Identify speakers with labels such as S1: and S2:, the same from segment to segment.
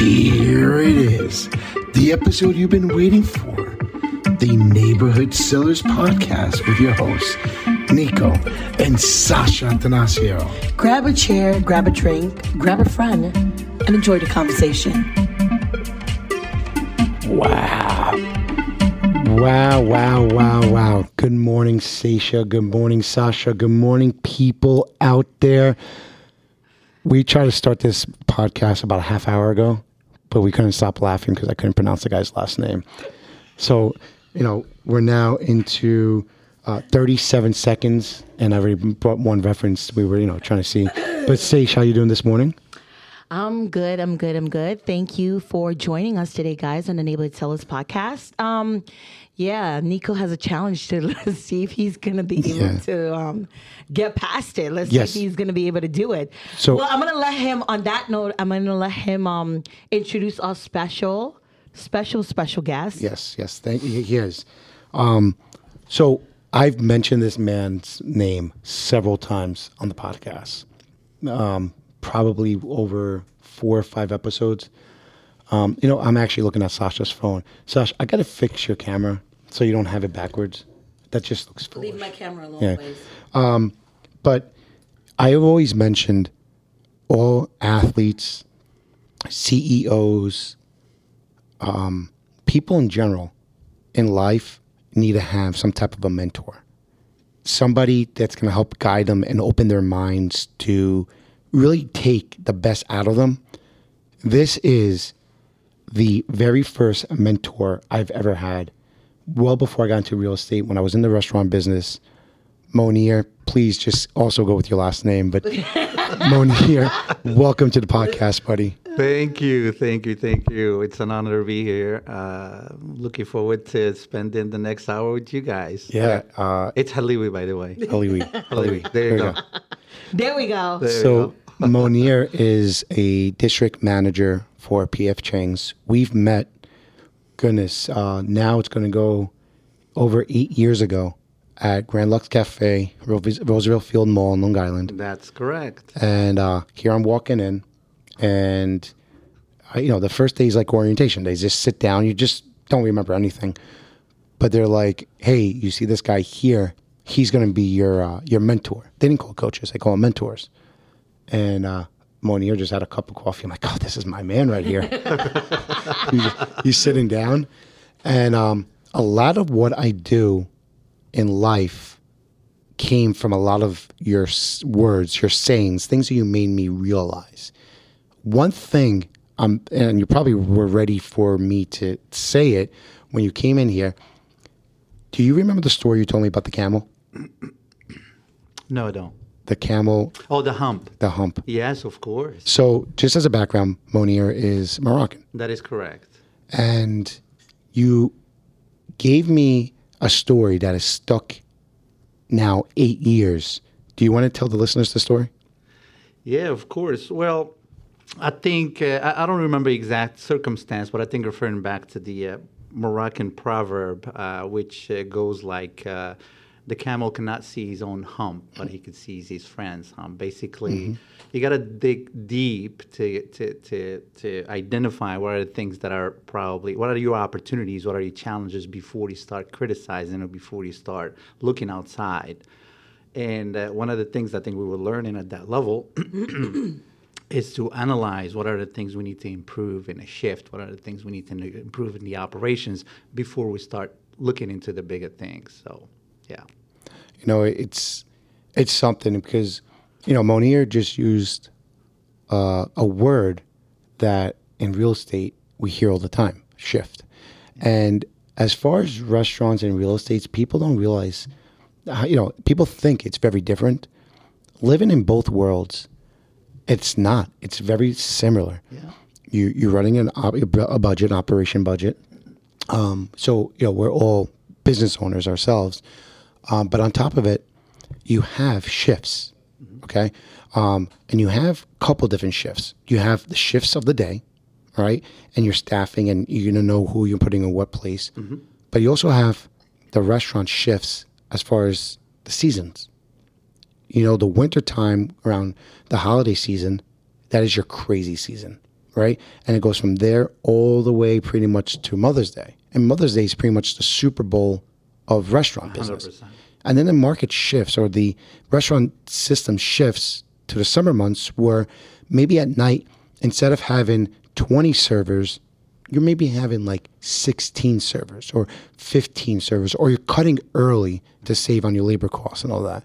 S1: Here it is, the episode you've been waiting for the Neighborhood Sellers Podcast with your hosts, Nico and Sasha Antanasio.
S2: Grab a chair, grab a drink, grab a friend, and enjoy the conversation.
S1: Wow. Wow, wow, wow, wow. Good morning, Sasha. Good morning, Sasha. Good morning, people out there. We tried to start this podcast about a half hour ago, but we couldn't stop laughing because I couldn't pronounce the guy's last name. So, you know, we're now into uh, 37 seconds, and I already brought one reference we were, you know, trying to see. But Sasha, how you doing this morning?
S3: I'm good. I'm good. I'm good. Thank you for joining us today, guys, on the Neighborhood Sellers podcast. Um, yeah, Nico has a challenge to let's see if he's gonna be able
S1: Yeah.
S3: to um, get past it. Let's
S1: Yes.
S3: see if he's gonna be able to do it.
S1: So-
S3: well, I'm gonna let him. On that note, I'm gonna let him um, introduce our special, special, special guest.
S1: Yes, yes. Thank you. He is. Um, so I've mentioned this man's name several times on the podcast, um, probably over four or five episodes. Um, you know, I'm actually looking at Sasha's phone. Sasha, I got to fix your camera so you don't have it backwards. That just looks foolish.
S2: Leave my camera alone,
S1: Yeah.
S2: please.
S1: But I have always mentioned all athletes, CEOs, um, people in general in life need to have some type of a mentor, somebody that's going to help guide them and open their minds to really take the best out of them. This is the very first mentor I've ever had. Well, before I got into real estate, when I was in the restaurant business, Monier, please just also go with your last name. But Monier, welcome to the podcast, buddy.
S4: Thank you, thank you, thank you. It's an honor to be here. Uh, looking forward to spending the next hour with you guys.
S1: Yeah, uh,
S4: It's Haliwi, by the way.
S1: Haliwi.
S4: Haliwi. Oh, There you go.
S3: There we go.
S4: There you
S1: So Monier is a district manager for PF Chang's. We've met. Goodness, uh, now it's going to go over eight years ago at Grand Lux Cafe, Ros- Roosevelt Field Mall in Long Island.
S4: That's correct.
S1: and uh, here I'm walking in, and I, you know the first day is like orientation days. Just sit down. You just don't remember anything, but they're like, "Hey, you see this guy here? He's going to be your uh, your mentor." They didn't call coaches; they call them mentors. And uh, Monier just had a cup of coffee. I'm like, "God, this is my man right here." he's, he's sitting down, and um, a lot of what I do in life came from a lot of your s- words, your sayings, things that you made me realize. One thing, um, and you probably were ready for me to say it when you came in here. Do you remember the story you told me about the camel?
S4: No, I don't.
S1: The camel,
S4: Oh, the hump.
S1: the hump.
S4: Yes, of course.
S1: So, just as a background, Monier is Moroccan.
S4: That is correct.
S1: And you gave me a story that is stuck now eight years. Do you want to tell the listeners the story?
S4: Yeah, of course. Well, I think uh, I, I don't remember exact circumstance, but I think referring back to the uh, Moroccan proverb, uh, which uh, goes like, uh, "The camel cannot see his own hump, but he can see his friend's hump." Basically, you got to dig deep to, to to to identify what are the things that are probably what are your opportunities, what are your challenges before you start criticizing or before you start looking outside. And uh, one of the things I think we were learning at that level is to analyze what are the things we need to improve in a shift, what are the things we need to n- improve in the operations before we start looking into the bigger things. So, yeah.
S1: you know it's it's something because you know Monier just used uh, a word that in real estate we hear all the time shift and as far as restaurants and real estates people don't realize how- you know people think it's very different living in both worlds it's not it's very similar
S4: Yeah.
S1: you you're running an op, a bu- a budget an operation budget um, so you know we're all business owners ourselves um, but on top of it you have shifts okay um, and you have a couple different shifts you have the shifts of the day all right and your staffing and you're going to know who you're putting in what place but you also have the restaurant shifts as far as the seasons you know the winter time around the holiday season that is your crazy season right? And it goes from there all the way pretty much to Mother's Day. And Mother's Day is pretty much the Super Bowl of restaurant business.
S4: 100%.
S1: And then the market shifts or the restaurant system shifts to the summer months where maybe at night, instead of having 20 servers, you're maybe having like 16 servers or 15 servers, or you're cutting early to save on your labor costs and all that.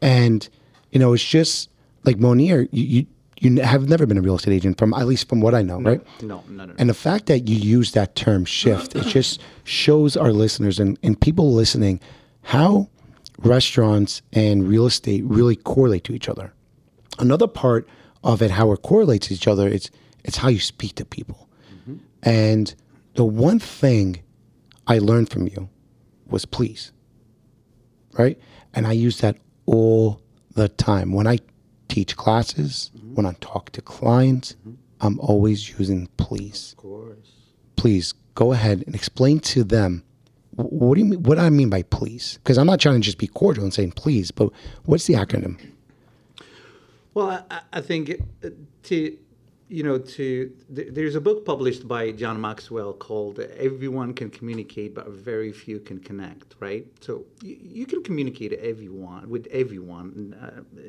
S1: And you know, it's just like Monier. You you, you have never been a real estate agent, from at least from what I know, right?
S4: No, no, no.
S1: And the fact that you use that term shift, it just shows our listeners and, and people listening how restaurants and real estate really correlate to each other. Another part of it, how it correlates to each other, it's it's how you speak to people.
S4: Mm-hmm.
S1: And the one thing I learned from you was please right? And I use that all the time. When I teach classes,
S4: Mm-hmm.
S1: when I talk to clients, I'm always using please.
S4: of course.
S1: Please go ahead and explain to them wh- what do you mean, what do I mean by please? Because I'm not trying to just be cordial and saying please, but what's the acronym?
S4: Well, I- I, I think uh, to you know to th- there's a book published by John Maxwell called uh, "Everyone Can Communicate, but Very Few Can Connect." Right, so you, you can communicate to everyone with everyone. and, uh,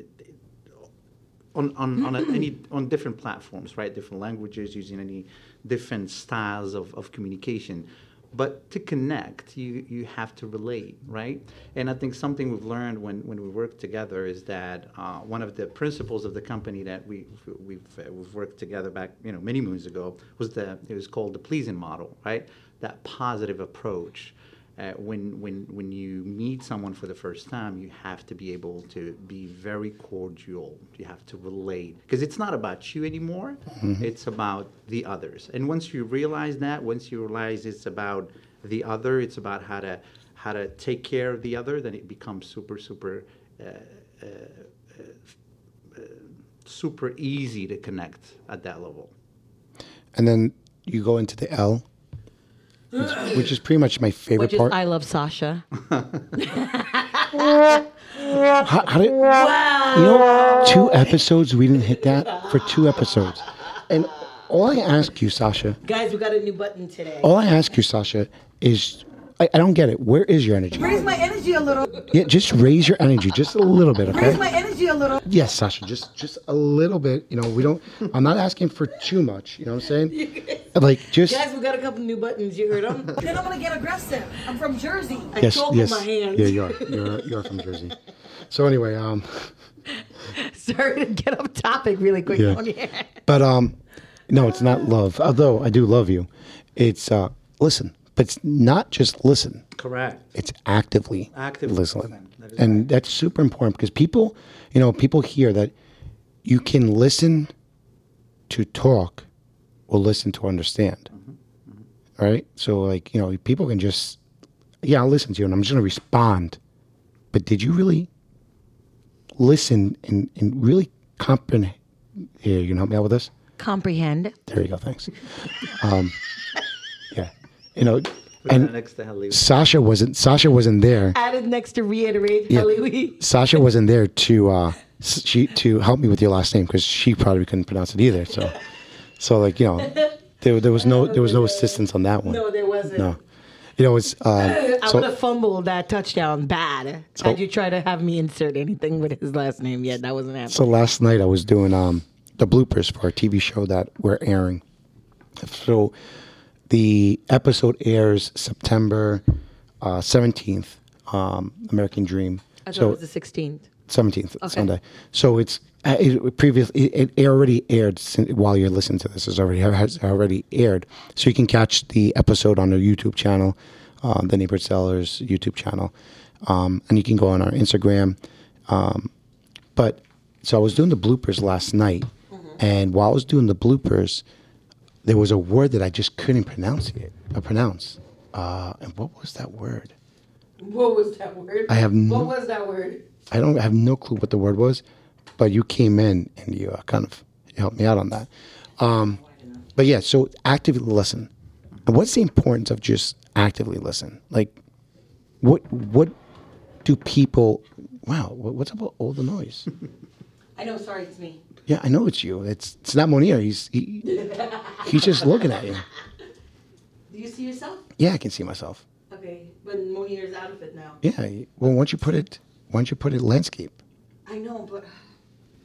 S4: on on, on a, any on different platforms, right? Different languages, using any different styles of, of communication. But to connect, you you have to relate, right? And I think something we've learned when, when we work together is that uh, one of the principles of the company that we we've uh, we've worked together back you know many moons ago was the it was called the pleasing model, right? That positive approach uh, when when when you meet someone for the first time, you have to be able to be very cordial. You have to relate because it's not about you anymore. It's about the others. And once you realize that, once you realize it's about the other, it's about how to how to take care of the other. Then it becomes super super uh, super easy to connect at that level.
S1: And then you go into the L, which, which is pretty much my favorite
S3: Which is
S1: part.
S3: I love Sasha.
S1: How, how did you know? Two episodes we didn't hit that for two episodes, and all I ask you, Sasha,
S3: Guys, we got a new button today.
S1: All I ask you, Sasha, is I, I don't get it. Where is your energy?
S5: Raise my energy a little.
S1: Yeah, just raise your energy just a little bit, okay?
S5: Raise my energy a little.
S1: yes, Sasha, just just a little bit. You know, we don't. I'm not asking for too much. You know what I'm saying? Like just
S3: we got a couple new buttons. You heard them?
S5: Then I'm gonna get aggressive. I'm from Jersey.
S3: I
S1: yes,
S3: talk
S1: yes.
S3: with my hands.
S1: Yeah, you are. You're you're from Jersey. So anyway, um,
S3: Sorry to get off topic really quick.
S1: Yeah.
S3: on here.
S1: but um, no, it's not love. Although I do love you, it's uh, listen. But it's not just listen.
S4: Correct.
S1: it's actively
S4: Actively
S1: listening.
S4: listening. That is
S1: and that's super important because people, you know, people hear that you can listen to talk or listen to understand.
S4: Mm-hmm.
S1: Right? So like, you know, people can just yeah, I'll listen to you and I'm just gonna respond. But did you really listen and, and really comprehend here, you can help me out with this?
S3: Comprehend.
S1: There you go, thanks. um, yeah. You know
S4: And
S1: and
S4: next to Halil.
S1: Sasha wasn't Sasha wasn't there.
S3: Added next to reiterate. Hallelujah.
S1: Sasha wasn't there to uh, s- she to help me with your last name because she probably couldn't pronounce it either. So, so like you know, there, there was no there was no assistance on that one.
S3: No, there wasn't.
S1: No. you know it's um,
S3: I would
S1: so
S3: have fumbled that touchdown bad. Had you try to have me insert anything with his last name yet? That wasn't happening.
S1: so last night I was doing um the bloopers for a TV show that we're airing. So the episode airs September uh, seventeenth. um, American Dream.
S3: I thought
S1: so
S3: it was the 16th.
S1: seventeenth Sunday. So it's uh, it previous. It, it already aired sin- while you're listening to this. It's already has already aired, so you can catch the episode on our YouTube channel, uh, the Neighborhood Sellers YouTube channel, um, and you can go on our Instagram. Um, but so I was doing the bloopers last night,
S3: Mm-hmm.
S1: and while I was doing the bloopers, there was a word that I just couldn't pronounce it. Uh, pronounce. Uh, and what was that word?
S3: What was that word?
S1: I have no.
S3: was that word?
S1: I don't I have no clue what the word was, but you came in and you uh, kind of helped me out on that. Um, but yeah, so actively listen. And what's the importance of just actively listen? Like, what what do people? Wow, what, what's up with all the noise?
S3: I know. Sorry, it's me.
S1: Yeah, I know it's you. It's it's not Monir. He's he, he's just looking at you.
S3: Do you see yourself?
S1: Yeah, I can see myself.
S3: Okay, but Monier's out of it now.
S1: Yeah. you- Well, once you put it, once you put it landscape,
S3: I know, but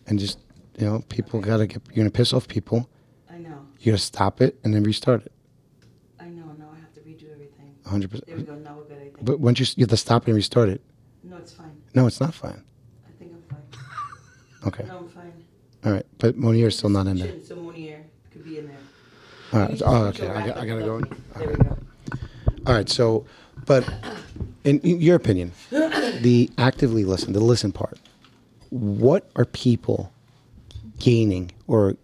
S1: and just you know, people gotta get. You're gonna piss off people.
S3: I know.
S1: You gotta stop it and then restart it.
S3: I know. Now I have to redo everything.
S1: 100.
S3: There we
S1: percent
S3: go. Now we're good. I think.
S1: But once you s- you have to stop and restart it.
S3: No, it's fine.
S1: No, it's not fine.
S3: I think I'm fine.
S1: Okay.
S3: No, I'm fine.
S1: All right. But Monier's still not in there.
S3: Shouldn't, So Monier could be in there.
S1: All right.
S3: You
S1: Oh,
S3: just
S1: okay.
S3: need to
S1: I,
S3: wrap
S1: got- I
S3: it
S1: gotta go.
S3: up.
S1: in.
S3: There we go.
S1: All right. So, but in, in your opinion, the actively listen, the listen part, what are people gaining or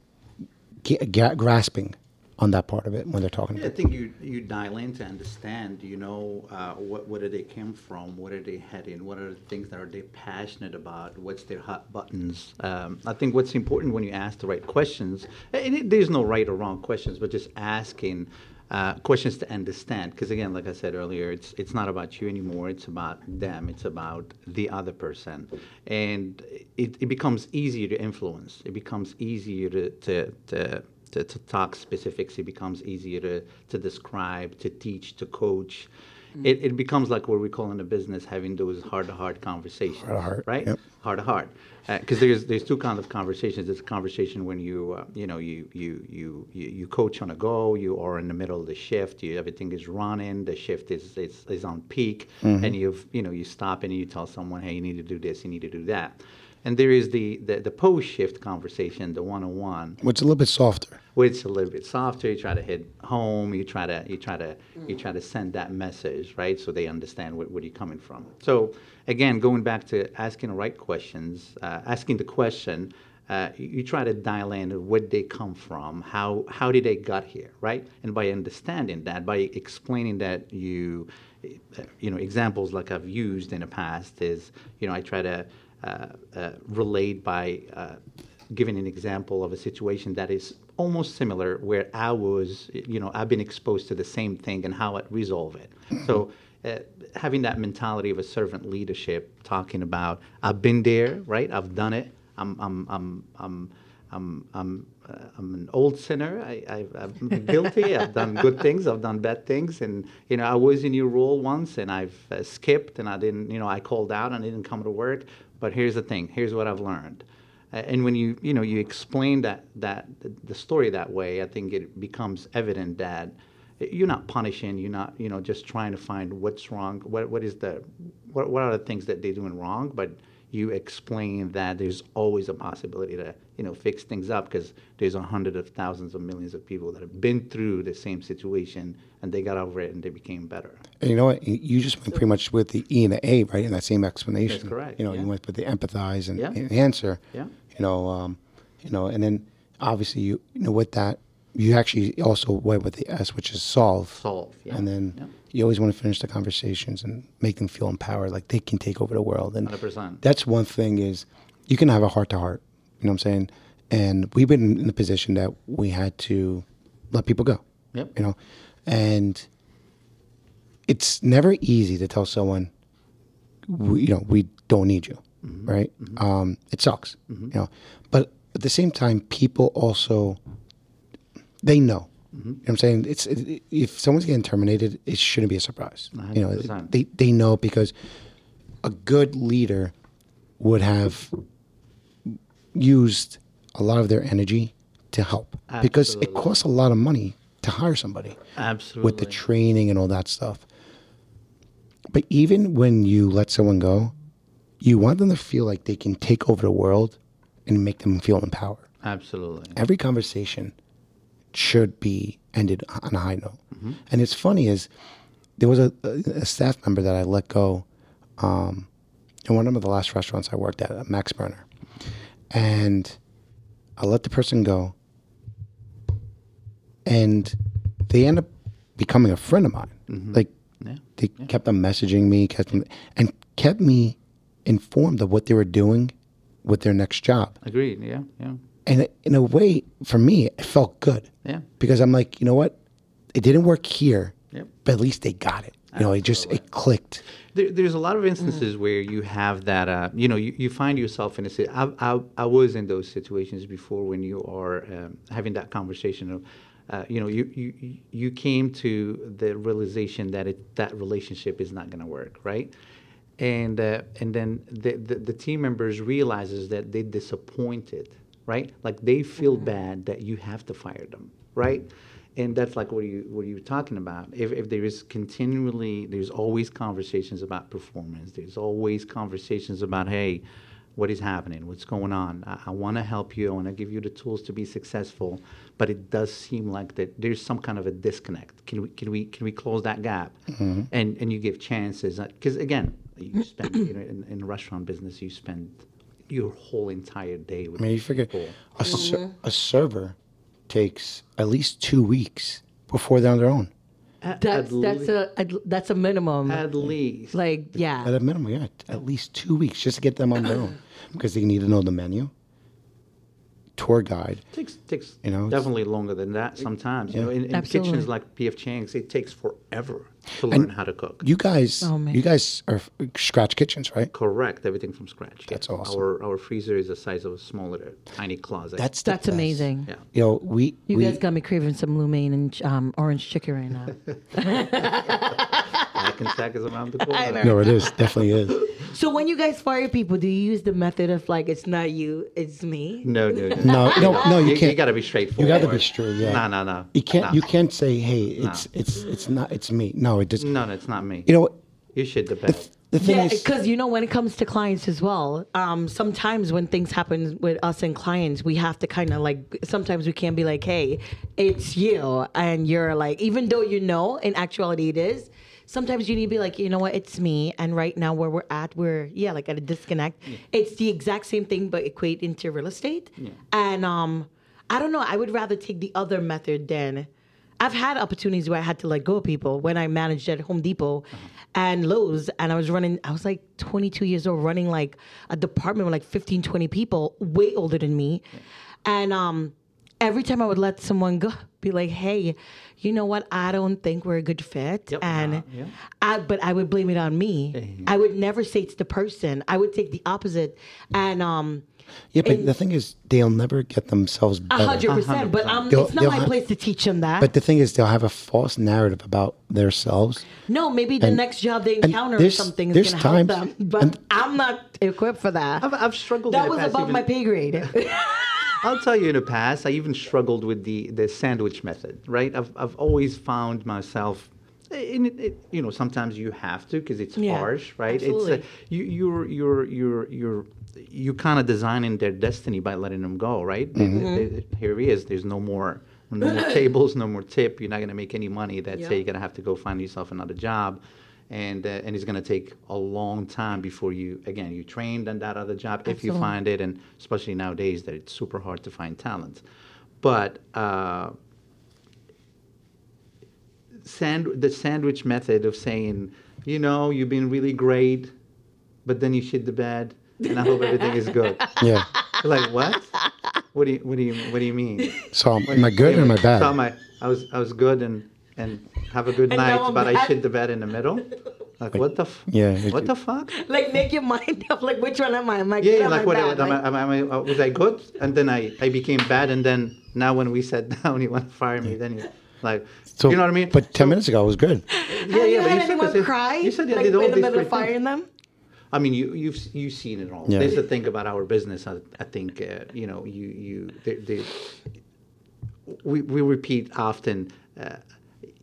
S1: ga- ga- grasping on that part of it when they're talking?
S4: Yeah, I
S1: About?
S4: think you you dial in to understand. You know, uh, what where did they come from? What are they heading? What are the things that are they passionate about? What's their hot buttons? Um, I think what's important when you ask the right questions, and it, there's no right or wrong questions, but just asking. Uh, questions to understand, because again, like I said earlier, it's it's not about you anymore. It's about them. It's about the other person, and it, it becomes easier to influence. It becomes easier to to, to to, to talk specifics. It becomes easier to, to describe, to teach, to coach. It, it becomes like what we call in the business having those heart to heart conversations,
S1: Heart-to-heart,
S4: right?
S1: yep.
S4: Heart to heart, because there's there's two kinds of conversations. There's a conversation when you uh, you know you you you you you coach on a go. You are in the middle of the shift. You, everything is running. The shift is is, is on peak, and you've you know you stop and you tell someone, hey, you need to do this, you need to do that. And there is the the, the post shift conversation, the one on one,
S1: Well, it's a little bit softer.
S4: where it's a little bit softer. You try to hit home. You try to you try to you try to send that message right, so they understand where, where you're coming from. So again, going back to asking the right questions, uh, asking the question. Uh, you you try to dial in where they come from, how how did they got here, right? And by understanding that, by explaining that you, uh, you know, examples like I've used in the past is, you know, I try to uh, uh, relate by uh, giving an example of a situation that is almost similar where I was, you know, I've been exposed to the same thing and how I resolve it. So uh, having that mentality of a servant leadership, talking about I've been there, right? I've done it. I'm, I'm, I'm, I'm, I'm, I'm, uh, I'm an old sinner. I, I, I'm guilty. I've done good things. I've done bad things. And, you know, I was in your role once and I've uh, skipped and I didn't, you know, I called out and I didn't come to work. But here's the thing. Here's what I've learned. Uh, and when you you know you explain that that the story that way i think it becomes evident that you're not punishing you're not you know just trying to find what's wrong what what is the what, what are the things that they're doing wrong but you explain that there's always a possibility to you know fix things up because there's a hundred of thousands of millions of people that have been through the same situation and they got over it and they became better
S1: And you know what? You- You just went pretty much with the E and the A, right? In that same explanation.
S4: correct,
S1: You know,
S4: yeah.
S1: you went with the empathize and,
S4: Yeah.
S1: and answer.
S4: Yeah.
S1: You know, um, you know, and then obviously you, you know with that you actually also went with the S, which is solve.
S4: solve yeah.
S1: And then
S4: yeah.
S1: you always want to finish the conversations and make them feel empowered, like they can take over the world. And
S4: 100%.
S1: that's one thing is you can have a heart to heart. You know what I'm saying? And we've been in the position that we had to let people go.
S4: Yep.
S1: You know, and it's never easy to tell someone, we, you know, we don't need you, right? Um, it sucks, you know. But at the same time, people also they know. You know what I'm saying? It's it, if someone's getting terminated, it shouldn't be a surprise. You know,
S4: 100%.
S1: they they know because a good leader would have used a lot of their energy to help because it
S4: Absolutely.
S1: costs a lot of money to hire somebody
S4: absolutely
S1: with the training and all that stuff. But even when you let someone go, you want them to feel like they can take over the world and make them feel empowered.
S4: absolutely
S1: Every conversation should be ended on a high note.
S4: Mm-hmm.
S1: And it's funny is there was a, a staff member that I let go um, in one of the last restaurants I worked at, at Max Burner. And I let the person go. And they end up becoming a friend of mine. Like
S4: Mm-hmm. Yeah.
S1: they kept on messaging me, kept on, and kept me informed of what they were doing with their next job
S4: agreed yeah yeah
S1: and in a way for me it felt good
S4: Yeah.
S1: because i'm like you know what it didn't work here
S4: Yep.
S1: but at least they got it you know it just it clicked
S4: there, there's a lot of instances where you have that, uh, you know, you, you find yourself in a sit. I, I, I was in those situations before when you are um, having that conversation of, uh, you know, you, you you came to the realization that it that relationship is not going to work, right? And uh, and then the, the the team members realizes that they disappointed, right? Like they feel bad that you have to fire them, right? and that's like what you what you're talking about. If, if there is continually, there's always conversations about performance. There's always conversations about hey, what is happening? What's going on? I, I want to help you. I want to give you the tools to be successful, but it does seem like that there's some kind of a disconnect. Can we can we can we close that gap?
S1: Mm-hmm.
S4: And and you give chances because again, you spend you know in, in the restaurant business you spend your whole entire day with
S1: I mean, you figure
S4: people.
S1: a,
S3: Mm-hmm.
S1: ser- a server takes at least two weeks before they're on their own.
S4: At-
S3: That's
S4: at
S3: that's
S4: le-
S3: a at- that's a minimum.
S4: at least
S3: like
S1: At
S3: yeah,
S1: a minimum, yeah, at least two weeks just to get them on their own because they need to know the menu, tour guide.
S4: takes takes
S1: You know, it's-
S4: definitely longer than that sometimes. You know, in, in
S3: Absolutely.
S4: kitchens like PF Chang's, it takes forever to learn how to cook.
S1: You guys,
S3: Oh, man.
S1: you guys are f- scratch kitchens, right?
S4: Correct everything from scratch.
S1: That's awesome.
S4: Our our freezer is the size of a smaller tiny closet.
S1: That's the
S3: that's
S1: best.
S3: amazing.
S4: yeah.
S1: You know, we
S3: You
S1: we,
S3: guys got me craving some lo mein and um, orange chicken right now.
S4: Hackensack is around the corner.
S1: no, it is definitely is.
S3: so when you guys fire people, do you use the method of like it's not you, it's me?
S4: No, no, no.
S1: No, no, no, you
S4: You,
S1: can't.
S4: got to be straightforward.
S1: gotta be straight, yeah.
S4: No, no, no.
S1: You can't.
S4: No.
S1: You can't say, "Hey, it's it's it's not it's me." No, it does.
S4: No, no, it's not me.
S1: You know,
S4: you should depend.
S1: the thing
S3: Yeah,
S1: is,
S3: because you know when it comes to clients as well, um, sometimes when things happen with us and clients, we have to kind of like sometimes we can't be like, hey, it's you, and you're like, even though you know in actuality it is. Sometimes you need to be like, you know what, it's me, and right now where we're at, we're yeah, like at a disconnect. It's the exact same thing, but equate into real estate. And um, I don't know. I would rather take the other method than. I've had opportunities where I had to let go of people when I managed at Home Depot
S4: Uh-huh.
S3: and Lowe's, and I was running, I was like 22 years old, running like a department with like 15, 20 people, way older than me. And um, every time I would let someone go, be like, hey, you know what? I don't think we're a good fit.
S4: Yep,
S3: and
S4: nah, yeah. Mm-hmm.
S3: I, but I would blame it on me. I would never say it's the person, I would take the opposite. And, um,
S1: yeah, but the thing is, they'll never get themselves
S3: a
S1: better.
S3: hundred percent,
S4: Uh-huh.
S3: but um,
S1: They'll-
S3: it's not
S1: they'll
S3: my
S1: have-
S3: place to teach them that.
S1: But the thing is, they'll have a false narrative about themselves.
S3: No, maybe the next job they encounter or
S1: there's-
S3: something
S1: there's
S3: is going to help
S1: times-
S3: them. But
S1: and-
S3: I'm not equipped for that.
S4: I've, I've struggled. in
S3: that
S4: the
S3: was
S4: past
S3: above
S4: even-
S3: my pay grade.
S4: I'll tell you in the past, I even struggled with the, the sandwich method, right? I've, I've always found myself, eh, in it, it, you know, sometimes you have to because it's
S3: Yeah,
S4: harsh, right? It's
S3: absolutely.
S4: uh you, you're, you're, you're, you're, you kind of designing their destiny by letting them go, right? They- they-
S3: Mm-hmm.
S4: they- here he is. There's no more, no more tables, no more tip. You're not going to make any money. That's it.
S3: Yeah.
S4: You're going to have to go find yourself another job. And, uh, and it's going to take a long time before you again you trained on that other job if you
S3: Absolutely.
S4: find it and especially nowadays that it's super hard to find talent but uh, sand- the sandwich method of saying you know you've been really great but then you shit the bed and i hope everything is good
S1: Yeah.
S4: like what what do you what do you what do you mean
S1: So am I good or am I
S4: so am
S1: bad?
S4: I, I was i was good and and have a good
S3: And now
S4: night
S3: I'm
S4: but i
S3: bad.
S4: shit the bed in the middle like what the f-
S1: Yeah, it-
S4: what the fuck
S3: like, make your mind up. Like, which one am I? Am I good?
S4: yeah,
S3: am
S4: like
S3: I
S4: what?
S3: bad?
S4: am I-
S3: Like,
S4: am I- am I- was I good? And then I, I became bad. And then now when we sat down, you want to fire me. Then you like,
S1: So
S4: you know what I mean?
S1: But ten minutes ago, I was good.
S4: yeah,
S3: have
S4: yeah.
S3: you
S4: but
S3: had
S4: said
S3: anyone
S4: this-
S3: cry?
S4: You said you
S3: like,
S4: did all
S3: in the
S4: these
S3: middle
S4: three
S3: of
S4: things.
S3: firing them?
S4: I mean, you you've you've seen it all.
S1: Yeah.
S4: There's the thing about our business. I, I think uh, you know you you they, they, we we repeat often. Uh,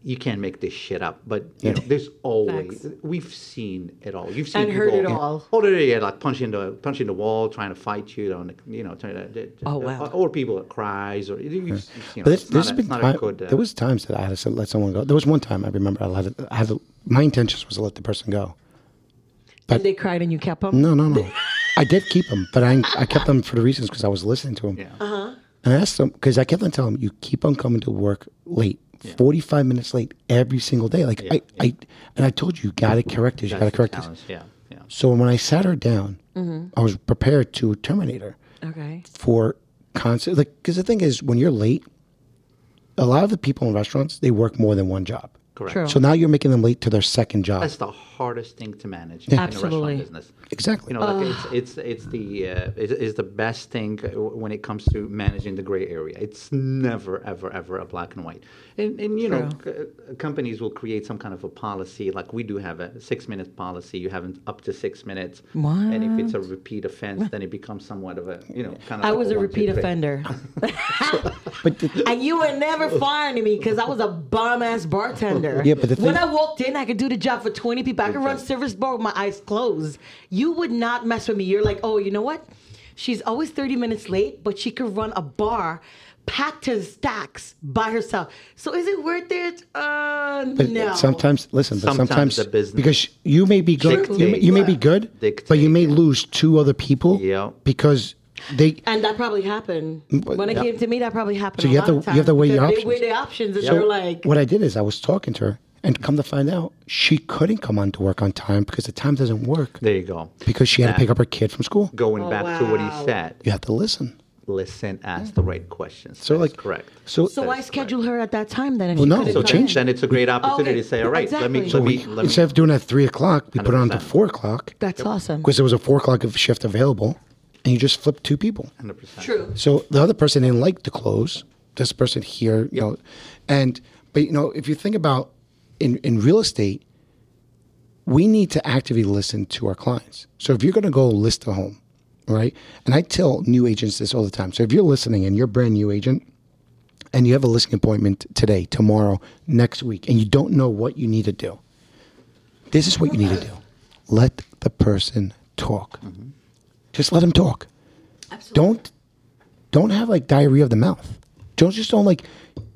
S4: you can't make this shit up, but you know, there's always
S3: Facts.
S4: we've seen it all. You've seen
S3: And heard
S4: people-
S3: it all.
S4: Oh yeah, yeah, like punching the punching the wall, trying to fight you, on the, you know, trying to,
S3: Oh, wow.
S4: or, people that cries, or you, you, you know,
S1: But this,
S4: it's not,
S1: there's
S4: a,
S1: been
S4: it's not
S1: time,
S4: a good. Uh,
S1: there was times that I had to se- let someone go. There was one time I remember I had, I had my intentions was to let the person go. But-
S3: Did they cried and you kept them?
S1: No, no, no. I did keep them, but I I kept them for the reasons because I was listening to them.
S4: yeah.
S1: And I asked them because I kept on telling them, you keep on coming to work late, 45 minutes late every single day. Like I, I, and I told you, you got to correct this, you got to
S4: That's the
S1: correct this.
S4: challenge, Yeah, yeah.
S1: So when I sat her down, I was prepared to terminate her
S3: Okay.
S1: for constant. Like, because the thing is, when you're late, a lot of the people in restaurants they work more than one job.
S4: Correct.
S3: True.
S1: So now you're making them late to their second job.
S4: Oh. That's the hardest thing to manage in the
S3: Absolutely.
S4: restaurant business.
S1: exactly.
S4: You know, like it's, it's it's the uh, is, is the best thing uh, when it comes to managing the gray area. It's never ever ever a black and white. And, and you know, c- uh, companies will create some kind of a policy. Like we do have a six minute policy. You have an- up to six minutes. And if it's a repeat offense, then it becomes somewhat of a you know kind of.
S3: I
S4: like
S3: was a
S1: Oh,
S4: one, two,
S3: repeat
S4: three.
S3: offender.
S1: but the,
S3: and you were never firing me because I was a bum ass bartender.
S1: Yeah, but the
S3: when
S1: thing-
S3: I walked in, I could do the job for twenty people. I could run service bar with my eyes closed. You would not mess with me. You're like, oh, you know what? She's always thirty minutes late, but she could run a bar packed to stacks by herself. So is it worth it? Uh,
S1: but
S3: no.
S1: sometimes listen. But
S4: Sometimes
S1: sometimes
S4: the business
S1: because you may be good, you may, you may be good, but you may lose two other people.
S4: Yeah.
S1: Because they
S3: And that probably happened when it
S1: Mm, yeah.
S3: came to me. That probably happened.
S1: So
S3: a
S1: you have
S3: lot of
S1: to- you have to
S3: times
S1: weigh your
S3: because
S1: options.
S3: They weigh the options, and
S4: Yeah.
S3: they're like,
S1: what I did is I was talking to her, and come to find out, she couldn't come on to work on time because the time doesn't work
S4: There you go.
S1: because she had to
S4: That-
S1: pick up her kid from school.
S4: Going back to what he
S3: Oh, wow.
S4: said,
S1: You have to listen.
S4: listen, ask the right questions.
S1: So
S4: That is
S1: like
S4: correct.
S1: So,
S3: So why schedule her at that time then? If
S1: Well,
S3: she
S1: no,
S3: couldn't
S1: so
S4: So
S3: come
S1: change
S3: in?
S1: that.
S4: then it's a great opportunity to say, all right, let me
S3: exactly.
S4: let
S1: we,
S4: me let me
S1: instead of doing it at three o'clock, we put it on to
S4: 100%.
S1: four o'clock
S3: That's awesome.
S1: because there was a four o'clock of shift available, and you just flip two people.
S4: 100%.
S3: True.
S1: So the other person didn't like the clothes. This person here, you know, and but you know, if you think about in in real estate, we need to actively listen to our clients. So if you're going to go list a home, right? And I tell new agents this all the time. So if you're listening and you're a brand new agent and you have a listing appointment today, tomorrow, next week, and you don't know what you need to do, this is what you need to do. Let the person talk. Just let them talk. Don't don't have like diarrhea of the mouth. Don't just don't like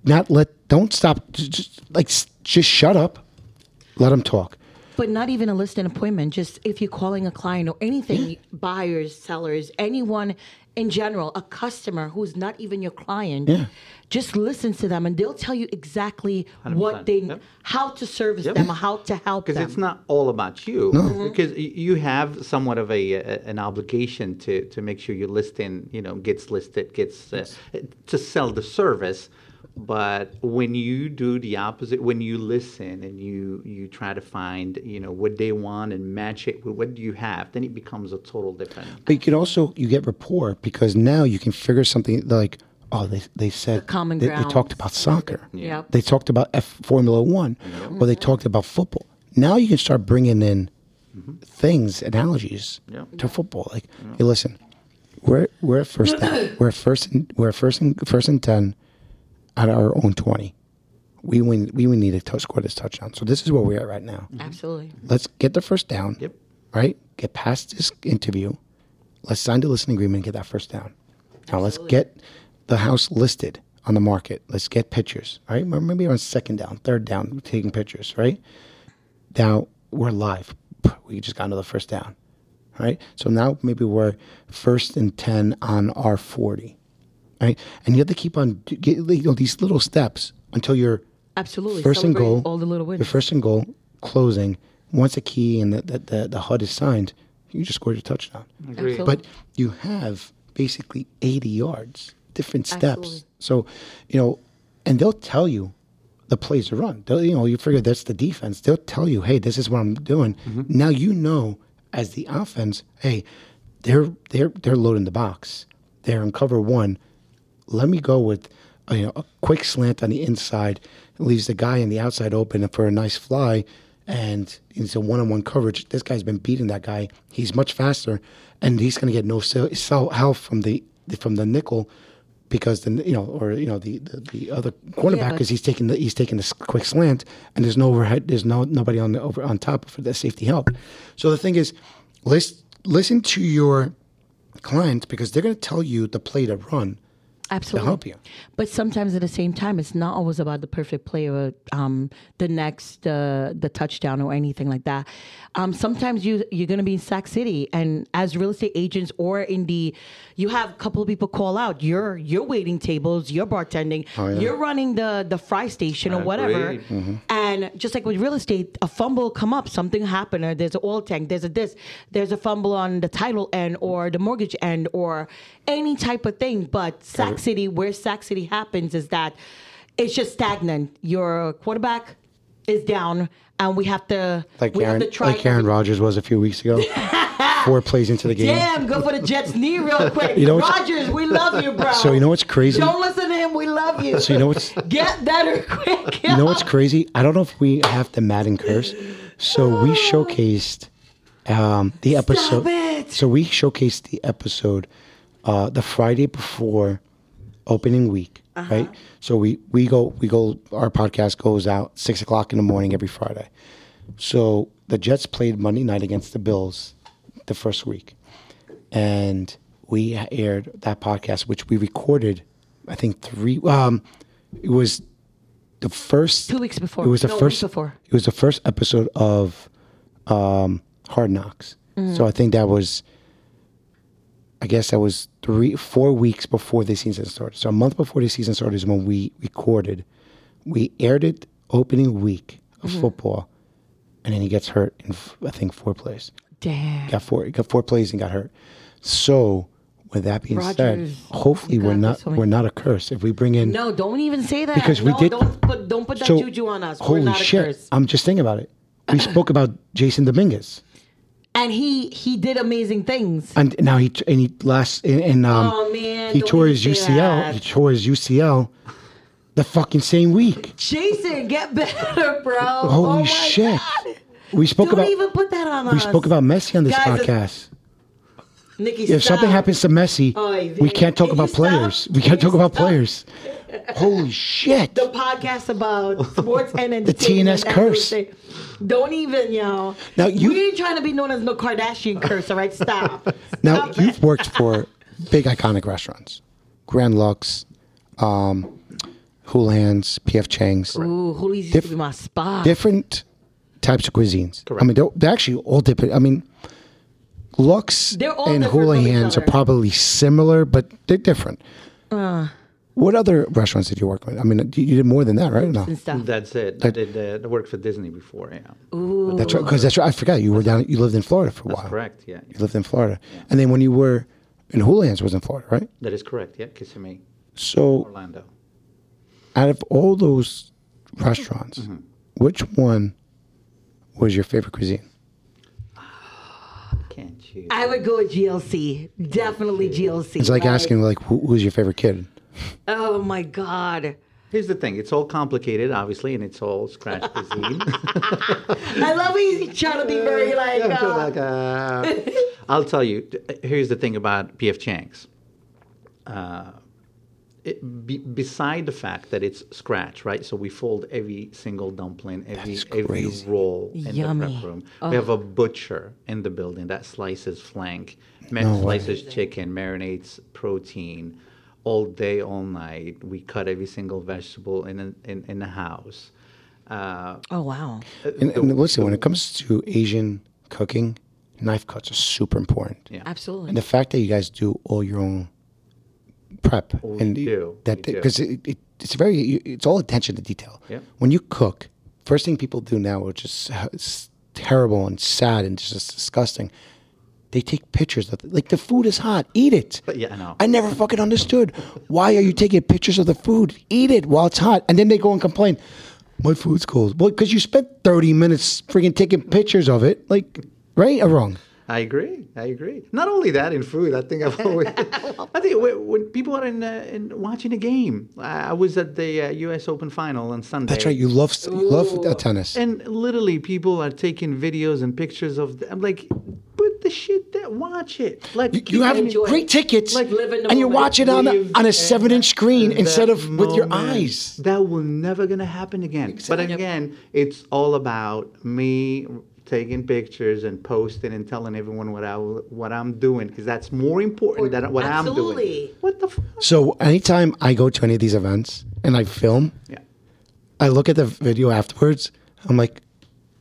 S1: not let don't stop just, just like s- just shut up. Let them talk.
S3: But not even a listing appointment. Just if you're calling a client or anything, buyers, sellers, anyone in general, a customer who's not even your client,
S1: Yeah.
S3: just listen to them and they'll tell you exactly
S4: 100%.
S3: what they,
S4: Yep.
S3: how to service them, or how to help them.
S4: Because it's not all about you. Because y- you have somewhat of a, a an obligation to to make sure your listing, you know, gets listed, gets uh, to sell the service. But when you do the opposite, when you listen and you you try to find, you know, what they want and match it with what you have, then it becomes a total different.
S1: But you can also you get rapport because now you can figure something like oh they they said
S3: common
S1: they, they talked
S3: grounds.
S1: about soccer.
S3: Yep.
S1: They talked about F Formula 1 or they talked about football. Now you can start bringing in things analogies
S4: Yeah.
S1: to football like hey listen we're we're at first down. we're at first and we're at first and first and 10 at our own 20. We win we would need to tou- score this touchdown. So this is where we're at right now
S3: Absolutely.
S1: let's get the first down.
S4: Yep.
S1: Right? Get past this interview. Let's sign the listing agreement and get that first down. Now let's get the house listed on the market. Let's get pictures. All right. Maybe on second down, third down, we're taking pictures, right? Now we're live. We just got another first down. All right. So now maybe we're first and 10 on our 40. All right. And you have to keep on d- get, you know, these little steps until you're
S3: Absolutely.
S1: first and
S3: Celebrate
S1: goal,
S3: All the little
S1: Your
S3: wins.
S1: first and goal, closing. Once a key and the the, the, the HUD is signed, you just scored your touchdown.
S3: Absolutely.
S1: But you have basically 80 yards, different steps.
S3: Absolutely.
S1: So, you know, and they'll tell you the plays to run. They'll, you know, you figure that's the defense. They'll tell you, hey, this is what I'm doing. Now you know as the offense, hey, they're they're they're loading the box. They're in cover one. Let me go with uh, you know, a quick slant on the inside, leaves the guy on the outside open for a nice fly, and it's a one-on-one coverage. This guy's been beating that guy. He's much faster, and he's going to get no sell, sell help from the from the nickel because then you know, or you know, the the, the other cornerback
S3: but-
S1: because he's taking the he's taking this quick slant, and there's no overhead, there's no nobody on the over on top for the safety help. So the thing is, list, listen to your client because they're going to tell you the play to run.
S3: Absolutely.
S1: help you.
S3: But sometimes at the same time, it's not always about the perfect play or um, the next uh, the touchdown or anything like that. Um, sometimes you you're going to be in Sac City, and as real estate agents or in the, you have a couple of people call out. You're you're waiting tables. You're bartending. You're running the the fry station or whatever.
S4: Agreed.
S1: Mm-hmm.
S3: And just like with real estate, a fumble come up, something happened, or there's an oil tank, there's a this, there's a fumble on the title end or the mortgage end or any type of thing. But Sac City, where Sac City happens is that it's just stagnant. Your quarterback is down, and we have to
S1: Like
S3: we
S1: Aaron,
S3: have to try.
S1: like Aaron Rodgers was a few weeks ago. Four plays into the game.
S3: Damn, go for the Jets knee real quick.
S1: You know what's-
S3: Rogers, we love you, bro.
S1: So you know what's crazy?
S3: Don't listen to him. We love you.
S1: So you know what's
S3: Get better quick.
S1: you know what's crazy? I don't know if we have the Madden curse. So we showcased um, the episode.
S3: it.
S1: So we showcased the episode uh, the Friday before opening week, right? So we we go we go. Our podcast goes out six o'clock in the morning every Friday. So the Jets played Monday night against the Bills, the first week, and we aired that podcast, which we recorded. I think three. Um, it was the first
S3: Two weeks before.
S1: It was the
S3: No, week
S1: first
S3: before.
S1: It was the first episode of um, Hard Knocks.
S3: Mm.
S1: So I think that was, I guess that was three, four weeks before the season started. So a month before the season started is when we recorded. We aired it opening week of
S3: Mm-hmm.
S1: football, and then he gets hurt in f- I think four plays.
S3: Damn.
S1: Got four, got four plays and got hurt. So with that being
S3: Rodgers,
S1: said, hopefully
S3: you
S1: we're
S3: got
S1: not
S3: this one.
S1: we're not a curse if we bring in
S3: No, don't even say that.
S1: Because we
S3: No,
S1: did-
S3: Don't put, don't put that
S1: so,
S3: juju on us.
S1: Holy
S3: We're not
S1: shit!
S3: a curse.
S1: I'm just thinking about it. We spoke about Jason Dominguez,
S3: And he he did amazing things.
S1: and now he and he last and, and um
S3: Oh, man,
S1: he
S3: don't
S1: tore
S3: even
S1: his
S3: say
S1: UCL.
S3: that.
S1: He tore his UCL the fucking same week.
S3: Jason, get better, bro. Oh
S1: Holy
S3: my
S1: shit!
S3: God.
S1: We spoke
S3: Don't
S1: about
S3: even put that on us.
S1: we spoke about Messi on this
S3: Guys,
S1: podcast.
S3: Nikki.
S1: If something
S3: stop.
S1: happens to Messi,
S3: Oy,
S1: we can't talk
S3: can
S1: about
S3: you stop?
S1: players. We can't
S3: Can you
S1: talk about
S3: stop?
S1: players. Holy shit!
S3: the podcast about sports and entertainment.
S1: TNS
S3: and
S1: curse.
S3: everything. Don't even, yo.
S1: Now, you-
S3: we ain't trying to be known as no Kardashian curse, all right? Stop.
S1: Now
S3: Stop
S1: you've
S3: it.
S1: worked for big iconic restaurants, Grand Lux, um, Houlihan's, PF Chang's,
S3: Ooh, Julie's used to be my spot.
S1: different types of cuisines. I
S4: Correct.
S1: mean, they're, they're actually all different. I mean, Lux
S3: They're all
S1: and
S3: different from each
S1: Houlihan's are
S3: other. Uh.
S1: probably similar, but they're different. what other restaurants did you work with? I mean, you you did more than that, right? No,
S3: and stuff.
S4: That's it. I did uh, work for Disney before. Yeah.
S1: that's right. Because that's right. I forgot you were down. You lived in Florida for a while.
S4: Correct. Yeah. yeah.
S1: You lived in Florida, and then when you were, and Houlihan's was in Florida, right?
S4: That is correct. Yeah. Kissimmee,
S1: So
S4: Orlando.
S1: out of all those restaurants,
S4: Mm-hmm.
S1: which one was your favorite cuisine?
S4: Can't you?
S3: I would go with GLC. Definitely GLC.
S1: It's like asking like who, who's your favorite kid?
S3: Oh my God.
S4: Here's the thing. It's all complicated, obviously, and it's all scratch cuisine.
S3: I love he's trying to be very like.
S4: Yeah, so
S3: Uh,
S4: like, uh, I'll tell you. th- Here's the thing about PF Chang's. Uh, it, be, beside the fact that it's scratch, right? So we fold every single dumpling, every
S1: That's
S4: every
S1: crazy.
S4: roll in the
S3: Yummy. Oh.
S4: prep room. We have a butcher in the building that slices flank, man slices chicken, marinates protein, all day, all night. We cut every single vegetable in a, in, in the house. Uh,
S3: oh wow.
S1: And, and listen, when it comes to Asian cooking, knife cuts are super important.
S4: yeah.
S1: And
S3: Absolutely.
S1: the fact that you guys do all your own prep and
S4: we do,
S1: that
S4: we do.
S1: because it, it, it's very you- it's all attention to detail.
S4: Yeah.
S1: When you cook, first thing people do now, which is uh, s- terrible and sad and just disgusting, they take pictures of like the food is hot, eat it.
S4: yeah, I know.
S1: I never fucking understood why are you taking pictures of the food? Eat it while it's hot, and then they go and complain. My food's cold. Well, because you spent thirty minutes freaking taking pictures of it. Like, right or wrong?
S4: I agree. I agree. Not only that, in food, I think I've always. I think when, when people are in, uh, in watching a game, I, I was at the uh, U.S. Open final on Sunday.
S1: That's right. You love you love uh, tennis.
S4: and literally, people are taking videos and pictures of. The, I'm like, put the shit there. Watch it. Like
S1: You have
S3: enjoy
S1: great
S3: it.
S1: tickets,
S3: Like, live in the
S1: and you
S3: moment.
S1: watch it on a,
S4: Live
S1: on a
S4: in
S1: seven-inch screen
S4: in
S1: instead
S4: that
S1: of with your
S4: moment.
S1: eyes.
S4: That will never gonna happen again. But again, it's all about me taking pictures and posting and telling everyone what I what I'm doing because that's more important than what I'm
S3: Absolutely.
S4: doing. What the fuck?
S1: So anytime I go to any of these events and I film,
S4: Yeah.
S1: I look at the video afterwards. I'm like,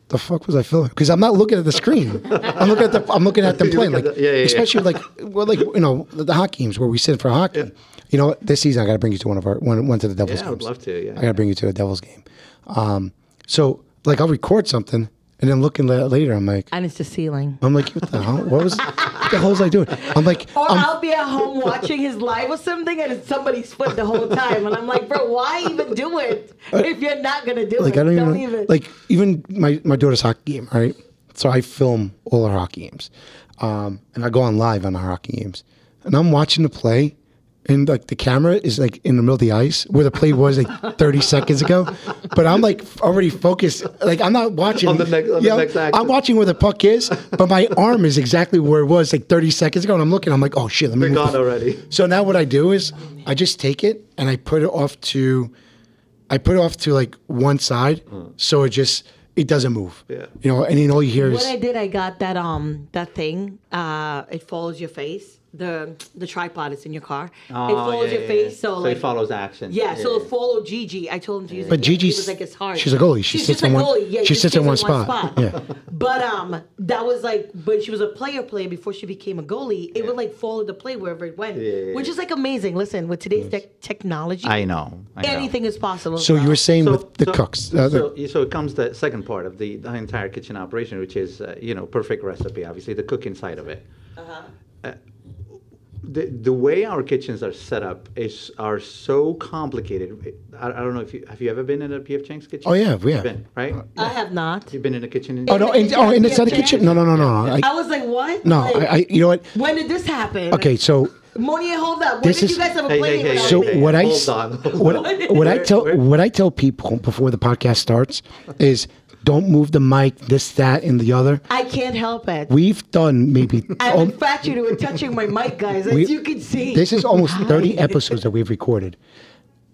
S1: the fuck was I filming? Because I'm not looking at the screen. I'm looking at the I'm looking at them
S4: You look
S1: playing.
S4: at
S1: Like
S4: the- yeah, yeah, yeah.
S1: especially like well like you know the, the hockey games where we sit for hockey. You know what? This season I got to bring you to one of our one one to the Devils.
S4: Yeah, I would
S1: games.
S4: love to, yeah.
S1: I got to bring you to a Devils game. Um, so like I'll record something And then looking la- later, I'm like,
S3: and it's the ceiling.
S1: I'm like, what the hell? What was what the hell's I doing? I'm like,
S3: Or
S1: I'm-
S3: I'll be at home watching his live or something, and it's somebody's foot the whole time, and I'm like, bro, why even do it if you're not gonna do
S1: like
S3: it?
S1: I don't, even, like even my my daughter's hockey game, right? So I film all her hockey games, um, and I go on live on her hockey games, and I'm watching the play, and like the camera is like in the middle of the ice where the play was like 30 seconds ago, but I'm like already focused, like I'm not watching
S4: On the next- on the
S1: Yeah,
S4: next
S1: I'm
S4: action.
S1: watching where the puck is, but my arm is exactly where it was like 30 seconds ago, and I'm looking, I'm like, oh shit, let me
S4: They're
S1: move the-
S4: gone already.
S1: so now what I do is I just take it and I put it off to, I put it off to like one side, so it just it doesn't move.
S4: Mm. Yeah.
S1: You know, and then all you hear is
S3: What I did, I got that um that thing. Uh, it follows your face. The the tripod is in your car. it
S4: Oh,
S3: follows your face, so, like
S4: it follows action.
S3: Yeah, so it follow Gigi. I told him to use
S1: But
S3: it. He
S1: Gigi's-
S3: was like it's hard.
S1: she's a goalie. She
S3: she's
S1: sits
S3: just
S1: in
S3: a
S1: one-
S3: goalie. Yeah,
S1: she
S3: just
S1: sits in one spot. Yeah.
S3: But um, that was like when she was a player player before she became a goalie. It would like follow the play wherever it went,
S4: yeah,
S3: which is like amazing. Listen, with today's tech technology,
S4: I know. I know.
S3: anything is possible.
S1: so you were saying
S4: So-
S1: with the
S4: so-
S1: cooks, uh, the-
S4: so, so it comes the second part of the, the entire kitchen operation, which is uh, you know perfect recipe. Obviously, the cooking side of it. Uh-huh. the the way our kitchens are set up is are so complicated. I, I don't know if you have you ever been in a PF Chang's kitchen.
S1: Oh, yeah, we have.
S4: You've Been, right.
S3: I have not.
S4: You've been in a kitchen. In-
S1: oh no, in, oh and it's not a kitchen. No, no, no, no, no.
S3: I
S1: I,
S3: was like, what?
S1: no,
S3: Like,
S1: I, I, you know what?
S3: when did this happen?
S1: Okay, so
S3: Monier, hold up. When
S1: This
S3: did
S1: is-
S3: you guys have a
S4: Hey,
S3: play?
S4: hey, hey,
S1: so
S4: hey,
S1: what I
S4: hold
S1: s-
S4: on, hold
S1: what, what I tell what I tell people before the podcast starts is don't move the mic, this, that, and the other.
S3: I can't help it.
S1: We've done maybe
S3: I'm
S1: al-
S3: infatuated with touching my mic, guys, as
S1: We-
S3: you can see.
S1: This is almost 30 episodes that we've recorded.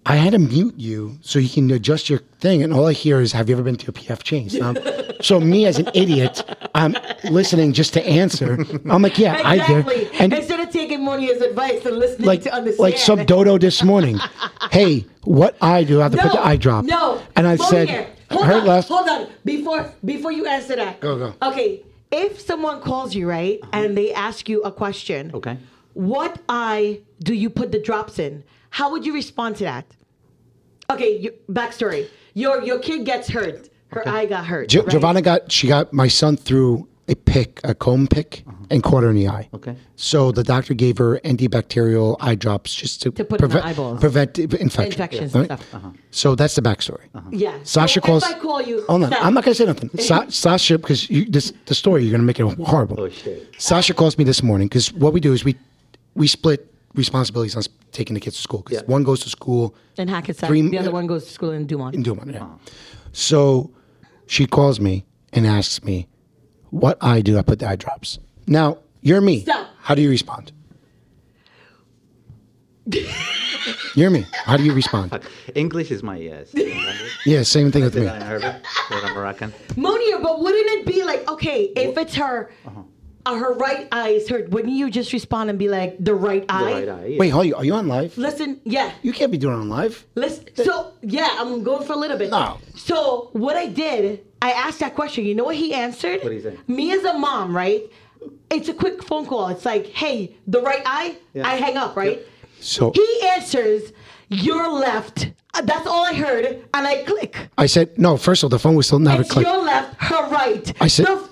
S1: I had to mute you so you can adjust your thing, and all I hear is, "Have you ever been to a PF Chang's?" And I'm- so me as an idiot, I'm listening just to answer. I'm like, "Yeah, I
S3: exactly.
S1: did," and
S3: Instead of taking Monier's advice and listening
S1: like,
S3: to understand.
S1: like some dodo this morning. hey, what I do? I have to put the eye drop.
S3: No.
S1: and I
S3: Monier,
S1: said,
S3: hold
S1: "Her
S3: on,
S1: left."
S3: Hold on. Before before you answer that.
S1: Go, Uh-huh. go.
S3: Okay. If someone calls you, right, and they ask you a question.
S4: Okay.
S3: What eye do you put the drops in? How would you respond to that? Okay, you, backstory. Your your kid gets hurt. Her eye got hurt.
S1: Gi-
S3: right?
S1: Giovanna got she got my son through a pick, a comb pick,
S3: Uh-huh.
S1: and caught her in the eye.
S4: Okay.
S1: So the doctor gave her antibacterial eye drops just to,
S3: To put in the eyeballs.
S1: prevent i- infection.
S3: Infections and stuff.
S1: So that's the backstory. Mm-hmm.
S3: Yeah.
S1: Sasha
S3: so
S1: calls.
S3: If I call you.
S1: Hold on,
S3: Sasha-
S1: I'm not gonna say nothing. Sa- Sasha, because you, this the story you're gonna make it horrible.
S4: Oh, shit.
S1: Sasha calls me this morning because what we do is we we split responsibilities on s- taking the kids to school because
S4: Yeah.
S1: one goes to school
S3: In Hackensack.
S1: Three-
S3: the other one goes to school in Dumont.
S1: in Dumont. Yeah. So she calls me and asks me, "What eye do I put the eye drops?" Now you're me.
S3: Stop.
S1: How do you respond? you're me. How do you respond?
S4: English is my yes.
S1: Yeah, same thing with me.
S4: I heard it. That I'm Moroccan.
S3: Monia, but wouldn't it be like, okay, if it's her,
S4: uh-huh.
S3: uh her right eye is hurt, wouldn't you just respond and be like, the right
S4: The
S3: eye?
S4: right eye. yeah.
S1: Wait, are you, are you on live?
S3: Listen, yeah.
S1: You can't be doing it on live.
S3: Listen, so, yeah, I'm going for a little bit.
S1: No.
S3: So, what I did, I asked that question. You know what he answered?
S4: What did he say?
S3: Me as a mom, right? It's a quick phone call. It's like, hey, the right eye,
S4: Yeah.
S3: I hang up, right?
S1: So
S3: He answers, your left. Uh, That's all I heard, and I click.
S1: I said, no, first of all, the phone was still not a
S3: It's
S1: click.
S3: your left, her right.
S1: I said,
S3: The f-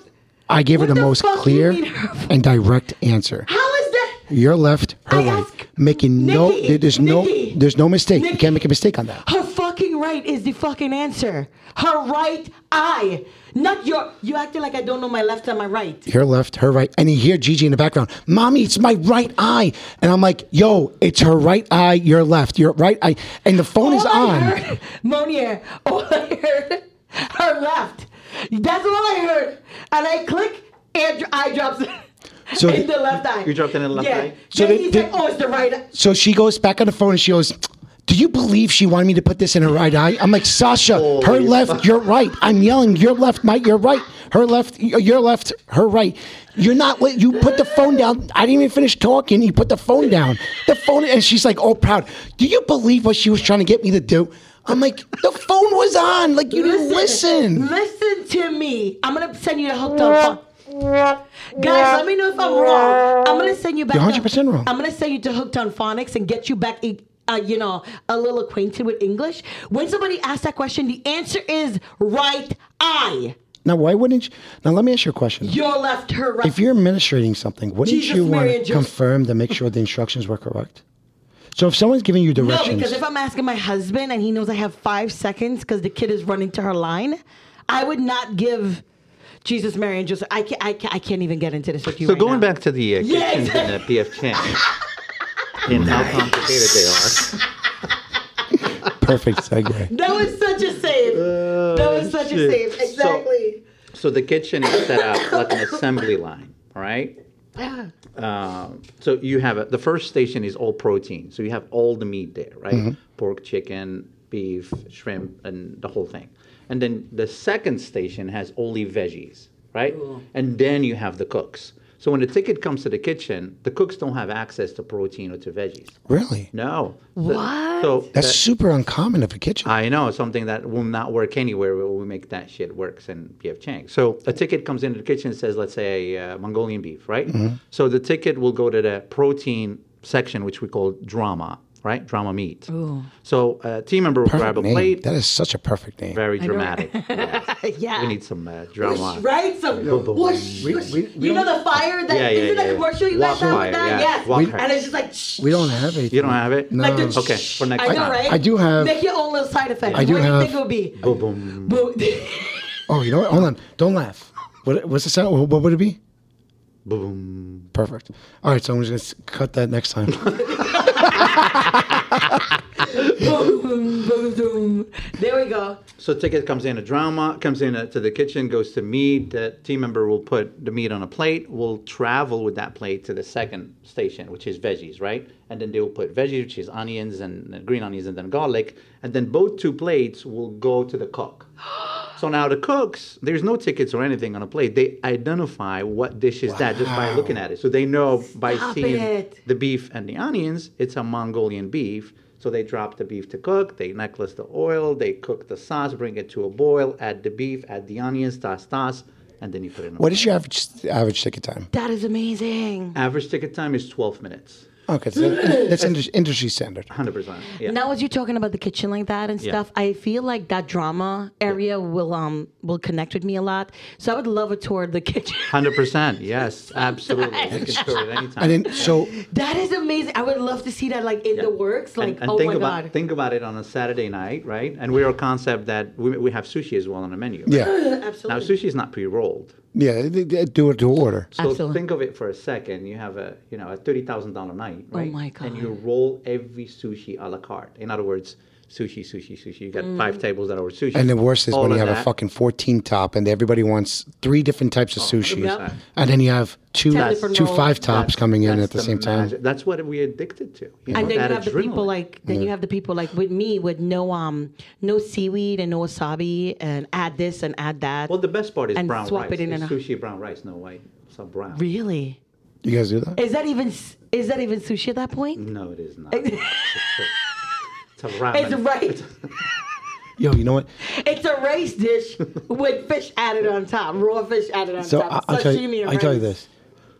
S1: I gave her
S3: What
S1: the,
S3: the
S1: most
S3: fuck you
S1: clear
S3: mean her-
S1: and direct answer.
S3: how is that?
S1: Your left, her
S3: I
S1: right.
S3: ask-
S1: Making no,
S3: Nikki,
S1: there's
S3: Nikki,
S1: no, there's no mistake. You can't make a mistake on that.
S3: Her fucking right is the fucking answer. Her right eye. Not your. You acting like I don't know my left and my right.
S1: her left, her right, and you hear Gigi in the background, "Mommy, it's my right eye," and I'm like, "Yo, it's her right eye, your left, your right eye," and the phone is
S3: All I
S1: on.
S3: heard- Monier, all I heard, her left. That's all I heard. And I click, and dr- eye drops
S1: So
S3: in
S1: the-
S3: the left eye.
S4: you dropped in the left
S3: yeah.
S4: eye?
S1: So
S3: So
S1: the-
S3: he's
S1: the-
S3: like, oh, it's the right eye.
S1: So she goes back on the phone and she goes, "Do you believe she wanted me to put this in her right eye?" I'm like, "Sasha, her left, your right." I'm yelling, "Your left, my, your right, her left, y- your left, her right." You're not. li- You put the phone down. I didn't even finish talking. You put the phone down. The phone, and she's like, all proud. Do you believe what she was trying to get me to do? I'm like, the phone was on. Like you didn't listen.
S3: Listen to me. I'm gonna send you the hooked on phone. Guys, let me know if I'm wrong. I'm gonna send you back.
S1: You're
S3: to-
S1: 100% wrong.
S3: I'm gonna send you to hooked on phonics and get you back. e- Uh, you know, a little acquainted with English. When somebody asks that question, the answer is right eye.
S1: Now, why wouldn't you? Now, let me ask you a question.
S3: Your left, her right.
S1: if you're administrating something, wouldn't
S3: Jesus,
S1: you
S3: Mary,
S1: want
S3: and
S1: to
S3: Joseph.
S1: confirm to make sure the instructions were correct? So if someone's giving you
S3: no,
S1: directions,
S3: because if I'm asking my husband and he knows I have five seconds because the kid is running to her line, I would not give Jesus, Mary, and Joseph. I can't. I can't, I can't even get into this with you.
S4: So
S3: right
S4: going
S3: now.
S4: back to the uh,
S3: Yeah,
S4: kitchens and uh, PF Chang's and how complicated they are.
S1: perfect segue.
S3: That was such a save. that was such
S4: Uh, shit.
S3: a save.
S4: So-
S3: Exactly.
S4: So the kitchen is set up like an assembly line, all right? Um, so you have a, the first station is all protein. So you have all the meat there, right? Pork, chicken, beef, shrimp, and the whole thing. And then the second station has only veggies, right? And then you have the cooks. So when the ticket comes to the kitchen, the cooks don't have access to protein or to veggies.
S1: Really?
S4: No. What? So
S1: That's
S4: that-
S1: super uncommon of a kitchen.
S4: I know something that will not work anywhere, but we make that shit works in PF Chang's. So a ticket comes into the kitchen and says, let's say uh, Mongolian beef, right?
S1: Mm-hmm.
S4: So the ticket will go to the protein section, which we call drama, right? Drama meat. So a team member will
S1: perfect
S4: grab a
S1: name.
S4: plate.
S1: That is such a perfect name.
S4: Very dramatic. Yeah.
S3: yeah.
S4: We need some uh, drama.
S3: Right? So, whoosh, whoosh. you know the fire that
S4: Yeah, yeah,
S3: isn't that
S4: yeah, yeah.
S3: commercial you guys
S4: Walk
S3: have
S4: fire,
S3: with that?
S4: yeah.
S3: Yes.
S4: Walk fire.
S3: and it's just like shh.
S1: We don't have it.
S4: You don't have it?
S1: No.
S3: Like the
S4: Okay,
S3: shh.
S4: for next
S3: I know,
S4: time.
S3: right?
S1: I do have-
S3: Make your own little side effect.
S1: I do
S3: what
S1: have-
S3: do you think it would be?
S4: Boom, boom.
S3: Boo-
S1: Oh, you know what? Hold on. Don't laugh. What, what's the sound? What, what would it be?
S4: Boom.
S1: Perfect. All right, so I'm just going to cut that next time.
S3: boom, boom, boom. There we go.
S4: So ticket comes in a drama, comes in to the kitchen, goes to meat. The team member will put the meat on a plate. Will travel with that plate to the second station, which is veggies, right? And then they will put veggies, which is onions and and green onions, and then garlic. And then both two plates will go to the cook. So now the cooks, there's no tickets or anything on a plate. They identify what dish is that just by looking at it. So they know by
S3: Stop
S4: seeing
S3: it.
S4: the beef and the onions, it's a Mongolian beef. So they drop the beef to cook, they necklace the oil, they cook the sauce, bring it to a boil, add the beef, add the onions, toss, toss, and then you put it in.
S1: what is your average average ticket time?
S3: That is amazing.
S4: Average ticket time is 12 minutes,
S1: Okay, so that- that's indus- industry standard.
S4: 100%. Yeah.
S3: Now, as you're talking about the kitchen like that and
S4: Yeah.
S3: stuff, I feel like that drama area will um will connect with me a lot. So I would love a tour of the kitchen.
S4: 100%. Yes, absolutely. You can store it anytime.
S1: And then, so
S3: That is amazing. I would love to see that like in the works. Like,
S4: and, and
S3: oh
S4: think
S3: my
S4: about
S3: god.
S4: think about it on a Saturday night, right? And we're a concept that we, we have sushi as well on the menu. right?
S1: yeah,
S4: Now
S3: Absolutely.
S4: sushi is not pre-rolled,
S1: yeah, they- they do it to order.
S4: so
S3: Absolutely.
S4: think of it for a second. You have a you know a thirty thousand dollar night, right?
S3: Oh my
S4: And you roll every sushi a la carte. In other words, sushi, sushi, sushi. You got
S3: Mm.
S4: five tables that are sushi.
S1: And the worst is
S4: All
S1: when you
S4: of
S1: have a
S4: that.
S1: fucking 14 top and everybody wants three different types of sushi.
S3: Yep.
S1: And then you have two
S3: Oh, Ten
S1: two
S3: different rolls.
S1: five tops
S4: That's-
S1: coming in
S4: that's
S1: at the, same
S4: magic-
S1: time.
S4: That's what we're addicted to. you know,
S3: and then you
S4: that
S3: have the people
S4: adrenaline.
S3: like then you have the people like with me with no um no seaweed and no wasabi and add this and add that.
S4: Well, the best part is
S3: and
S4: brown
S3: swap
S4: rice.
S3: it in
S4: It's
S3: and out.
S4: sushi brown rice, no white, it's not brown.
S3: really?
S1: You guys do that?
S3: Is that even s- is that even sushi at that point?
S4: No, it is not. it's a ramen.
S3: It's right.
S1: Yo, you know what?
S3: It's a rice dish with fish added on top, raw fish added on
S1: So I,
S3: top.
S1: I'll, tell
S3: sashimi
S1: you,
S3: and
S1: I'll tell you
S3: rice.
S1: this.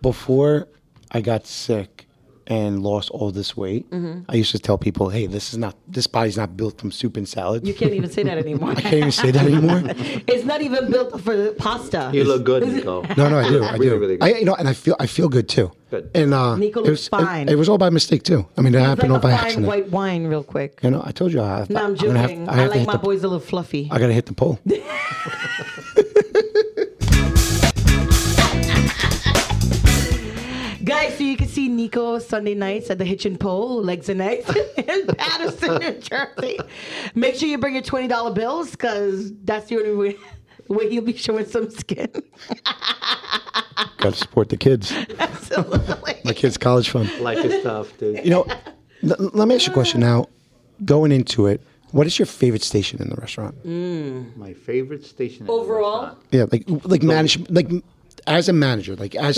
S1: Before I got sick and lost all this weight,
S3: Mm-hmm.
S1: I used to tell people, hey, this is not, this body's not built from soup and salad.
S3: You can't even say that anymore.
S1: I can't even say that anymore.
S3: it's not even built for pasta.
S4: You look good, Nico.
S1: No, no, I do. I do.
S4: Really, really good.
S1: I, you know, and I feel, I feel good too.
S4: Good.
S1: And uh,
S3: Nico
S1: it was
S3: looks fine.
S1: It, it was all by mistake too. I mean, it
S3: It's like
S1: happened all
S3: a
S1: by
S3: fine
S1: accident.
S3: white wine, real quick.
S1: You know, I told you I have.
S3: No, I'm
S1: gonna have-
S3: joking.
S1: I, have
S3: I,
S1: to
S3: like
S1: hit
S3: my
S1: the-
S3: boys a little fluffy.
S1: I gotta hit the pole.
S3: Guys, so you can see Nico Sunday nights at the Hitchin Pole, legs and eggs in Patterson, New Jersey. Make sure you bring your twenty dollar bills, cause that's the only way, way you'll be showing some skin.
S1: gotta support the kids.
S3: Absolutely.
S1: My kids' college fund.
S4: Life is tough, dude.
S1: You know, l- let me ask you a question now. Going into it, what is your favorite station in the restaurant?
S3: Mm.
S4: My favorite station in the
S3: Overall?
S4: restaurant.
S1: Yeah, like like management, like as a manager, like as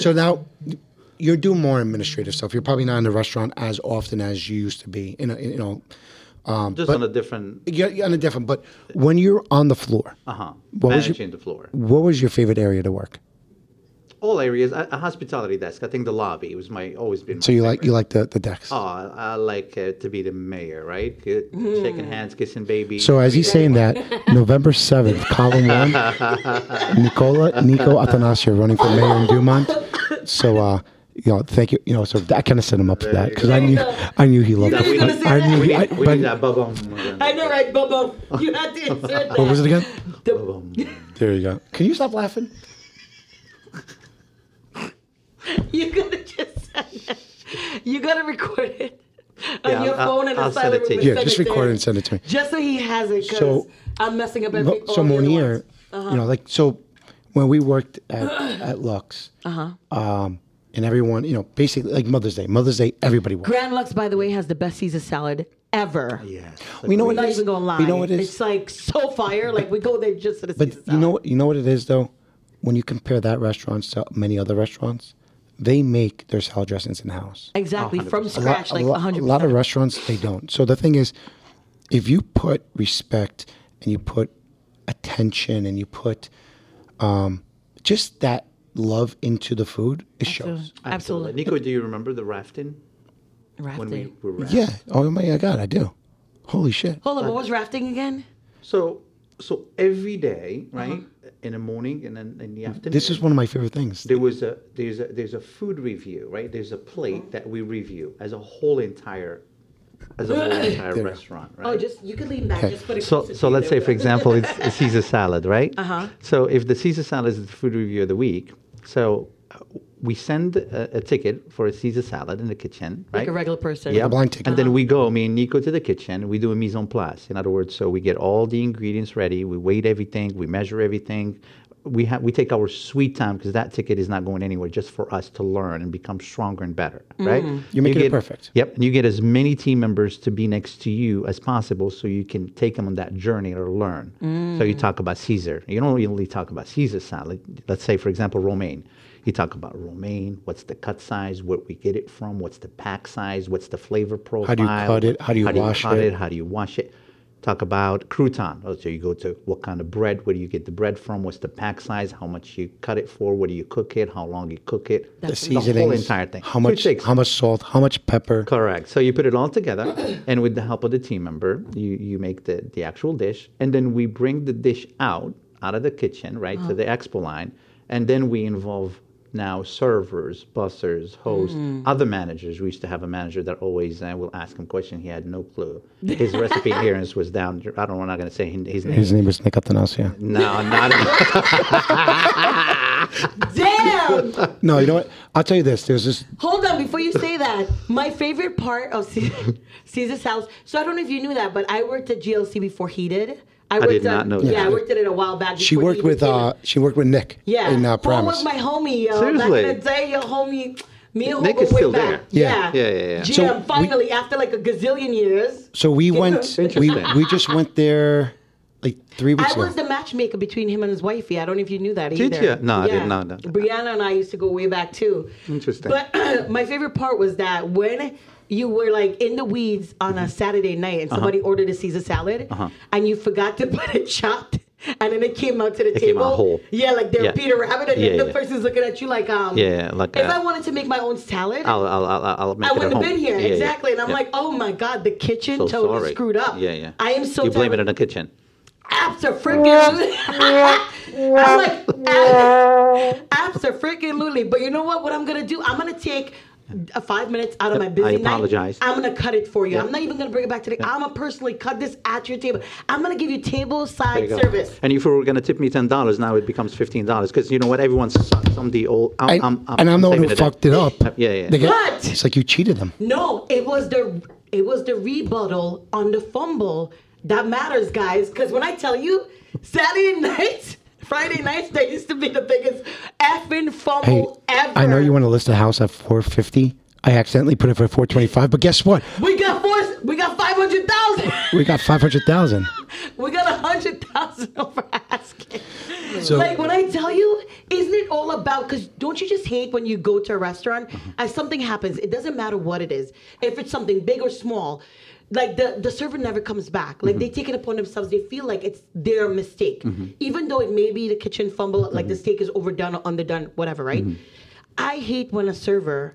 S1: so now you're doing more administrative stuff. You're probably not in the restaurant as often as you used to be. In a, you know,
S4: just on a different
S1: you're, you're on a different. But when you're on the floor,
S3: Uh.
S4: uh-huh
S1: What was your-
S4: managing the floor
S1: what was your favorite area to work?
S4: all areas a, a hospitality desk i think the lobby was my always been
S1: So
S4: my
S1: you like you like the the decks.
S4: oh,
S3: Mm.
S4: i I like uh, to be the mayor right Good, shaking hands kissing baby
S1: So as he's saying that, November 7th, column one. Nicola Nico Atanasio running for mayor in Dumont. So, uh, you know, thank you. You know, so I kind of set him up for that because I knew I knew he loved
S3: There you
S1: it.
S3: go. He's
S1: I
S3: gonna
S1: knew
S3: say
S4: We
S1: he, I,
S4: need, we
S1: but-
S4: need that bubble.
S3: I know, right, Bobo? You had to insert that.
S1: what was it again?
S3: The,
S1: There you go. Can you stop laughing?
S3: you gotta just send it. You gotta record it on
S4: Yeah,
S3: your
S4: I'll-
S3: phone and
S4: I'll
S3: a
S4: send
S3: silent
S4: it to
S3: room
S4: you.
S1: Yeah,
S3: send
S1: just
S3: to
S1: record
S3: him.
S1: it and send it to me.
S3: Just so he has it, because
S1: So-
S3: I'm messing up every.
S1: Mo- so
S3: all the other
S1: Monier,
S3: ones.
S1: you know, like so, when we worked at, at Lux, um, and everyone, you know, basically like Mother's Day, Mother's Day, everybody worked.
S3: Grand Lux, by the way, has the best Caesar salad ever.
S4: Yes.
S1: We know what
S3: I'm not
S1: it is.
S3: even gonna lie.
S1: We know what it
S3: It's
S1: is.
S3: like so fire. Like we go there just for the
S1: But
S3: Caesar
S1: you know
S3: salad.
S1: what? You know what it is though. When you compare that restaurant to many other restaurants, they make their salad dressings in house.
S3: exactly from
S1: Oh, A lot-
S3: scratch,
S1: a
S3: like
S1: lo-
S3: 100.
S1: A lot of restaurants they don't. So the thing is, if you put respect and you put attention and you put um, just that love into the food, it shows.
S3: Absolutely.
S4: Nico, do you remember the rafting? When we
S3: Rafting.
S4: were rafting?
S1: Yeah. Oh my God, I do. Holy shit.
S3: Hold on, what was rafting again?
S4: So, so every day, right,
S3: Uh-huh.
S4: in the morning and then in the afternoon.
S1: This is one of my favorite things.
S4: there was a there's a there's a food review, right? There's a plate that we review as a whole entire as a whole entire restaurant, right?
S3: Oh, just you could lean back. Just put it.
S4: So,
S3: closer
S4: so
S3: to you.
S4: let's
S3: There
S4: say,
S3: we
S4: for
S3: go.
S4: example, it's a Caesar salad, right? Uh-huh. So if the Caesar salad is the food review of the week, so uh, we send a, a ticket for a Caesar salad in the kitchen, right?
S3: like a regular person.
S4: Yeah,
S1: a blind ticket.
S4: And then we go, me and Nico, to the kitchen. We do a mise en place. In other words, so we get all the ingredients ready. We weigh everything. We measure everything. We have we take our sweet time because that ticket is not going anywhere. Just for us to learn and become stronger and better, right? You
S1: making it
S4: get-
S1: perfect.
S4: Yep, and you get as many team members to be next to you as possible, so you can take them on that journey or learn. So you talk about Caesar. You don't really talk about Caesar salad. Let's say, for example, romaine. You talk about romaine. What's the cut size? Where we get it from? What's the pack size? What's the flavor profile?
S1: do you cut it? How do you wash
S4: cut
S1: it?
S4: How do you wash it? Talk about crouton. Oh, so you go to what kind of bread? Where do you get the bread from? What's the pack size? How much you cut it for? Where do you cook it? How long you cook it?
S1: the
S4: The whole
S1: seasonings.
S4: entire thing.
S1: How
S4: So it
S1: much?
S4: takes-
S1: How much salt? How much pepper?
S4: Correct. So you put it all together, and with the help of the team member, you, you make the, the actual dish, and then we bring the dish out out of the kitchen, right,
S3: Uh-huh.
S4: to the expo line, and then we involve now servers, bussers, hosts,
S3: Mm.
S4: other managers. We used to have a manager that always uh, will ask him questions. He had no clue. His recipe adherence was down. I don't. We're not going to say his his name.
S1: His name is Nick Atanasio.
S4: no, not.
S3: Damn.
S1: No, you know what? I'll tell you this. There's this.
S3: Hold on, before you say that, my favorite part of Caesar, Caesar's house. So I don't know if you knew that, but I worked at GLC before he did. I, worked
S4: did
S3: at-
S4: not know
S3: Yeah,
S4: that.
S3: I worked at it a while back.
S1: She
S3: before
S1: worked
S3: he even
S1: with.
S3: came.
S1: uh She worked with Nick.
S3: yeah,
S1: In uh,
S3: Juan
S1: Promise.
S3: was my homie. Yo.
S4: Seriously?
S3: back in the day, your homie. Me and
S4: Nick
S3: Hugo
S4: is
S3: way
S4: still
S3: back.
S4: there.
S1: Yeah.
S4: Yeah, yeah, yeah.
S3: GM,
S1: So we-
S3: finally, after like a gazillion years.
S1: So we went. We,
S4: Interesting.
S1: we just went there like three weeks
S3: I
S1: ago.
S3: was the matchmaker between him and his wifey. I don't know if you knew that either.
S4: Did you? No, I didn't know that.
S3: Brianna and I used to go way back too.
S4: Interesting.
S3: But my favorite part was that when you were like in the weeds on
S4: Mm-hmm.
S3: a Saturday night and
S4: Uh-huh.
S3: somebody ordered a Caesar salad and you forgot to put it chopped. And then it came out to the
S4: came
S3: table.
S4: out whole.
S3: Yeah, like they're
S4: Yeah.
S3: Peter Rabbit, and then
S4: Yeah,
S3: the
S4: yeah.
S3: person's looking at you like, um,
S4: Yeah, like,
S3: if
S4: uh,
S3: I wanted to make my own salad,
S4: I'll, I'll, I'll, I'll make
S3: I
S4: it at
S3: wouldn't have
S4: home.
S3: been here.
S4: Yeah, yeah,
S3: exactly. And I'm
S4: yeah.
S3: like, oh my God, the kitchen
S4: So
S3: totally
S4: sorry.
S3: screwed up.
S4: Yeah, yeah.
S3: I am so
S4: You blame
S3: terrible-
S4: it in the kitchen.
S3: Absa freaking I'm like Absa freaking Luli. But you know what? What I'm gonna do? I'm gonna take uh, five minutes out of my busy
S4: I
S3: night.
S4: apologize.
S3: I'm gonna cut it for you. I'm not even gonna bring it back to the. I'm gonna personally cut this at your table. I'm gonna give you table
S4: There
S3: side
S4: you go.
S3: service.
S4: And if you were going to tip me ten dollars, now it becomes fifteen dollars because you know what? Everyone's sucks. I'm the old. I'm,
S1: and,
S4: I'm, I'm,
S1: and I'm the one who
S4: saving day.
S1: fucked it up.
S4: Yeah, yeah.
S1: They get-
S3: What?
S1: It's like you cheated them.
S3: No, it was the it was the rebuttal on the fumble that matters, guys. Because when I tell you, Saturday nights, Friday nights, that used to be the biggest effing
S1: Hey,
S3: fumble ever.
S1: I know you want to list a house at 450. I accidentally put it for 425, but guess what?
S3: We got four. We got five hundred thousand.
S1: We got 500,000.
S3: we got a hundred thousand over asking.
S1: So-
S3: like when I tell you, isn't it all about? Because don't you just hate when you go to a restaurant
S4: Mm-hmm.
S3: and something happens? It doesn't matter what it is. If it's something big or small, like the the server never comes back. Like they
S4: Mm-hmm.
S3: take it upon themselves. They feel like it's their
S4: Mm-hmm.
S3: mistake, even though it may be the kitchen fumble, like the steak is overdone or underdone, whatever, right? I hate when a server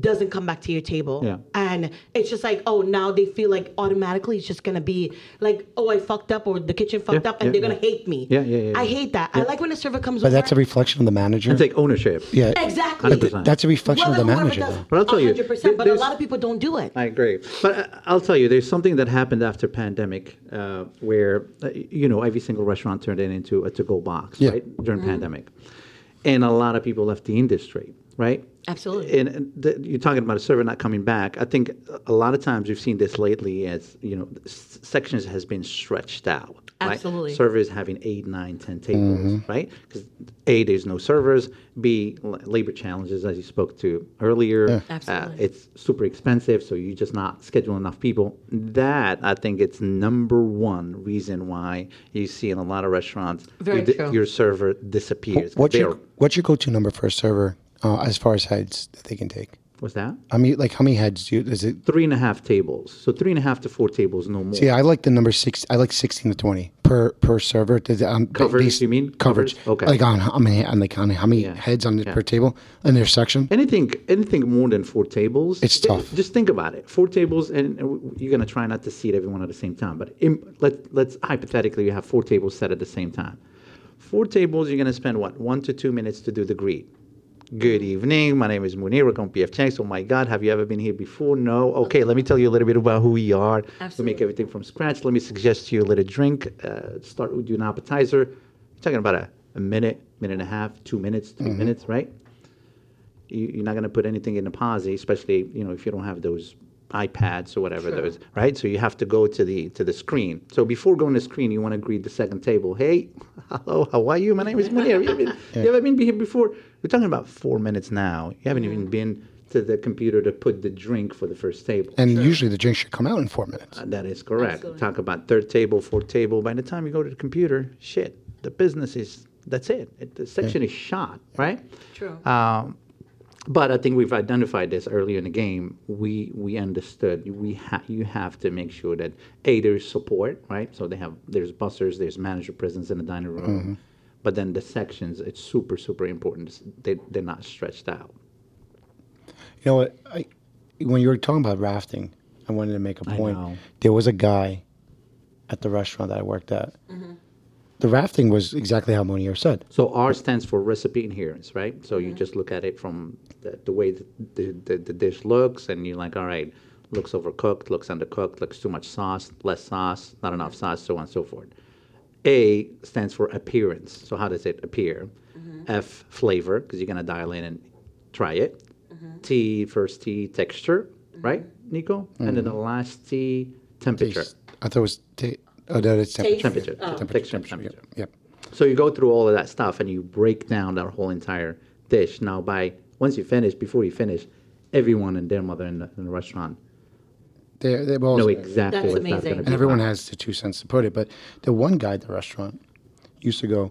S3: doesn't come back to your table.
S4: Mm-hmm. Yeah.
S3: And it's just like, oh, now they feel like automatically it's just gonna be like, oh, I fucked up or the kitchen fucked
S4: Yeah,
S3: up, and
S4: yeah,
S3: they're gonna
S4: yeah.
S3: hate me.
S4: Yeah, yeah, yeah,
S3: I
S4: yeah.
S3: hate that. I like when a server comes
S1: But
S3: over.
S1: that's a reflection of the manager.
S4: and take ownership.
S1: yeah,
S3: Exactly.
S1: But th-
S4: 100%.
S1: that's a reflection
S3: Well,
S1: of the
S3: whoever
S1: manager.
S3: does,
S1: though.
S4: But I'll tell you,
S3: 100%, but a
S4: there's-
S3: lot of people don't do it.
S4: I agree, but I- I'll tell you, there's something that happened after pandemic, uh, where uh, you know every single restaurant turned it into a to-go box,
S1: Yeah.
S4: right? During
S3: Mm-hmm.
S4: pandemic, and a lot of people left the industry, right?
S3: Absolutely.
S4: And, and the, you're talking about a server not coming back. I think a lot of times we've seen this lately as you know s- sections has been stretched out. right?
S3: Absolutely.
S4: Servers having eight, nine, ten tables,
S1: Mm-hmm.
S4: right? Because a there's no servers. B l- labor challenges, as you spoke to earlier. Uh,
S3: Absolutely.
S4: it's super expensive, so you just not schedule enough people. That I think it's number one reason why you see in a lot of restaurants
S3: Very
S4: your, di-
S3: true.
S4: your server disappears.
S1: What's your
S4: They're-
S1: what's your go-to number for a server uh, as far as heads that they can take?
S4: what's that?
S1: I mean, like how many heads do you, is it?
S4: Three and a half tables. So three and a half to four tables, no more.
S1: Yeah, I like the number six. I like sixteen to twenty per per server. Does- um, ba-
S4: Covers,
S1: based-
S4: you mean?
S1: coverage?
S4: Covers, okay.
S1: Like on how many? On like on how many
S4: Yeah,
S1: heads on the,
S4: yeah.
S1: per table in their section?
S4: Anything, anything more than four tables.
S1: It's
S4: Th-
S1: tough.
S4: Just think about it. Four tables, and and w- you're gonna try not to seat everyone at the same time. But im- let let's hypothetically, you have four tables set at the same time. Four tables, you're gonna spend what one to two minutes to do the greet. Good evening. My name is Munir from PFChanks. Oh my God, have you ever been here before? No. Okay, let me tell you a little bit about who we are. We make
S3: Absolutely.
S4: everything from scratch. Let me suggest to you a little drink. Uh, start with you an appetizer. You're talking about a, a minute, minute and a half, two minutes, 3
S1: Mm-hmm.
S4: minutes, right? you, you're not going to put anything in a posse, especially you know if you don't have those iPads or whatever those, right? So you have to go to the to the screen. So before going to the screen, you want to greet the second table. Hey, hello, how are you? My name is Munir. You, haven't- you haven't been here before. We're talking about four minutes now. You haven't even been to the computer to put the drink for the first table.
S1: And usually the drink should come out in four minutes.
S4: Uh, That is correct. Talk about third table, fourth table. By the time you go to the computer, shit, the business is that's it. it the section is shot, right?
S3: True.
S4: Um, but I think we've identified this earlier in the game. We we understood we ha- you have to make sure that a there's support, right? So they have there's bussers, there's manager presence in the dining room, but then the sections it's super super important. They they're not stretched out.
S1: You know what? I, when you were talking about rafting, I wanted to make a
S4: I
S1: point.
S4: know.
S1: There was a guy at the restaurant that I worked at. The rafting was exactly how Monier said.
S4: So R stands for recipe adherence, right? So you just look at it from the, the way the, the, the, the dish looks, and you're like, all right, looks overcooked, looks undercooked, looks too much sauce, less sauce, not enough sauce, so on and so forth. A stands for appearance. So how does it appear? F flavor, because you're gonna dial in and try it. T first T texture, right, Nico? And then the last T temperature.
S1: I thought it was. ta- oh, that is temperature.
S4: Temperature. Texture and
S1: Temperature.
S4: temperature.
S1: Yep. yep.
S4: So you go through all of that stuff and you break down that whole entire dish. Now, by once you finish, before you finish, everyone and their mother in the, in the restaurant
S1: They, they both,
S4: know exactly
S3: That's
S4: what's not
S3: amazing.
S4: gonna
S1: And
S4: be
S1: everyone
S4: left.
S1: has the two cents to put it. But the one guy at the restaurant used to go,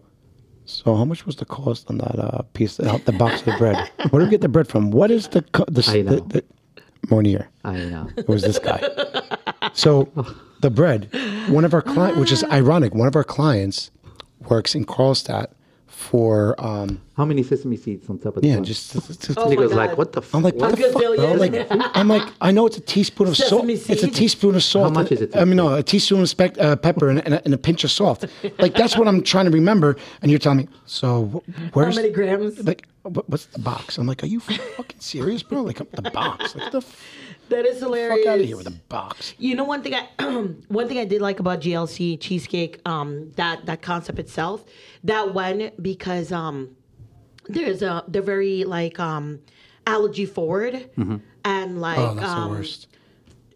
S1: So, how much was the cost on that uh, piece, uh, the box of bread? Where do we get the bread from? What is the. Co- the,
S4: I know.
S1: the, the Monier.
S4: I know.
S1: It was this guy. So the bread, one of our clients, which is ironic, one of our clients works in Karlstadt for, um,
S4: How many sesame seeds on top of the
S1: yeah,
S4: bun?
S1: just. just-
S3: Oh my
S4: Nico's
S3: God.
S4: like, what the? F-
S1: I'm like, what
S4: what
S1: the fuck, bro?
S3: gazillion.
S1: Like, I'm like, I know it's a teaspoon of salt.
S3: Sesame
S1: It's a
S3: seed.
S1: teaspoon of salt.
S4: much is it?
S1: I mean, no, a teaspoon of spec, uh, pepper and, and, a, and a pinch of salt. Like, that's what I'm trying to remember. And you're telling me, so wh-
S3: How
S1: where's
S3: many grams?
S1: like what, what's the box? I'm like, are you fucking serious, bro? Like the box, like the fuck
S3: That is hilarious.
S1: out of here with the box.
S3: You know one thing I one thing I did like about GLC cheesecake um that that concept itself that one because um there's a they're very like um allergy forward and like
S1: Mm-hmm. Oh, that's
S3: um
S1: the worst.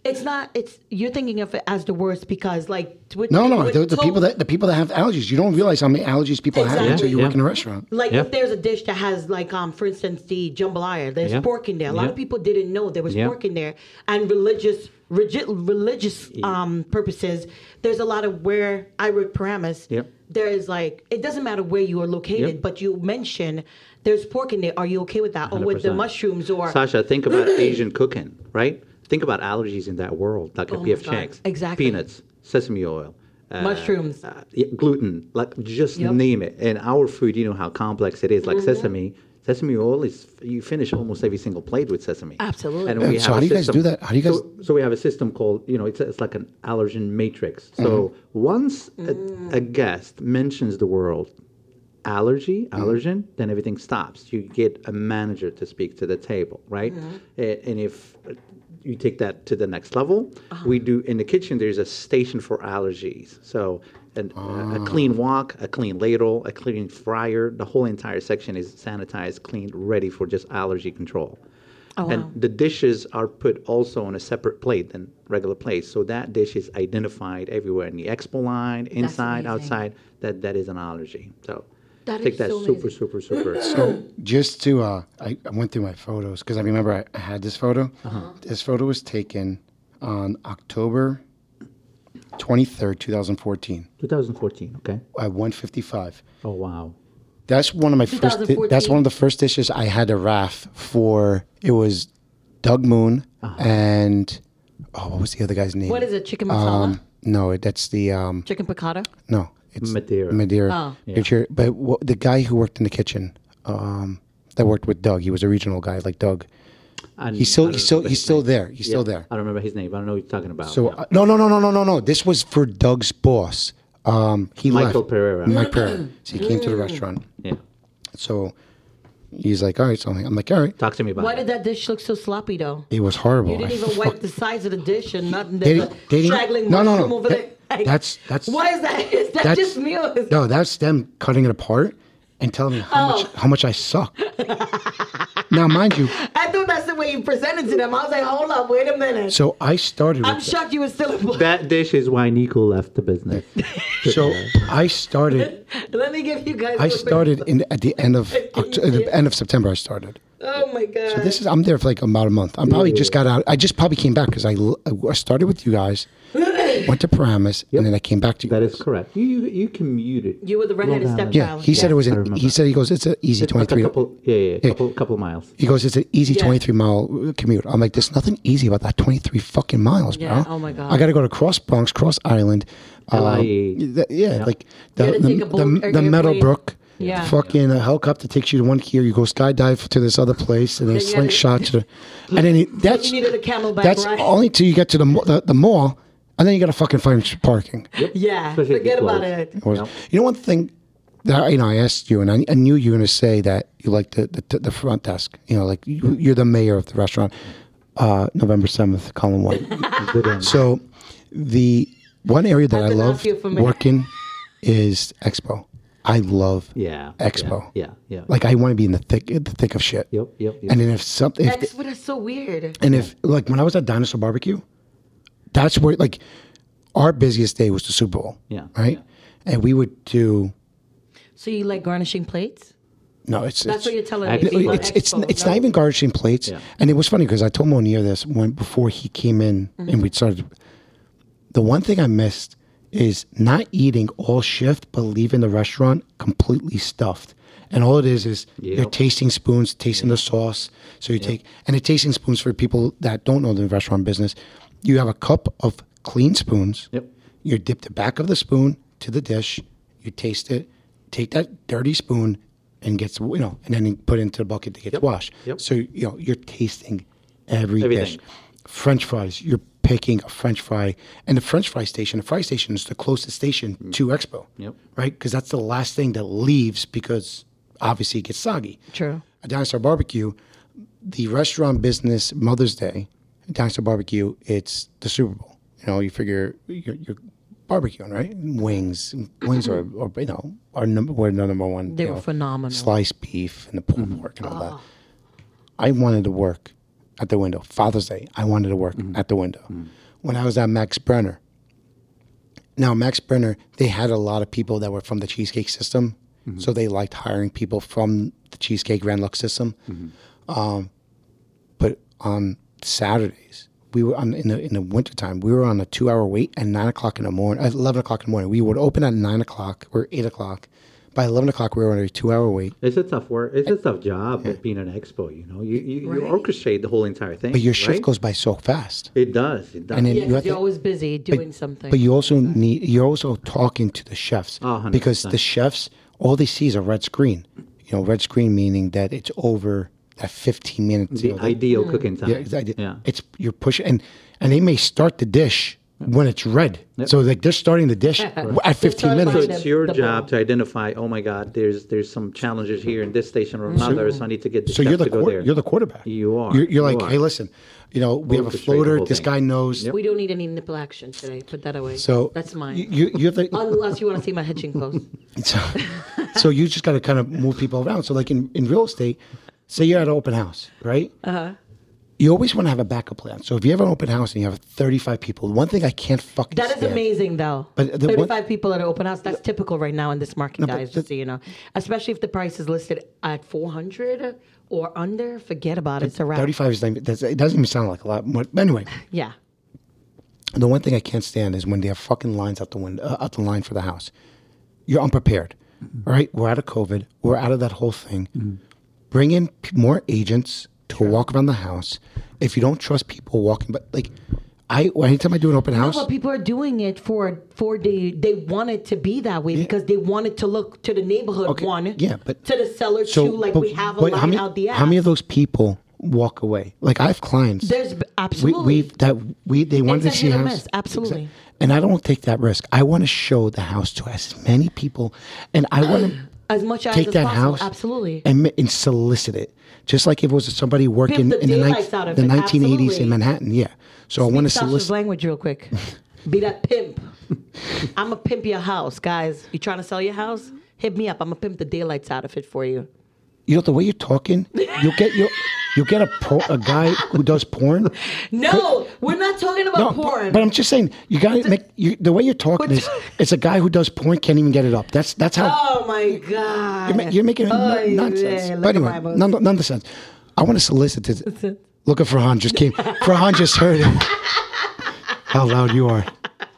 S3: it's not it's you're thinking of it as the worst because like with,
S1: No, no,
S3: with
S1: the, the
S3: to-
S1: people that the people that have allergies, you don't realize how many allergies people have until
S3: Exactly.
S1: you work in
S4: Yeah.
S1: a restaurant.
S3: like
S4: Yeah.
S3: if there's a dish that has like um for instance the jambalaya there's
S4: Yeah.
S3: pork in there a lot
S4: Yeah.
S3: of people didn't know there was
S4: Yeah.
S3: pork in there and religious regi- religious um purposes there's a lot of where i wrote paramus
S4: Yeah.
S3: there is like it doesn't matter where you are located
S4: Yeah.
S3: but you mention there's pork in there are you okay with that or with the
S4: 100%.
S3: mushrooms or
S4: Sasha, think about Asian cooking, right? Think about allergies in that world, like
S3: Oh
S4: at
S3: my
S4: PF
S3: God.
S4: Chang's.
S3: Exactly.
S4: Peanuts, sesame oil, uh,
S3: Mushrooms.
S4: uh, yeah, gluten, like just
S3: Yep. Mm-hmm.
S4: name it. And our food, you know how complex it is. Like sesame, sesame oil is you finish almost every single plate with sesame.
S3: Absolutely.
S1: Yeah, so
S4: a
S1: how do you guys
S4: system-
S1: do that? How do you guys-
S4: So, so we have a system called you know it's it's like an allergen matrix.
S1: Mm-hmm.
S4: So once a, a guest mentions the word allergy
S1: Mm.
S4: allergen then everything stops you get a manager to speak to the table right A- and if you take that to the next level we do in the kitchen there's a station for allergies so an,
S1: Ah.
S4: a clean wok a clean ladle a clean fryer the whole entire section is sanitized cleaned ready for just allergy control
S3: Oh,
S4: and
S3: wow.
S4: the dishes are put also on a separate plate than regular plates. So that dish is identified everywhere in the expo line, inside,
S6: amazing.
S4: outside. That that is an allergy. So
S3: That
S4: take
S3: is
S4: that
S3: so
S4: super,
S3: amazing.
S4: super, super,
S1: just to uh, I, I went through my photos because I remember I, I had this photo.
S3: Uh-huh.
S1: This photo was taken on October twenty third, two thousand fourteen,
S4: 2014. Okay.
S1: at one fifty five.
S4: Oh wow.
S1: That's one of my first. di- that's
S3: 2014?
S1: one of the first dishes I had to raff for. It was Doug Moon and oh, what was the other guy's name?
S3: Uh-huh. What is it? Chicken masala?
S1: Um, no, it, that's the um,
S3: Chicken piccata?
S1: no. It's
S4: Madeira.
S1: Madeira.
S3: Oh.
S1: It's your- but wha- the guy who worked in the kitchen, um, that worked with Doug, he was a regional guy like Doug.
S4: And
S1: He's
S4: I
S1: still,
S4: don't
S1: he's
S4: know
S1: still,
S4: his
S1: he's still
S4: name.
S1: there. He's still
S4: Yeah,
S1: there.
S4: I don't remember his name. but I don't know what you're talking about.
S1: So
S4: yeah.
S1: uh, no, no, no, no, no, no, no. This was for Doug's boss. Um, he
S4: Michael
S1: left.
S4: Pereira.
S1: Mike Pereira. So he came to the restaurant.
S4: yeah.
S1: So he's like, all right, something. I'm like, all right.
S4: Talk to me about
S3: Why
S4: it.
S3: did that dish look so sloppy though?
S1: It was horrible.
S3: You didn't
S1: I
S3: even wipe the sides of the dish and nothing.
S1: They
S3: There's a
S1: didn't- they didn't-
S3: straggling
S1: no, no, no.
S3: mushroom over
S1: That-
S3: there. Like,
S1: that's- that's-
S3: What is that? Is that
S1: that's-
S3: just me? Or is
S1: No, that's them cutting it apart and telling me how
S3: Oh.
S1: much how much I suck. now, mind you,
S3: I thought that's the way you presented to them. I was like, hold up, wait a minute.
S1: so I started.
S3: I'm
S1: With,
S3: shocked you were still.
S4: That dish is why Nico left the business.
S1: so I started.
S3: Let me give you guys.
S1: I
S3: a-
S1: started in at the end of Oct- at the end of September. I started.
S3: Oh my god.
S1: This is I'm there for like about a month. I'm probably just got out. I just probably came back because I, l- I started with you guys, went to Paramus, and then I came back to you.
S4: that
S1: guys.
S4: is correct. You you, you commuted.
S3: you were the redheaded
S4: Long Island.
S1: Yeah,
S3: stepchild.
S1: he said it was.
S4: I
S1: An,
S4: remember.
S1: he said he goes. It's an easy
S4: It's like
S1: twenty
S4: a
S1: three.
S4: couple, yeah, yeah, yeah, couple, couple miles.
S1: He goes, it's an easy
S3: Yeah.
S1: 23 mile commute. I'm like, there's nothing easy about that 23 fucking miles,
S3: Yeah,
S1: bro.
S3: oh my God.
S1: I got to go to Cross Bronx, Cross Island. um,
S4: LIE.
S1: th- yeah, like the,
S3: gotta
S1: the,
S3: take a boat or
S1: the,
S3: get
S1: the
S3: a
S1: Meadowbrook.
S3: Yeah.
S1: Fucking a helicopter takes you to one here, you go skydive to this other place, and then
S3: Then you gotta-
S1: slingshot to the. And then he, that's.
S3: needed a camelback
S1: That's
S3: ride.
S1: only till you get to the, mo- the, the mall, and then you got to fucking find parking.
S3: Yeah.
S4: Especially if you
S3: Forget about
S4: close.
S3: it.
S1: Was-
S4: Yep.
S1: You know, one thing that I- you know, I asked you, and I, I knew you were going to say that you like the, the the front desk. You know, like you, you're the mayor of the restaurant. Uh, November seventh, column one.
S4: Good on you.
S1: so, the one area that I,
S3: been
S1: love
S3: off you for a minute.
S1: working is Expo. I love
S4: Yeah.
S1: Expo.
S4: Yeah. Yeah. yeah.
S1: Like I want to be in the thick the thick of shit.
S4: Yep, yep, yep.
S1: And then if something, if,
S3: That's what is so weird.
S1: and if like when I was at Dinosaur Barbecue, that's where like our busiest day was the Super Bowl.
S4: Yeah,
S1: Right. And we would do
S3: So you like garnishing plates?
S1: no. It's
S3: That's
S1: it's,
S3: what you're telling
S4: I-
S3: me.
S4: it-
S3: You love
S1: it's it's
S3: Expo.
S1: it's not even garnishing plates.
S4: Yeah.
S1: And it was funny because I told Monier this when before he came in
S4: Mm-hmm.
S1: and we started. The one thing I missed is not eating all shift, but leaving the restaurant completely stuffed. And all it is is you're
S4: Yep.
S1: tasting spoons, tasting the sauce. So you take and the tasting spoons for people that don't know the restaurant business. You have a cup of clean spoons.
S4: Yep.
S1: You dip the back of the spoon to the dish. You taste it. Take that dirty spoon and gets you know, and then you put it into the bucket to get washed.
S4: Yep.
S1: So you know you're tasting every
S4: Everything.
S1: dish. French fries. You're picking a French fry, and the French fry station, the fry station is the closest station to Expo.
S4: Mm. Yep.
S1: Right, because that's the last thing that leaves because obviously it gets soggy.
S3: True.
S1: A dinosaur barbecue, the restaurant business Mother's Day, dinosaur barbecue. It's the Super Bowl. You know, you figure you're, you're barbecuing, right? Wings, wings are, are you know are number were the number one.
S3: They
S1: you
S3: were
S1: know,
S3: phenomenal.
S1: Sliced beef and the pulled pork and all that. I wanted to work at the window. Father's Day, I wanted to work at the window. When I was at Max Brenner, now Max Brenner, they had a lot of people that were from the cheesecake system, so they liked hiring people from the cheesecake Renlock system. Um, but on Saturdays, we were on in the in the wintertime, we were on a two hour wait at nine o'clock in the morning, at eleven o'clock in the morning. We would open at nine o'clock or eight o'clock. By eleven o'clock, we were on a two hour wait.
S4: It's a tough work. It's a tough job being an expo. You know, you you, you orchestrate the whole entire thing.
S1: But your shift
S4: right?
S1: goes by so fast.
S4: It does. It does.
S1: And then
S3: Yeah,
S1: you have
S3: 'cause you're
S1: to-
S3: always busy doing something.
S1: But you also need you're also talking to the chefs
S4: Oh, 100%.
S1: because the chefs all they see is a red screen. You you know, red screen meaning that it's over that 15 minutes. you
S4: The
S1: know, that-
S3: Mm.
S4: ideal cooking time.
S1: yeah, it's, ide-
S4: Yeah.
S1: it's you're pushing and and they may start the dish when it's red. So like they're starting the dish at 15
S3: starting
S1: minutes.
S4: So
S3: Find
S4: it's
S3: the-
S4: your
S3: the
S4: job
S3: ball.
S4: to identify. Oh my God, there's there's some challenges here in this station or
S3: Mm.
S4: another, so I need to get the
S1: So
S4: chef
S1: you're the
S4: to go
S1: quar-
S4: there.
S1: you're the quarterback.
S4: You are.
S1: You're, you're
S4: You
S1: like,
S4: are.
S1: hey, listen, you know, we have a
S4: Orchestrate the whole
S1: floater. This
S4: thing.
S1: guy knows.
S3: We don't need any nipple action today. Put that away.
S1: So
S3: that's mine.
S1: You you- you have to.
S3: Unless you want to see my hitching post.
S1: So, so you just got to kind of move people around. So like in, in real estate, say you're at an open house, right? Uh-huh. You always want to have a backup plan. So if you have an open house and you have 35 people, one thing I can't fucking
S3: That is
S1: stand-
S3: amazing, though.
S1: But the one-
S3: 35 people at an open house, that's typical right now in this market,
S1: but
S3: guys, just so you know. Especially if the price is listed at 400 or under, forget about it. It's a wrap.
S1: 35 is not even- that's, it doesn't even sound like a lot. But anyway,
S3: Yeah.
S1: the one thing I can't stand is when they have fucking lines out the window, uh, out the line for the house. You're unprepared.
S3: Mm-hmm.
S1: All right, we're out of COVID. We're out of that whole thing. Bring in p- more agents to walk around the house. If you don't trust people walking, but like, I anytime I do an open house,
S3: But people are doing it for for the they want it to be that way because they want it to look to the neighborhood
S1: Okay,
S3: one,
S1: yeah, but-
S3: to the seller two, like
S1: but-
S3: we have a
S1: but
S3: line
S1: how many,
S3: out the app.
S1: How many of those people walk away? Like I have clients.
S3: There's b-
S1: we,
S3: absolutely
S1: we that we they wanted
S3: It's a
S1: to see
S3: hit
S1: a
S3: or
S1: house.
S3: miss, absolutely.
S1: Exact- And I don't take that risk. I want to show the house to as many people, and I want to
S3: as much eyes
S1: take
S3: as
S1: that
S3: possible.
S1: house
S3: Absolutely.
S1: and, ma- and solicit it, just like if it was somebody working
S3: the
S1: in the, ninth-
S3: daylights out of
S1: the
S3: it,
S1: 1980s
S3: absolutely.
S1: in Manhattan. Yeah. So I want to
S3: Speak Sasha's
S1: solicit.
S3: language real quick. Be that pimp. I'm a pimp your house, guys. You trying to sell your house? Hit me up. I'm a pimp the daylights out of it for you.
S1: You know the way you're talking, you get your. You get a pro, a guy who does porn.
S3: No, we're not talking about
S1: No, but-
S3: porn.
S1: But, I'm just saying, you gotta make you, the way you're talking
S3: But-
S1: is it's a guy who does porn can't even get it up. That's that's how
S3: oh my god.
S1: you're, ma- you're making it
S3: Oh,
S1: n- nonsense.
S3: yeah, look
S1: but
S3: at
S1: anyway,
S3: my boobs.
S1: none, nonsense. I want to solicit this. Look at Farhan just came. Farhan just heard it. How loud you are,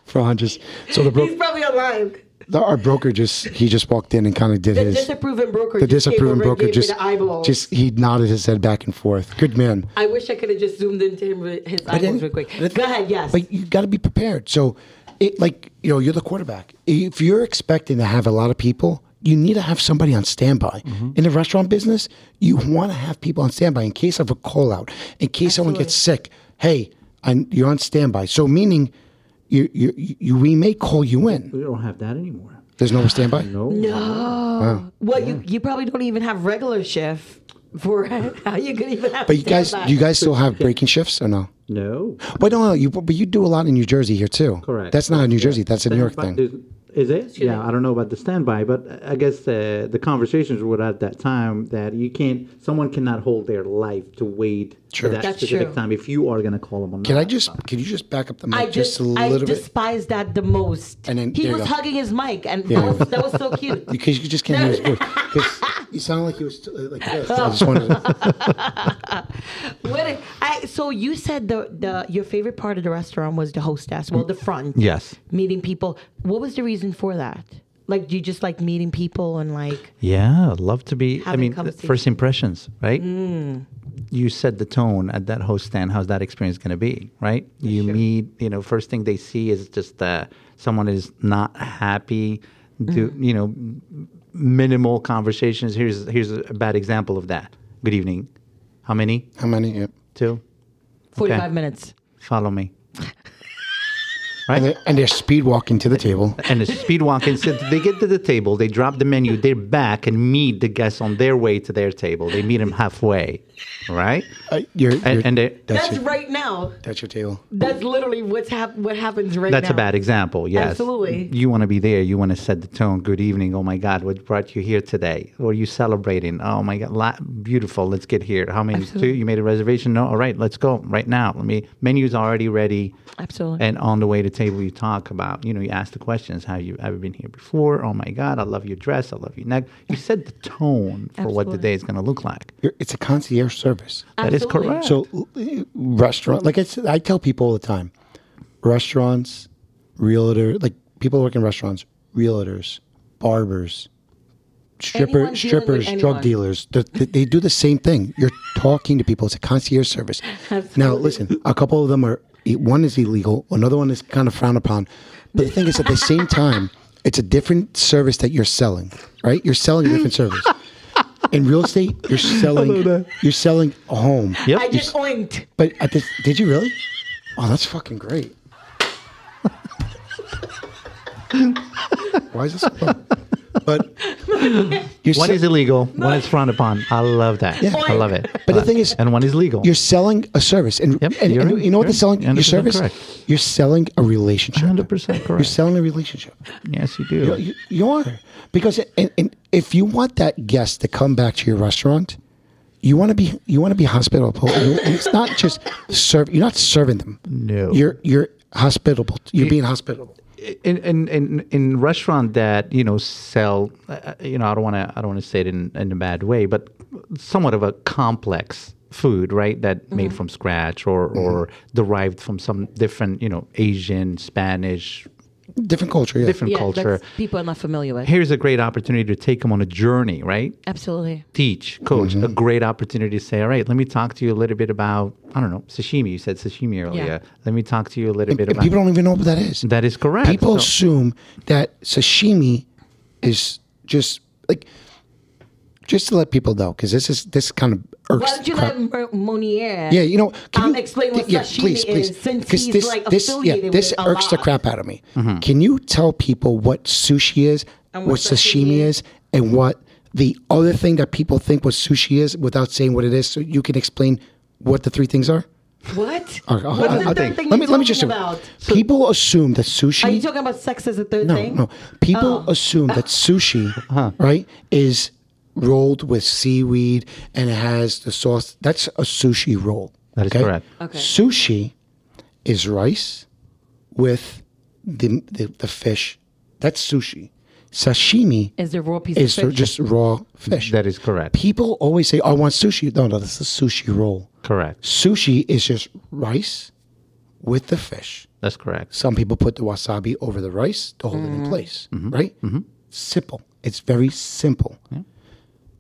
S1: Farhan just. So the
S3: He's
S1: bro-
S3: probably alive.
S1: the, our broker just he just walked in and kind of did
S3: The
S1: his.
S3: disapproving broker.
S1: the
S3: just came
S1: disapproving
S3: over and
S1: broker
S3: gave me
S1: just
S3: the eyeball.
S1: just he nodded his head back and forth. Good man.
S3: I wish I could have just zoomed into him with his
S1: then-
S3: eyeballs real quick.
S1: but-
S3: Go ahead. Yes.
S1: But you got to be prepared. So, it, like you know, you're the quarterback. If you're expecting to have a lot of people, you need to have somebody on standby. In the restaurant business, you want to have people on standby in case of a call out, in case someone gets sick. Hey, i you're on standby. So meaning, you, you you we may call you in.
S4: We don't have that anymore.
S1: There's no standby.
S4: No.
S3: well, you you probably don't even have regular shift for how you could even have.
S1: But you guys,
S3: standby.
S1: do you guys still have breaking shifts or no?
S4: No.
S1: But no, no, you but you do a lot in New Jersey here too.
S4: Correct.
S1: That's not a New Jersey. That's a New York
S4: Standby-
S1: thing.
S4: there's- Is it? Yeah, I don't know about the standby, but I guess uh, the conversations were at that time that you can't, someone cannot hold their life to wait
S1: Sure.
S4: for that
S3: That's
S4: specific
S3: true.
S4: time if you are going to call them on
S1: Can I just? Can you just back up the mic
S3: I
S1: just,
S3: just,
S1: a little
S3: I
S1: bit?
S3: despise that the most.
S1: And then-
S3: he
S1: there you
S3: was
S1: go.
S3: hugging his mic, and
S1: There you
S3: that,
S1: go.
S3: was, that was so cute.
S1: because you just can't hear his voice. 'Cause you sound like he was uh, like this. I just wanted to-
S3: What a- I- so you said the the your favorite part of the restaurant was the hostess, well, the front.
S4: Yes.
S3: meeting people. What was the reason for that? Like, do you just like meeting people and like?
S4: Yeah, I'd love to be. I
S3: Having
S4: mean,
S3: conversation.
S4: first impressions, right? You set the tone at that host stand. How's that experience going to be, right? you meet, you know, first thing they see is just uh, someone is not happy. Do you know m- minimal conversations? Here's here's a bad example of that. Good evening. How many?
S1: How many? Yeah.
S4: Two.
S3: 45 minutes.
S4: Follow me.
S1: And, they're, and they're speed walking to the table.
S4: and the speed walking. So they get to the table, they drop the menu, they're back and meet the guests on their way to their table. They meet them halfway, right?
S1: Uh, you're,
S4: And-
S1: you're-
S4: and they-
S1: that's,
S3: That's
S1: your,
S3: right now.
S1: that's your table.
S3: That's literally what's hap- what happens right
S4: That's
S3: now.
S4: a bad example. Yes,
S3: Absolutely.
S4: You want to be there. You want to set the tone. Good evening. Oh my God, what brought you here today? What are you celebrating? Oh my God, la- beautiful. Let's get here. How many? Two. You made a reservation? No. All right, let's go right now. Let me. Menu's already ready.
S3: Absolutely.
S4: And on the way to table, you talk about, you know, you ask the questions, have you ever been here before? Oh my God, I love your dress. I love your neck. You set the tone for what the
S3: Absolutely.
S4: day is going to look like.
S1: You're, it's a concierge service.
S4: That is
S3: Absolutely.
S4: correct.
S1: So uh, restaurant, like I said, I tell people all the time, restaurants, realtor, like people who work in restaurants, realtors, barbers,
S3: Anyone dealing
S1: stripper,
S3: with
S1: strippers,
S3: anyone.
S1: drug dealers. The, the, they do the same thing. You're talking to people. It's a concierge service. Now, listen, a couple of them are. One is illegal. Another one is kind of frowned upon. But the thing is, at the same time, it's a different service that you're selling. Right? You're selling a different service. in real estate, you're selling you're selling a home.
S4: Yep.
S3: I
S4: you
S3: just
S4: s-
S3: oinked.
S1: But at this, did you really? Oh, that's fucking great. Why is this? fun? But you're,
S4: One
S1: se-
S4: is illegal, one is frowned upon. I love that. I love it.
S1: But the thing is,
S4: and one is legal.
S1: you're selling a service, and,
S4: Yep,
S1: and,
S4: you're
S1: and
S4: right.
S1: you know what
S4: You're
S1: they're selling? Your
S4: 100%
S1: service.
S4: correct.
S1: You're selling a relationship.
S4: 100%
S1: You're
S4: correct.
S1: selling a relationship.
S4: yes, you do.
S1: You, you are because and, and if you want that guest to come back to your restaurant, you want to be you want to be hospitable. You- it's not just serve. You're not serving them.
S4: No.
S1: you're you're hospitable. You're being hospitable.
S4: in in in in restaurant that you know sell uh, you know I don't want to I don't want to say it in in a bad way but somewhat of a complex food right that
S1: Mm-hmm.
S4: made from scratch or or derived from some different you know Asian Spanish
S1: Different culture. Yeah.
S4: different
S3: Yeah,
S4: culture
S3: that's people are not familiar with.
S4: here's a great opportunity to take them on a journey right
S3: Absolutely.
S4: teach coach a
S1: Mm-hmm.
S4: great opportunity to say all right let me talk to you a little bit about I don't know sashimi you said sashimi earlier let me talk to you a little bit
S1: And
S4: about
S1: people don't even know what that is.
S4: that is correct
S1: people
S4: So-
S1: assume that sashimi is just like just to let people know because this is this kind of irks.
S3: Why don't you
S1: crap.
S3: let Mo- Monier?
S1: Yeah, you know, can
S3: um,
S1: you
S3: explain what
S1: th- yeah,
S3: sashimi
S1: please, please.
S3: is since
S1: 'Cause
S3: he's
S1: this,
S3: like
S1: this, yeah,
S3: affiliated
S1: this
S3: with a
S1: irks the
S3: lot.
S1: crap out of me.
S4: Mm-hmm.
S1: Can you tell people what sushi is,
S3: And
S1: what,
S3: what
S1: sashimi
S3: sashimi
S1: is, and what the other thing that people think what sushi is without saying what it is, so you can explain what the three things are?
S3: What?
S1: All right, I'll- I'll-
S3: What's the
S1: I'll
S3: third
S1: think.
S3: thing
S1: Let
S3: you're
S1: me let me just
S3: talking
S1: do it.
S3: about?
S1: people assume that sushi.
S3: Are you Oh. talking about sex as a third
S1: Mm-hmm. no,
S3: thing?
S1: no. People assume that sushi,
S3: Uh-huh.
S1: right, is rolled with seaweed and it has the sauce. That's a sushi roll.
S4: That is correct.
S3: Okay.
S1: Sushi is rice with the, the the fish. That's sushi. Sashimi
S3: Is there raw piece
S1: is
S3: of fish?
S1: just raw fish.
S4: that is correct
S1: People always say, "Oh, "I want sushi." No, no, this is sushi roll.
S4: correct
S1: Sushi is just rice with the fish.
S4: that's correct
S1: Some people put the wasabi over the rice to hold it
S4: Mm-hmm.
S1: in place, right? Simple. It's very simple.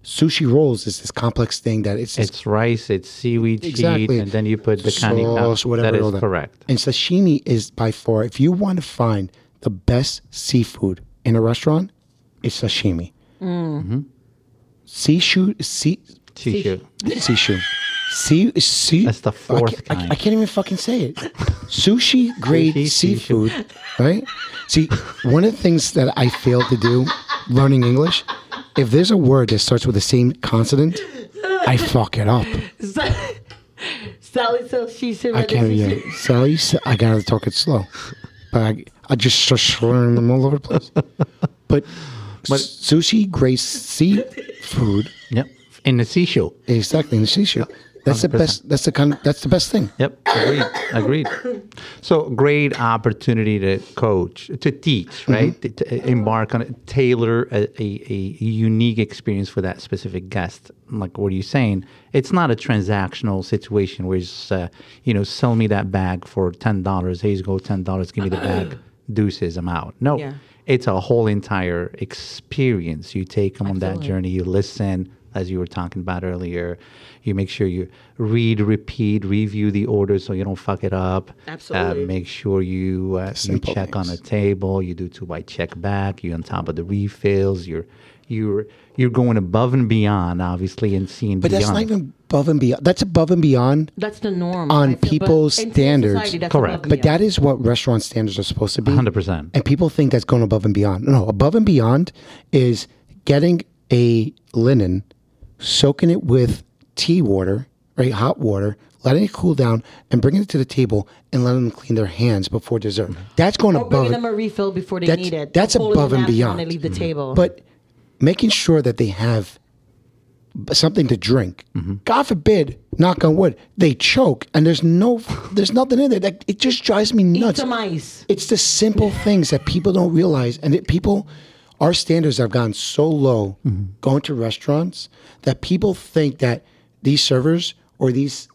S1: Sushi rolls is this complex thing that it's,
S4: It's rice, it's seaweed
S1: exactly.
S4: seed, and then you put the canning out.
S1: sauce, whatever.
S4: That
S1: all
S4: is correct.
S1: And sashimi is by far, if you want to find the best seafood in a restaurant, it's sashimi.
S4: Mm-hmm.
S1: Seashoe, sea,
S4: Shishu.
S1: seashoe. Sea, sea,
S4: That's the
S1: I
S4: fourth
S1: can't, I-
S4: kind.
S1: I, can't even fucking say it. Sushi grade
S4: Sushi,
S1: seafood, right? See, one of the things that I fail to do learning English, if there's a word that starts with the same consonant, I fuck it up.
S3: Sally says she said.
S1: I can't even. Sally, sa- I gotta talk it slow, but I, I just start slurring them all over the place. But, sushi grade seafood,
S4: Yep. In the seashell.
S1: exactly in the seashore. That's the best. That's the kind. That's the best thing.
S4: Yep. Agreed. Agreed. So great opportunity to coach, to teach, right? To, to embark on it, tailor a, a, a unique experience for that specific guest. Like what are you saying? It's not a transactional situation where it's, uh, you know, sell me that bag for ten dollars. Here you go, ten dollars. Give me the bag. Deuces, I'm out. No.
S3: Yeah.
S4: It's a whole entire experience. You take them on that journey. You listen, as you were talking about earlier. You make sure you read, repeat, review the order so you don't fuck it up.
S3: Absolutely.
S4: Uh, make sure you uh, you
S1: Simple
S4: check on a
S1: things.
S4: table. You do two by check back. You on top of the refills. You're you're you're going above and beyond, obviously, and seeing
S1: But
S4: beyond.
S1: that's not even above and beyond. That's above and beyond.
S3: That's the norm
S1: On
S3: I feel, but
S1: people's
S3: in today's
S1: standards.
S3: society, that's
S4: Correct.
S3: above
S1: But
S3: me.
S1: that is what restaurant standards are supposed to be.
S4: 100%.
S1: And people think that's going above and beyond. No, above and beyond is getting a linen, soaking it with tea water, right, hot water, letting it cool down, and bringing it to the table and letting them clean their hands before dessert. That's going
S3: Or
S1: above.
S3: bringing
S1: and-
S3: them a refill before they
S1: That's-
S3: need it.
S1: that's
S3: Or folding
S1: above
S3: the
S1: and
S3: napkin
S1: beyond. Mm-hmm.
S3: When they leave the table.
S1: but making sure that they have b- something to drink. God forbid, knock on wood, they choke and there's no, there's nothing in there. Like, it just drives me
S3: eat
S1: nuts.
S3: some ice.
S1: It's the simple things that people don't realize, and that people, our standards have gone so low going to restaurants that people think that these servers or these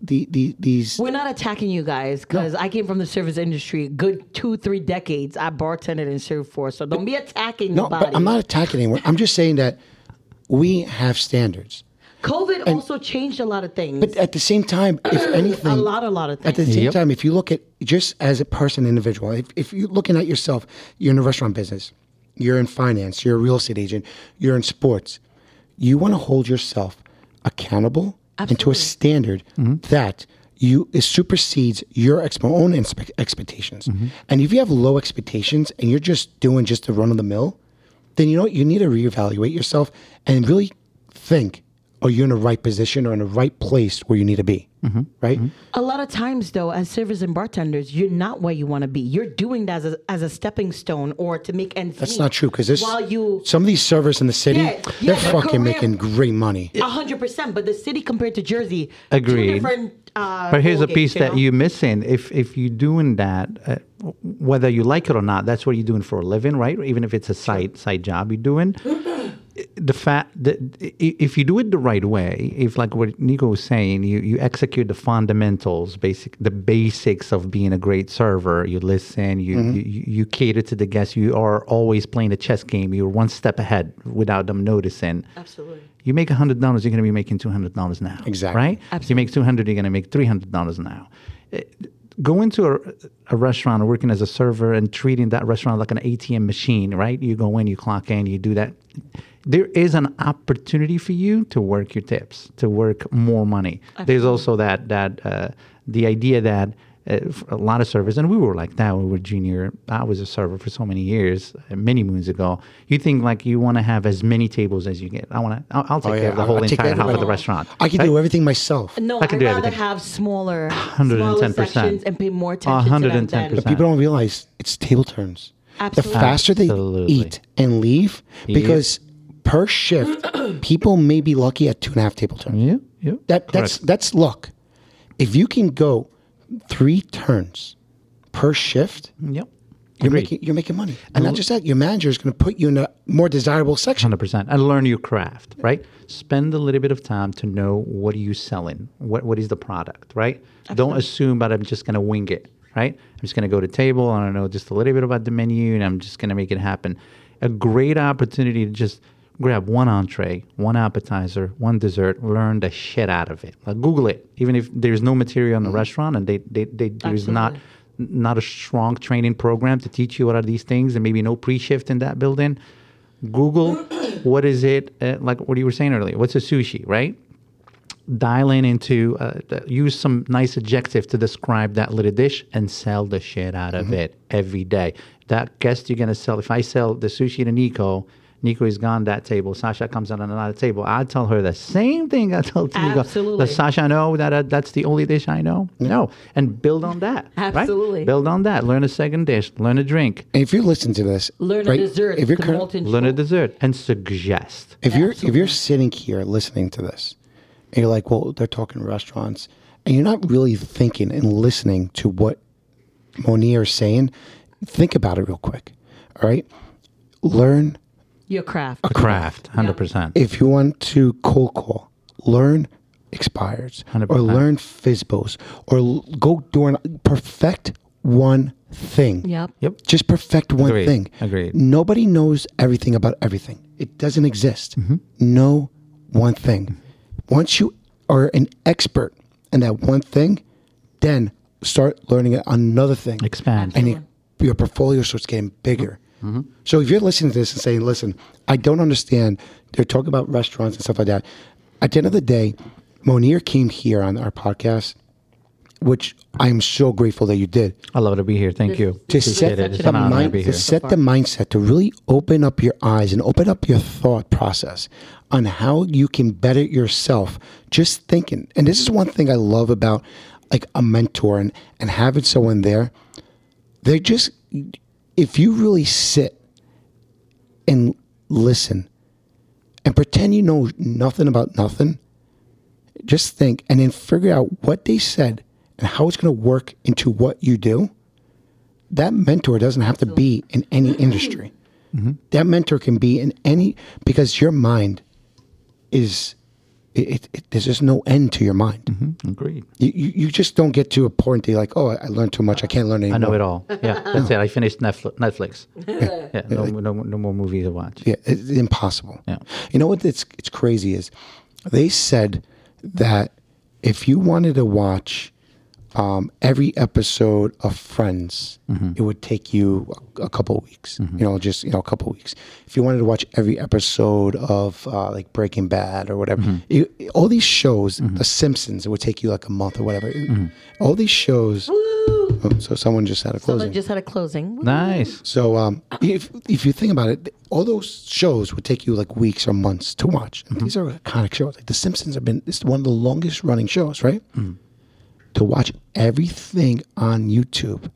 S1: the, the these
S3: We're not attacking you guys because I came from the service industry. Good two, three decades I bartended and served for. So don't be attacking
S1: no,
S3: nobody.
S1: but I'm not attacking anyone. I'm just saying that we have standards,
S3: COVID also changed a lot of things.
S1: but at the same time, if anything,
S3: a lot, a lot of
S1: At
S3: things.
S1: the same
S4: Yep.
S1: time, if you look at just as a person, individual, if, if you're looking at yourself, you're in the restaurant business, you're in finance, you're a real estate agent, you're in sports, you want to hold yourself accountable and to a
S3: Absolutely.
S1: standard that you it supersedes your exp- own inspe- expectations. And if you have low expectations and you're just doing just the run of the mill, then you know what? you need to reevaluate yourself and really think, are you in the right position or in the right place where you need to be? Right?
S3: A lot of times, though, as servers and bartenders, you're not where you want to be. You're doing that as a, as a stepping stone or to make ends
S1: That's
S3: meet.
S1: not true because this
S3: While you
S1: some of these servers in the city,
S3: Yeah,
S1: they're
S3: yeah,
S1: fucking
S3: career-
S1: making great money.
S3: A hundred percent. But the city compared to Jersey,
S4: Agreed.
S3: Two different, uh,
S4: But here's a
S3: ballgames,
S4: piece that
S3: know?
S4: you're missing. If if you're doing that, uh, w- whether you like it or not, that's what you're doing for a living, right? Even if it's a side side job you're doing. The fact that i- i- if you do it the right way, if like what Nico was saying, you, you execute the fundamentals, basic the basics of being a great server. You listen, you, you you cater to the guests. You are always playing a chess game. You're one step ahead without them noticing.
S3: Absolutely.
S4: You make hundred dollars, you're going to be making two hundred dollars now.
S1: Exactly.
S4: Right. You make two hundred, you're going to make three hundred dollars now. Eh, Going to a, a restaurant, working as a server, and treating that restaurant like an ATM machine. Right. You go in, you clock in, you do that. There is an opportunity for you to work your tips, to work more money. There's also that that uh, the idea that. Uh, f- a lot of servers, and we were like that when we were junior. I was a server for so many years, uh, many moons ago. You think like you want to have as many tables as you get. I want to. I'll, I'll take
S1: Oh,
S4: care
S1: yeah,
S4: of the
S1: I-
S4: whole
S1: I take
S4: entire
S1: care
S4: half of the
S1: everything.
S4: restaurant.
S1: I can
S4: Right?
S1: do everything myself.
S3: No,
S4: I can
S3: I'd
S4: do
S3: rather
S4: everything.
S3: have smaller,
S4: 110%.
S3: smaller sections and pay more attention to them.
S4: 110%.
S3: than-
S1: But people don't realize it's table turns.
S3: Absolutely.
S1: The faster they
S4: Absolutely.
S1: eat and leave, because per shift, people may be lucky at two and a half table turns.
S4: Yeah, yeah.
S1: That that's that's luck. If you can go three turns per shift,
S4: Yep.
S1: you're making you're making money. And not just that, your manager is going to put you in a more desirable section.
S4: Hundred percent. And learn your craft, right? Spend a little bit of time to know what are you selling, what what is the product, right? Don't assume that I'm just gonna wing it, right? I'm just gonna go to table and I know just a little bit about the menu and I'm just gonna make it happen. A great opportunity to just grab one entree, one appetizer, one dessert, learn the shit out of it. Like Google it, even if there's no material in the restaurant and they they, they there's not
S3: Absolutely.
S4: not a strong training program to teach you what are these things and maybe no pre-shift in that building google what is it uh, like what you were saying earlier what's a sushi right dial in into uh, th- use some nice adjective to describe that little dish and sell the shit out
S3: Mm-hmm.
S4: of it every day that guest you're going to sell if i sell the sushi to nico Nico is gone that table. Sasha comes on another table. I tell her the same thing I tell to Nico.
S3: Absolutely.
S4: Does Sasha know that uh, that's the only dish I know? No. And build on that. right?
S3: Absolutely.
S4: Build on that. Learn a second dish. Learn a drink.
S1: And if you listen to this,
S3: Learn
S1: right,
S3: a dessert.
S1: If you're
S3: the
S1: cur-
S3: molten
S4: Learn a
S3: chocolate.
S4: dessert and suggest.
S1: if you're if you're sitting here listening to this and you're like well they're talking restaurants and you're not really thinking and listening to what Monier is saying think about it real quick all right learn
S3: your craft.
S4: Craft, 100%.
S1: if you want to cold call learn expires or
S4: 100%.
S1: learn fizbos or l- go during perfect one thing
S3: Yep.
S4: Yep.
S1: just perfect one
S4: Agreed.
S1: thing.
S4: Agreed.
S1: Nobody knows everything about everything. It doesn't exist.
S4: Mm-hmm.
S1: Know one thing. Once you are an expert in that one thing, then start learning another thing.
S4: Expand.
S1: And it, your portfolio starts getting bigger.
S4: Mm-hmm.
S1: So if you're listening to this and saying, listen, I don't understand, they're talking about restaurants and stuff like that. At the end of the day, Monier came here on our podcast, which I'm so grateful that you did
S4: I love to be here. Thank you.
S1: to
S4: Appreciate
S1: set,
S4: it. It's
S1: the,
S4: an honor to
S1: mind,
S4: be
S1: to
S4: here.
S1: set the mindset to really open up your eyes and open up your thought process on how you can better yourself just thinking and this is one thing i love about like a mentor and, and having someone there they just if you really sit and listen and pretend you know nothing about nothing just think and then figure out what they said and how it's going to work into what you do that mentor doesn't have to be in any
S4: Mm-hmm.
S1: industry. That mentor can be in any because your mind is it, it, it, there's just no end to your mind.
S4: Mm. Mm-hmm. Agreed.
S1: You, you you just don't get to a point that you're like, oh, I learned too much. I can't learn
S4: I
S1: anymore.
S4: know it all. Yeah, that's it. I finished Netflix. Netflix. Yeah, no, no, no more movies to watch.
S1: Yeah, it's impossible.
S4: Yeah.
S1: You know what? It's it's crazy. Is they said that if you wanted to watch um, every episode of Friends, it would take you a, a couple weeks. You know, just you know, a couple weeks. If you wanted to watch every episode of uh, like Breaking Bad or whatever, you- all these shows, The Simpsons, it would take you like a month or whatever. All these shows. Oh, so someone just had a closing.
S3: Someone just had a closing.
S4: Nice.
S1: So um, if if you think about it, all those shows would take you like weeks or months to watch. And These are iconic shows. Like The Simpsons have been this is one of the longest running shows, right? To watch everything on YouTube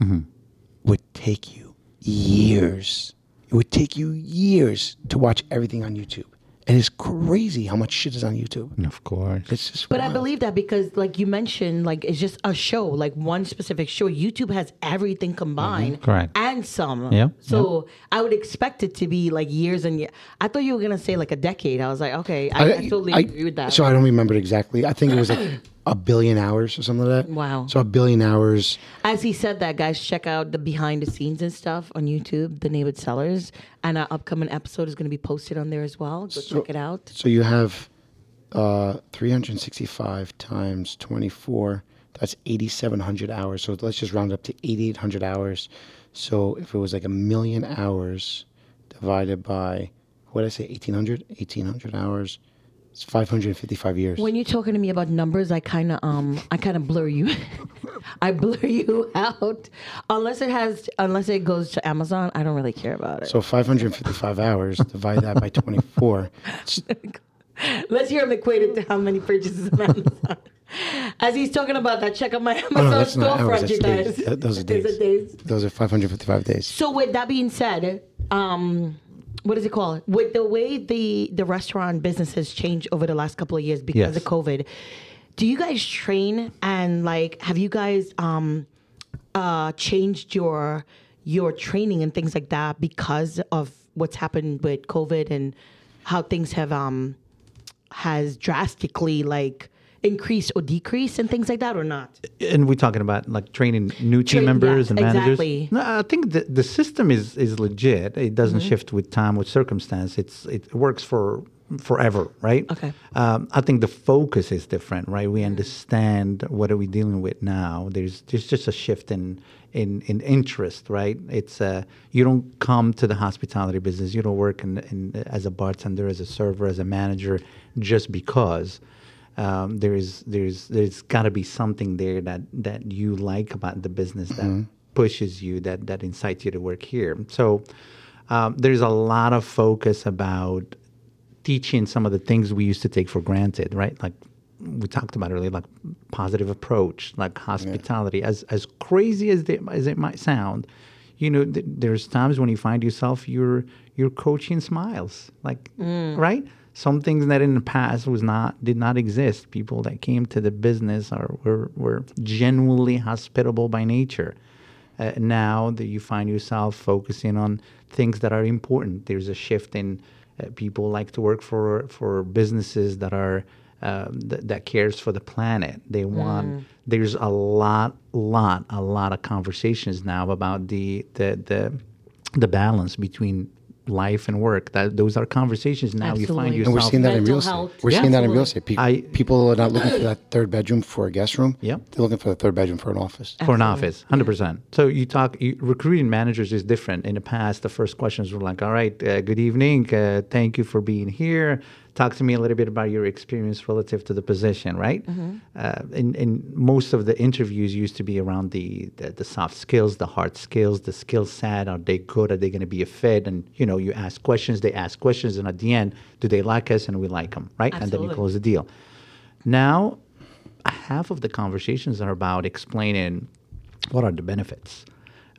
S1: would take you years. It would take you years to watch everything on YouTube. And it's crazy how much shit is on YouTube.
S4: Of course.
S1: It's just
S3: But I
S1: wild.
S3: believe that because, like you mentioned, like it's just a show, like one specific show. YouTube has everything combined,
S4: Correct.
S3: And some,
S4: Yeah,
S3: So I would expect it to be like years and years. I thought you were gonna say like a decade. I was like, okay, I, I, totally
S1: I-
S3: agree with that.
S1: So I don't remember it exactly. I think it was like a billion hours or something like that.
S3: Wow.
S1: So a billion hours.
S3: As he said that, guys, check out the behind the scenes and stuff on YouTube, The David Sellers, and our upcoming episode is gonna be posted on there as well. Go check it out.
S1: So you have uh, 365 times 24. That's 8,700 hours. So let's just round up to 8,800 hours. So if it was like a million hours divided by, what did I say, 1,800? 1,800 hours. It's 555 years.
S3: When you're talking to me about numbers, I kind of um I kind of blur you. I blur you out unless it has unless it goes to Amazon. I don't really care about it.
S1: so 555 hours, divide that by 24. It's-
S3: Let's hear him equated to how many purchases on Amazon. As he's talking about that, check out my
S1: no,
S3: Amazon
S1: Oh, that's not hours,
S3: storefront,
S1: that's
S3: you guys.
S1: days. Th- those are
S3: These
S1: days. Those are 555 days.
S3: So with that being said, um, what is it called? With the way the the restaurant business has changed over the last couple of years because
S4: Yes.
S3: of COVID, do you guys train and like have you guys um uh changed your your training and things like that because of what's happened with COVID and how things have um has drastically like increased or decreased and things like that or not?
S4: and we're talking about like training new team
S3: Train-
S4: members
S3: yeah,
S4: and managers.
S3: exactly. Mm-hmm.
S4: No, I think the, the system is is legit. It doesn't shift with time, with circumstance. It's it works for forever, right?
S3: Okay.
S4: Um, I think the focus is different, right? We understand what are we dealing with now. There's there's just a shift in in, in interest, right? It's uh, you don't come to the hospitality business. You don't work in, in as a bartender, as a server, as a manager, just because um, there is there's there's got to be something there that that you like about the business that pushes you that that incites you to work here. So um, there's a lot of focus about teaching some of the things we used to take for granted, right? Like we talked about earlier, like positive approach, like hospitality. As as crazy as they, as it might sound, you know, th- there's times when you find yourself you're you're coaching smiles, like right. Some things that in the past was not did not exist. People that came to the business are were were genuinely hospitable by nature uh, now that you find yourself focusing on things that are important. There's a shift in uh, people like to work for for businesses that are um, th- that cares for the planet. They want. There's a lot, lot, a lot of conversations now about the the the, the balance between life and work. That those are conversations now you find
S3: Absolutely.
S4: yourself.
S1: And
S3: And
S1: we're seeing that in
S3: Mental
S1: real estate.
S3: health.
S1: We're
S3: Yeah.
S1: seeing that in
S3: Absolutely.
S1: real estate. Pe-
S4: I-
S1: people are not looking for that third bedroom for a guest room.
S4: Yeah.
S1: They're looking for the third bedroom for an office.
S4: for an office, hundred percent. So you talk you, recruiting managers is different. In the past, the first questions were like, "All right, uh, good evening, uh, thank you for being here. Talk to me a little bit about your experience relative to the position." Right? Uh, and, and most of the interviews used to be around the, the the soft skills, the hard skills, the skill set. Are they good? Are they going to be a fit? And you know, you ask questions, they ask questions, and at the end, do they like us? And we like them, right? And then
S3: Absolutely.
S4: you close the deal. Now, half of the conversations are about explaining what are the benefits,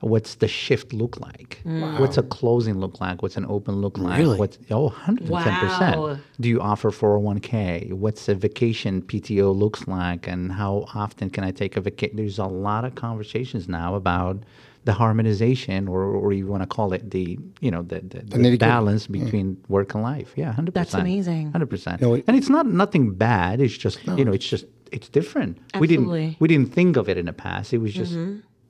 S4: what's the shift look like,
S3: Mm.
S4: what's a closing look like, what's an open look like,
S1: Really?
S4: what's oh 110
S3: Wow.
S4: percent. Do you offer 401k? What's a vacation PTO looks like, and how often can I take a vacation? There's a lot of conversations now about the harmonization, or, or you want to call it the you know the, the, the
S1: nitty-gritty. Mm.
S4: balance between work and life. Yeah, hundred percent.
S3: That's amazing.
S4: Hundred percent.
S1: No, it-
S4: And it's not nothing bad. It's just you know, it's just it's different. We
S3: Absolutely.
S4: didn't we didn't think of it in the past. It was just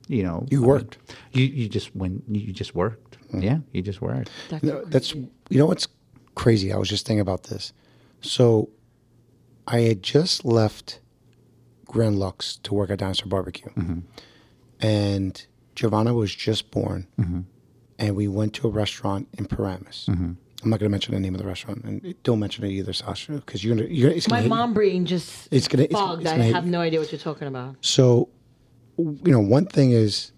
S4: you know uh,
S1: You worked. Mm.
S4: You you just when you just worked. Yeah, you just worked.
S1: No, that's you know what's crazy. I was just thinking about this. So I had just left Grand Lux to work at Dinosaur Barbecue. And Giovanna was just born. And we went to a restaurant in Paramus. I'm not going to mention the name of the restaurant. And don't mention it either, Sasha, because you're going to. You're, it's gonna
S3: My
S1: hit you.
S3: mom brain just
S1: It's gonna- it's-
S3: fogged.
S1: it's
S3: I
S1: gonna hit
S3: have
S1: you.
S3: no idea what you're talking about.
S1: So, w- you know, one thing is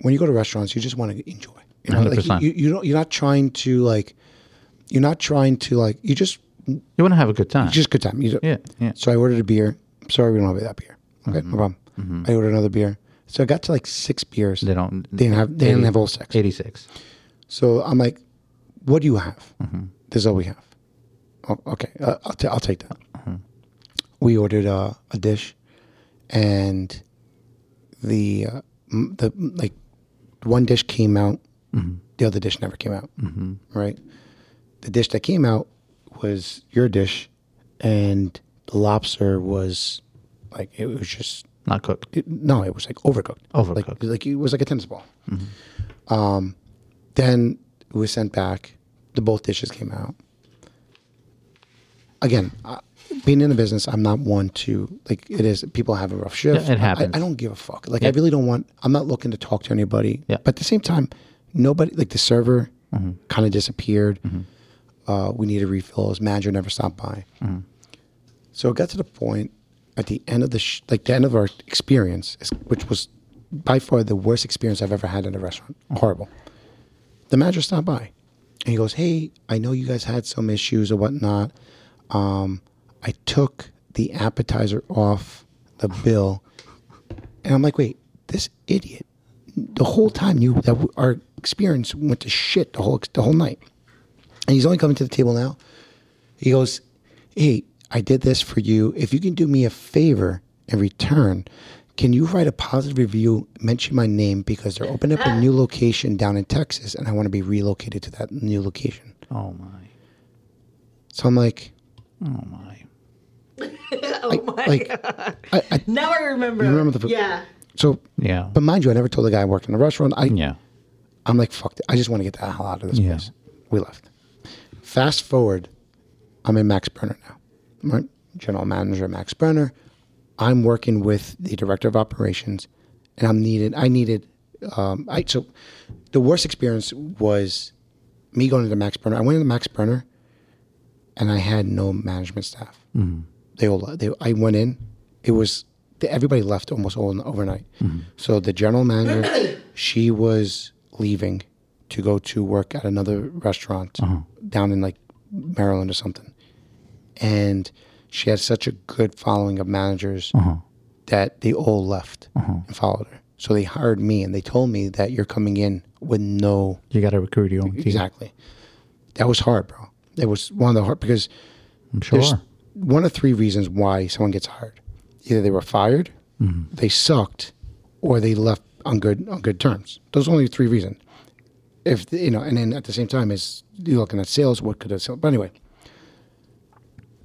S1: when you go to restaurants, you just want to enjoy. You know, like
S4: 100%.
S1: you, you don't, you're not trying to like, you're not trying to like, you just,
S4: You want to have a good time.
S1: just good time. You don't-
S4: Yeah, yeah. Mm-hmm.
S1: So I ordered a beer. Sorry, we don't have that beer. Okay, no problem. I ordered another beer. So I got to like six beers.
S4: they don't.
S1: They didn't have. They didn't have all six.
S4: Eighty-six.
S1: So I'm like, what do you have? This is all we have. Oh, okay, uh, I'll, ta- I'll take that. We ordered uh, a dish, and the uh, m- the like one dish came out, the other dish never came out. Right, the dish that came out was your dish, and the lobster was like it was just
S4: Not cooked.
S1: it, no, it was like overcooked. Like,
S4: Overcooked. Mm-hmm.
S1: like it was like a tennis ball. Um, then it was sent back. The both dishes came out. Again, I, being in the business, I'm not one to like. It is people have a rough shift.
S4: Yeah, it happens.
S1: I, I don't give a fuck. Like I
S4: Yeah.
S1: really don't want. I'm not looking to talk to anybody.
S4: Yeah. Mm-hmm.
S1: But at the same time, nobody like the server kind of disappeared. Uh, we needed refills. Manager never stopped by.
S4: Mm-hmm.
S1: So it got to the point at the end of the sh- like the end of our experience, is- which was by far the worst experience I've ever had in a restaurant.
S4: Mm-hmm.
S1: Horrible. The manager stopped by, and he goes, "Hey, I know you guys had some issues or whatnot. Um, I took the appetizer off the bill." And I'm like, wait, this idiot. The whole time you that w- our experience went to shit the whole the whole night, and he's only coming to the table now. He goes, hey, I did this for you. If you can do me a favor in return, can you write a positive review, mention my name because they're opening up a new location down in Texas, and I want to be relocated to that new location.
S4: Oh my.
S1: So I'm like,
S4: Oh my.
S1: like, I, I,
S3: Now I remember.
S1: You remember the-
S3: yeah.
S1: so.
S4: Yeah.
S1: But mind you, I never told the guy I worked in a restaurant. I,
S4: yeah.
S1: I'm like, fuck, it. I just want to get the hell out of this
S4: Yeah.
S1: place. We left. Fast forward, I'm in Max Brenner now. Right? General manager at Max Brenner. I'm working with the director of operations, and I'm needed. I needed. Um, I so the worst experience was me going into Max Brenner. I went into Max Brenner, and I had no management staff. They all. They, I went in. It was everybody left almost all overnight. So the general manager, she was leaving to go to work at another restaurant down in like Maryland or something, and she had such a good following of managers that they all left and followed her. So they hired me, and they told me that you're coming in with no
S4: You got to recruit your own team.
S1: Exactly. That was hard, bro. That was one of the hard because
S4: I'm sure.
S1: there's one of three reasons why someone gets hired. Either they were fired, they sucked, or they left on good on good terms. Those are only three reasons. If the- you know, and then at the same time is you're looking at sales, what could have sell? But anyway,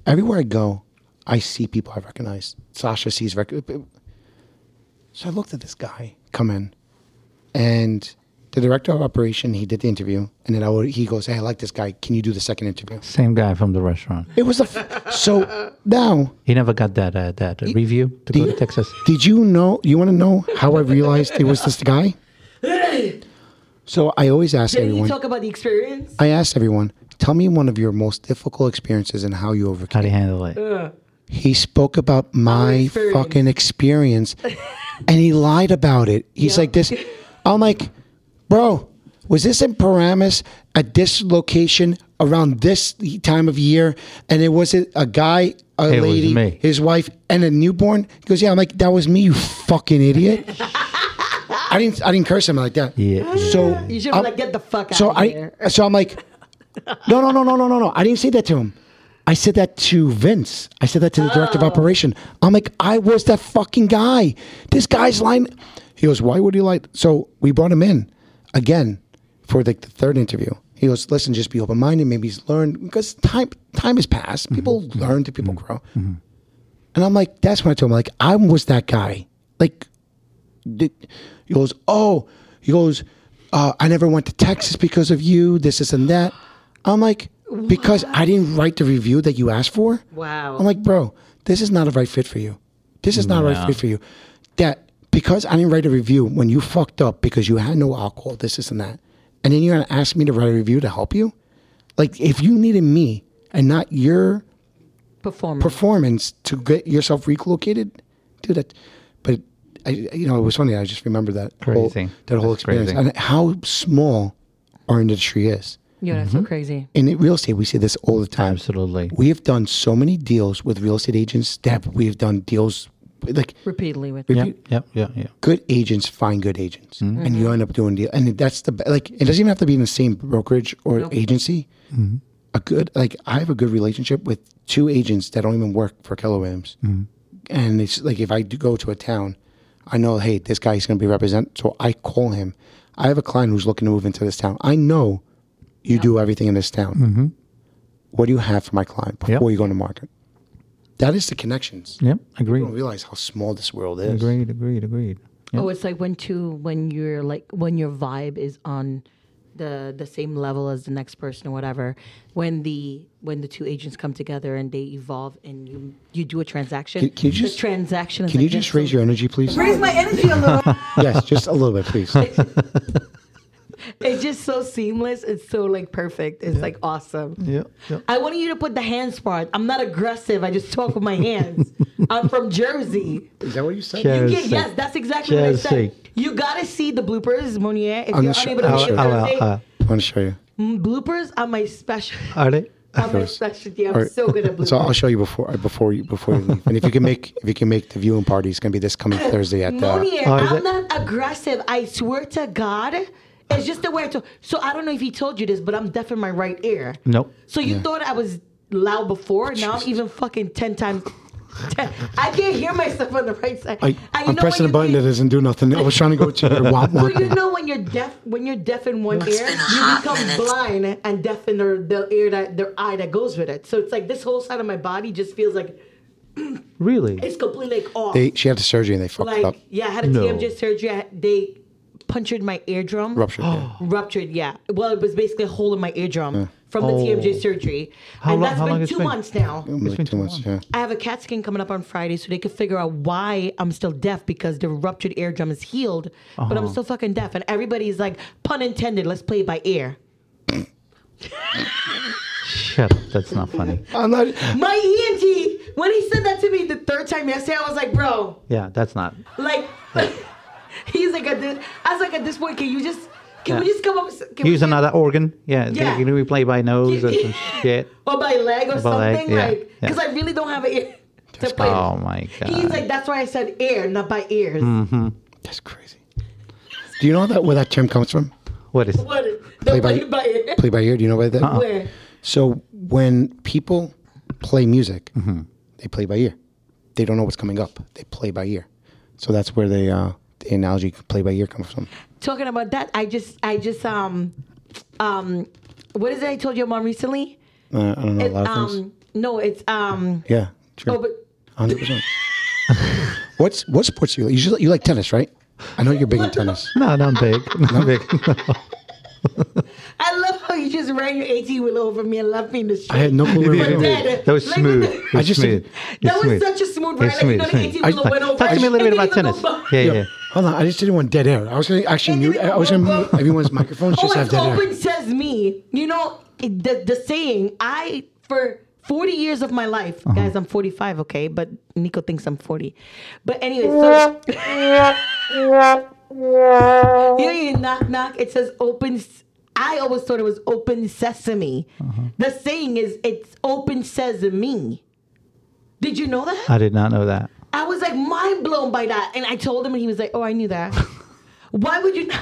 S1: everywhere I go, I see people I recognize. Sasha sees rec- So I looked at this guy come in, and the director of operation he did the interview, and then I would, he goes, "Hey, I like this guy. Can you do the second interview?"
S4: Same guy from the restaurant.
S1: It was the f- so now.
S4: He never got that uh, that review to go to Texas.
S1: Did you know? You want to know how I realized it was this guy? So I always ask
S3: Did you
S1: everyone.
S3: talk about the experience?
S1: I asked everyone, tell me one of your most difficult experiences and how you
S4: How
S1: overcame.
S4: do you handle it?
S1: Uh, He spoke about my
S3: experience.
S1: fucking experience, and he lied about it. He's like this. I'm like, bro, was this in Paramus at this location around this time of year? And it was it a guy, a
S4: It was
S1: lady,
S4: me.
S1: his wife, and a newborn? He goes, yeah. I'm like, that was me, you fucking idiot. I didn't. I didn't curse him like that.
S4: Yeah.
S1: So
S3: You should
S1: I'm-
S3: be like, get the fuck out
S1: so
S3: of
S1: I uh,
S3: here.
S1: so I'm like, no, no, no, no, no, no, no. I didn't say that to him. I said that to Vince. I said that to the director of
S3: Oh.
S1: operation. I'm like, I was that fucking guy. This guy's lying. He goes, why would he lie? So we brought him in again for like the third interview. He goes, listen, just be open minded. Maybe he's learned because time time has passed. People learn, to people grow. And I'm like, that's when I told him, like, I was that guy. Like, did, he goes, oh, he goes, uh, I never went to Texas because of you, this, this, and that. I'm like, because I didn't write the review that you asked for?
S3: Wow.
S1: I'm like, bro, this is not a right fit for you. This is not right
S6: Yeah.
S1: fit for you. That because I didn't write a review when you fucked up because you had no alcohol, this, this, and that, and then you're gonna ask me to write a review to help you. Like if you needed me and not your
S3: Performer.
S1: performance to get yourself relocated, dude. That, but I, you know, it was funny. I just remember that whole
S4: Crazy.
S1: that whole
S4: That's
S1: experience
S4: crazy.
S1: and how small our industry is.
S3: Yo, that's
S1: Mm-hmm.
S3: so crazy.
S1: In real estate, we see this all the time.
S4: Absolutely.
S1: we have done so many deals with real estate agents that we have done deals like
S3: Repeatedly with
S1: repeat-
S4: Yeah, yeah, yeah.
S1: good agents find good agents,
S6: Mm-hmm.
S1: and you end up doing deal. And that's the like. It doesn't even have to be in the same brokerage or agency.
S6: Mm-hmm.
S1: A good like I have a good relationship with two agents that don't even work for Keller Williams,
S6: Mm-hmm.
S1: and it's like if I do go to a town, I know hey this guy's going to be represent. So I call him. I have a client who's looking to move into this town. I know you do everything in this town. What do you have for my client before
S6: Mm-hmm. Yep.
S1: you go to market? That is the connections.
S6: Yep.
S1: I don't
S6: Agreed.
S1: realize how small this world is.
S6: Agreed. Agreed. Agreed. Yep.
S3: Oh, it's like when two when you're like when your vibe is on the the same level as the next person or whatever. When the when the two agents come together and they evolve and you you do a transaction.
S1: Can- can you
S3: the
S1: just-
S3: transaction? is
S1: Can
S3: like
S1: you just raise your energy, please?
S5: Raise my energy a little.
S1: yes, just a little bit, please.
S3: It's just so seamless. It's so like perfect. It's like awesome.
S6: Yeah, yeah.
S3: I wanted you to put the hands part. I'm not aggressive. I just talk with my hands. I'm from Jersey.
S1: Is that what you said?
S6: Yeah.
S3: You
S6: Jersey.
S3: get, yes, that's exactly what I
S6: Jersey.
S3: said. You gotta see the bloopers, Monier. If
S1: I'm
S3: you're
S1: sure-
S3: unable to
S1: I'm
S3: make it
S1: sure.
S6: Oh, well,
S3: Thursday,
S6: uh,
S1: I want to show you.
S3: Mm, bloopers are my special.
S6: Are they?
S3: Are my specialty. I'm so good at bloopers.
S1: So I'll show you before before you before you leave. And if you can make if you can make the viewing party, it's gonna be this coming Thursday at uh, the.
S3: Monier,
S6: Oh, is
S3: I'm
S6: it?
S3: not aggressive. I swear to God, it's just the way I talk. So I don't know if he told you this, but I'm deaf in my right ear.
S6: Nope.
S3: So you thought I was loud before? Now I'm even fucking ten times. 10. I can't hear myself on the right side.
S1: I,
S3: And you
S1: I'm
S3: know
S1: pressing a
S3: when
S1: button
S3: you
S1: that doesn't do nothing. I was trying to go to your womp
S3: So
S1: womp.
S3: you know when you're deaf, when you're deaf in one ear, you become blind and deaf in their, the ear that their eye that goes with it. So it's like this whole side of my body just feels like
S6: Really?
S3: it's completely like off.
S1: They, she had the surgery and they fucked it up.
S3: like yeah, I had a
S6: No.
S3: TMJ surgery. I had- they punctured my eardrum.
S1: Ruptured. yeah.
S3: Ruptured, yeah. Well, it was basically a hole in my eardrum from the
S6: Oh.
S3: TMJ surgery,
S6: How
S3: and
S6: long-
S3: that's
S6: how
S3: been
S6: long it's
S3: two
S6: been?
S3: months now.
S1: Like
S6: been
S1: two
S6: too
S1: months. Yeah.
S6: long.
S3: I have a CAT scan coming up on Friday, so they could figure out why I'm still deaf because the ruptured eardrum is healed, but
S6: Uh-huh.
S3: I'm still fucking deaf. And everybody's like, pun intended. Let's play it by ear.
S6: Shut up. That's not funny.
S1: I'm not.
S3: My ENT, when he said that to me the third time yesterday, I was like, bro,
S6: Yeah, that's not.
S3: like, he's like, at this, I was like, at this point, can you just, can we
S6: Yeah.
S3: just come up? with- Can
S6: Use
S3: we just-
S6: another organ. Yeah.
S3: Yeah.
S6: Can we play by nose or some shit?
S3: or by leg or
S6: By leg,
S3: something
S6: yeah,
S3: like
S6: yeah.
S3: because I really don't have an ear to play.
S6: Oh my god. Hmm.
S3: He's like, that's why I said ear, not by ears.
S1: That's crazy. Do you know that where that term comes from?
S6: what is?
S3: What? Don't play,
S1: by-
S3: it by ear.
S1: Play by ear. Do you know where
S6: Uh-uh.
S1: that?
S3: Where?
S1: So when people play music,
S6: Mm-hmm.
S1: they play by ear. They don't know what's coming up. They play by ear. So that's where they, uh, the analogy play by ear comes from.
S3: Talking about that, I just, I just, um, um, what is it I told your mom recently?
S1: Uh, I don't know a lot of things.
S3: Um, no, it's um,
S1: Yeah, true.
S3: oh, but.
S1: 100%. What's what sports do you like? You, just, you like tennis, right? I know you're big in tennis.
S6: No, not big. Not big.
S3: I love how you just ran your 18 wheel over me and left me in the street.
S1: I had no clue where
S3: But
S1: you were.
S3: Dad,
S6: That was
S3: like, what
S6: smooth.
S3: the-
S6: It was
S1: I just-
S6: smooth.
S3: That
S6: It's
S3: was
S6: smooth.
S3: such a smooth ride.
S6: It's
S3: Like, you know,
S6: smooth.
S3: the 18
S1: I-
S3: wheeler went over.
S6: Talk to me a little bit about
S3: It didn't
S6: tennis.
S3: even go by.
S6: Yeah, yeah.
S1: Yo, Hold on, I just didn't want dead air. I was gonna actually mute. I was gonna mute everyone's microphones
S3: Oh,
S1: just to have
S3: it's
S1: dead
S3: open
S1: air.
S3: says me. You know it- the the saying. I for forty years of my life,
S1: Uh-huh.
S3: guys. I'm 45, okay, but Nico thinks I'm 40. But anyway, so you know, you knock knock. It says open. s- I always thought it was open sesame.
S1: Uh-huh.
S3: The saying is it's open sesame. Did you know that?
S6: I did not know that.
S3: I was like mind blown by that, and I told him, and he was like, "Oh, I knew that. Why would you not?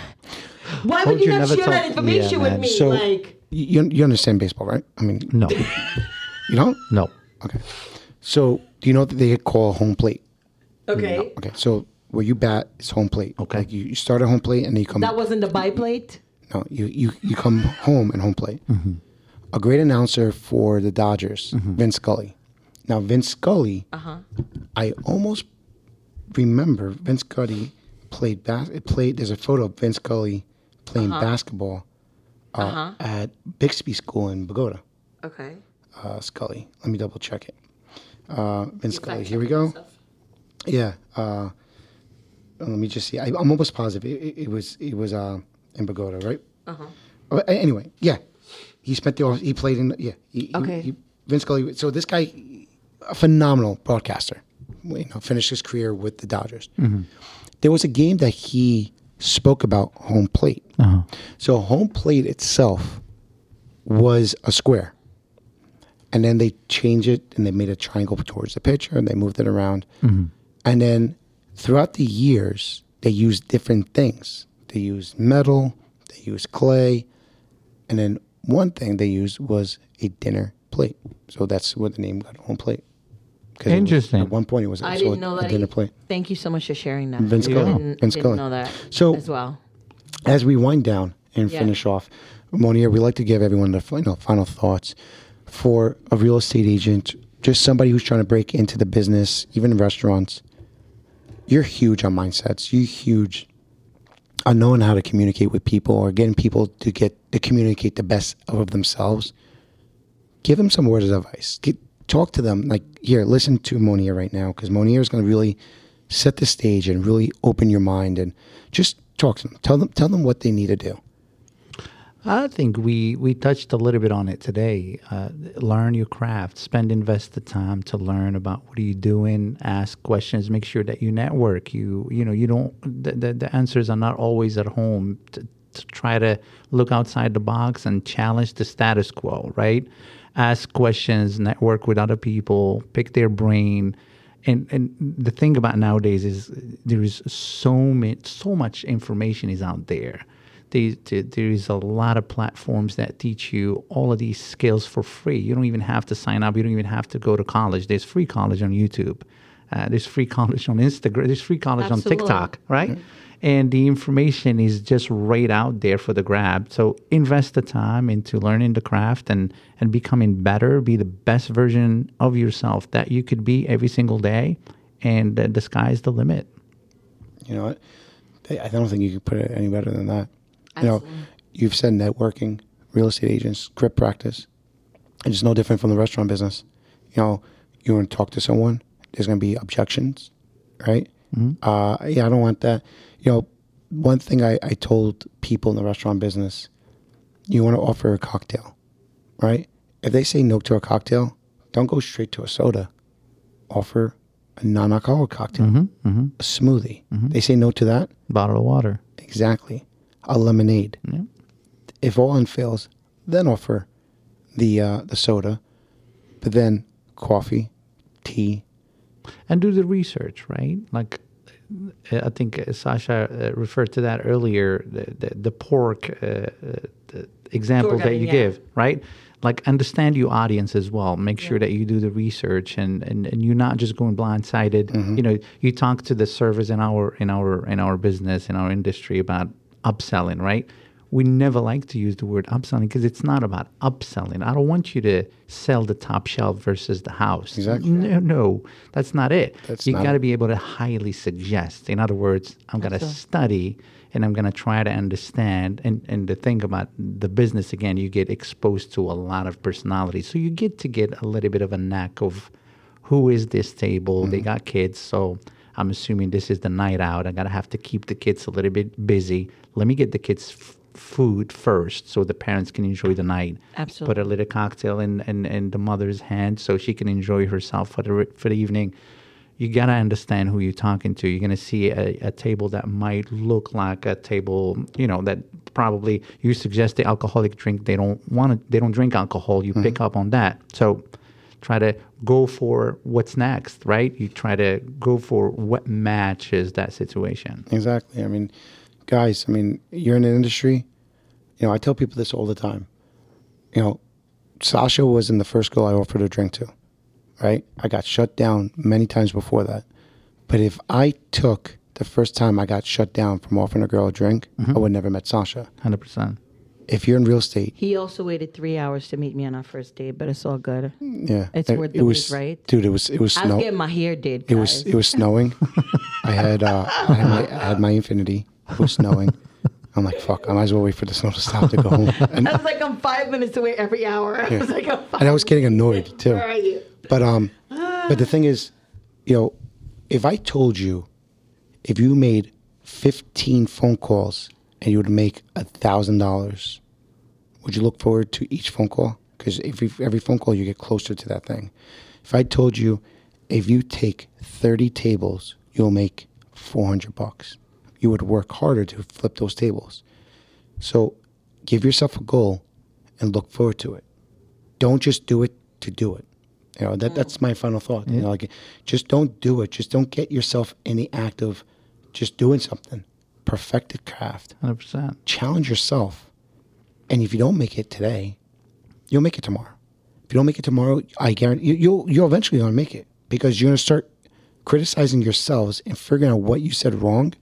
S3: Why would,
S6: would
S3: you,
S6: you
S3: not
S6: never
S3: share that
S6: tell-
S3: information
S6: Yeah,
S3: with
S6: man.
S3: me?
S1: So-
S3: like,
S1: You, you understand baseball, right? I mean,
S6: No,
S1: you don't.
S6: no.
S1: Okay. So do you know that they call home plate?
S3: okay,
S1: Okay, so where you bat is home plate.
S6: Okay.
S1: like you, you start at home plate and then you come.
S3: that wasn't the biplate.
S1: no, you you you come home and home plate. A great announcer for the Dodgers, Vince Scully. Now Vince Scully,
S3: Uh-huh.
S1: I almost remember Vince Scully played bas- played. There's a photo of Vince Scully playing
S3: Uh-huh.
S1: basketball uh, at Bixby School in Bogota.
S3: Okay,
S1: Uh, Scully, let me double check it. Uh, Vince Scully, here we go. Yeah. Uh, let me just see. I, I'm almost positive it, it, it was it was uh, in Bogota, right? Uh-huh. anyway, yeah. He spent the off- he played in yeah. He, he-
S3: Okay.
S1: he- Vince Scully. So this guy, a phenomenal broadcaster. You know, finished his career with the Dodgers. There was a game that he spoke about home plate. So home plate itself was a square. And then they changed it and they made a triangle towards the pitcher and they moved it around. And then throughout the years, they used different things. They used metal, they used clay. And then one thing they used was a dinner plate. So that's where the name got home plate. 'Cause it was-
S4: Interesting.
S1: at one point, it was
S3: I
S1: also
S3: didn't
S1: a-
S3: know
S1: a
S3: that.
S1: dinner
S3: e-
S1: plate.
S3: Thank you so much for sharing that.
S1: Vince Scully.
S3: Didn't,
S1: Vince
S3: didn't
S1: Scully.
S3: know that.
S1: So-
S3: as well.
S1: as we wind down and
S3: Yeah.
S1: finish off, Monier, we like to give everyone the final final thoughts for a real estate agent, just somebody who's trying to break into the business, even in restaurants. You're huge on mindsets. You're huge on knowing how to communicate with people or getting people to get to communicate the best of themselves. Give them some words of advice. Get, talk to them like here. Listen to Monier right now because Monier is going to really set the stage and really open your mind and just talk to them. Tell them tell them what they need to do.
S4: I think we we touched a little bit on it today. Uh, learn your craft. Spend invest the time to learn about what are you doing. Ask questions. Make sure that you network. You you know you don't the, the, the answers are not always at home. To, to try to look outside the box and challenge the status quo. Right. Ask questions. Network with other people. Pick their brain and and the thing about nowadays is there is so much so much information is out there. There, there- there is a lot of platforms that teach you all of these skills for free. You don't even have to sign up. You don't even have to go to college. There's free college on YouTube. Uh, there's free college on Instagram. There's free college
S3: Absolutely.
S4: on TikTok, right? And the information is just right out there for the grab. So invest the time into learning the craft and and becoming better. Be the best version of yourself that you could be every single day. And uh, the sky's the limit.
S1: You know what? I I don't think you could put it any better than that. You know, you've said networking, real estate agents, script practice, and it's no different from the restaurant business. You know, you want to talk to someone, there's going to be objections, right? Uh, yeah, I don't want that. You know, one thing I, I told people in the restaurant business, you want to offer a cocktail, right? If they say no to a cocktail, don't go straight to a soda. Offer a non-alcoholic cocktail, a smoothie. They say no to that,
S4: Bottle of water.
S1: Exactly. A lemonade. If all else fails, then offer the uh, the soda, but then coffee, tea.
S4: and do the research, right? Like uh, I think uh, Sasha uh, referred to that earlier, the the, the pork uh, uh, the example
S3: Tour
S4: that
S3: guide,
S4: you
S3: yeah.
S4: give, right? Like understand your audience as well. Make sure that you do the research and, and, and you're not just going blindsided.
S1: Mm-hmm.
S4: You know, you talk to the servers in our in our in our business in our industry about upselling, right? We never like to use the word upselling because it's not about upselling. I don't want you to sell the top shelf versus the house.
S1: Exactly.
S4: No, no, that's not it.
S1: That's
S4: you
S1: not
S4: got
S1: it.
S4: to be able to highly suggest. In other words, I'm going to study and I'm going to try to understand. And, and the thing about the business, again, you get exposed to a lot of personalities. So you get to get a little bit of a knack of who is this table? They got kids. So I'm assuming this is the night out. I got to have to keep the kids a little bit busy. Let me get the kids. F- food first so the parents can enjoy the night
S3: Absolutely.
S4: put a little cocktail in, in, in the mother's hand so she can enjoy herself for the re- for the evening. You gotta understand who you're talking to. You're gonna see a, a table that might look like a table, you know, that probably you suggest the alcoholic drink. They don't want to. They don't drink alcohol. You
S1: Mm-hmm.
S4: pick up on that. So try to go for what's next, right? You try to go for what matches that situation.
S1: Exactly. I mean, guys. I mean, you're in an industry. You know, I tell people this all the time. You know, Sasha was in the first girl I offered a drink to. Right. I got shut down many times before that. But if I took the first time I got shut down from offering a girl a drink, I would never met Sasha.
S4: Hundred percent.
S1: If you're in real estate,
S3: He also waited three hours to meet me on our first date, but it's all good.
S1: Yeah,
S3: It's worth the wait, right?
S1: Dude, it was it was
S3: I was getting
S1: snow.
S3: my hair did.
S1: It was
S3: guys.
S1: it was snowing. I had uh, I had my I had my infinity. It was snowing. I'm like fuck. I might as well wait for the snow to stop to go home. And,
S3: I was like, I'm five minutes away every hour. I was like, I'm five.
S1: and I was getting annoyed too.
S3: Where are you?
S1: But um, but the thing is, you know, if I told you, if you made 15 phone calls and you would make $1,000, would you look forward to each phone call? Because if you, every phone call, you get closer to that thing. If I told you, if you take 30 tables, you'll make 400 bucks. You would work harder to flip those tables. So give yourself a goal and look forward to it. Don't just do it to do it. You know, that, that's my final thought. You know, like just don't do it. Just don't get yourself in the act of just doing something. Perfect the craft.
S6: 100%.
S1: Challenge yourself. And if you don't make it today, you'll make it tomorrow. If you don't make it tomorrow, I guarantee you, you'll you're eventually gonna make it because you're gonna start criticizing yourselves and figuring out what you said wrong.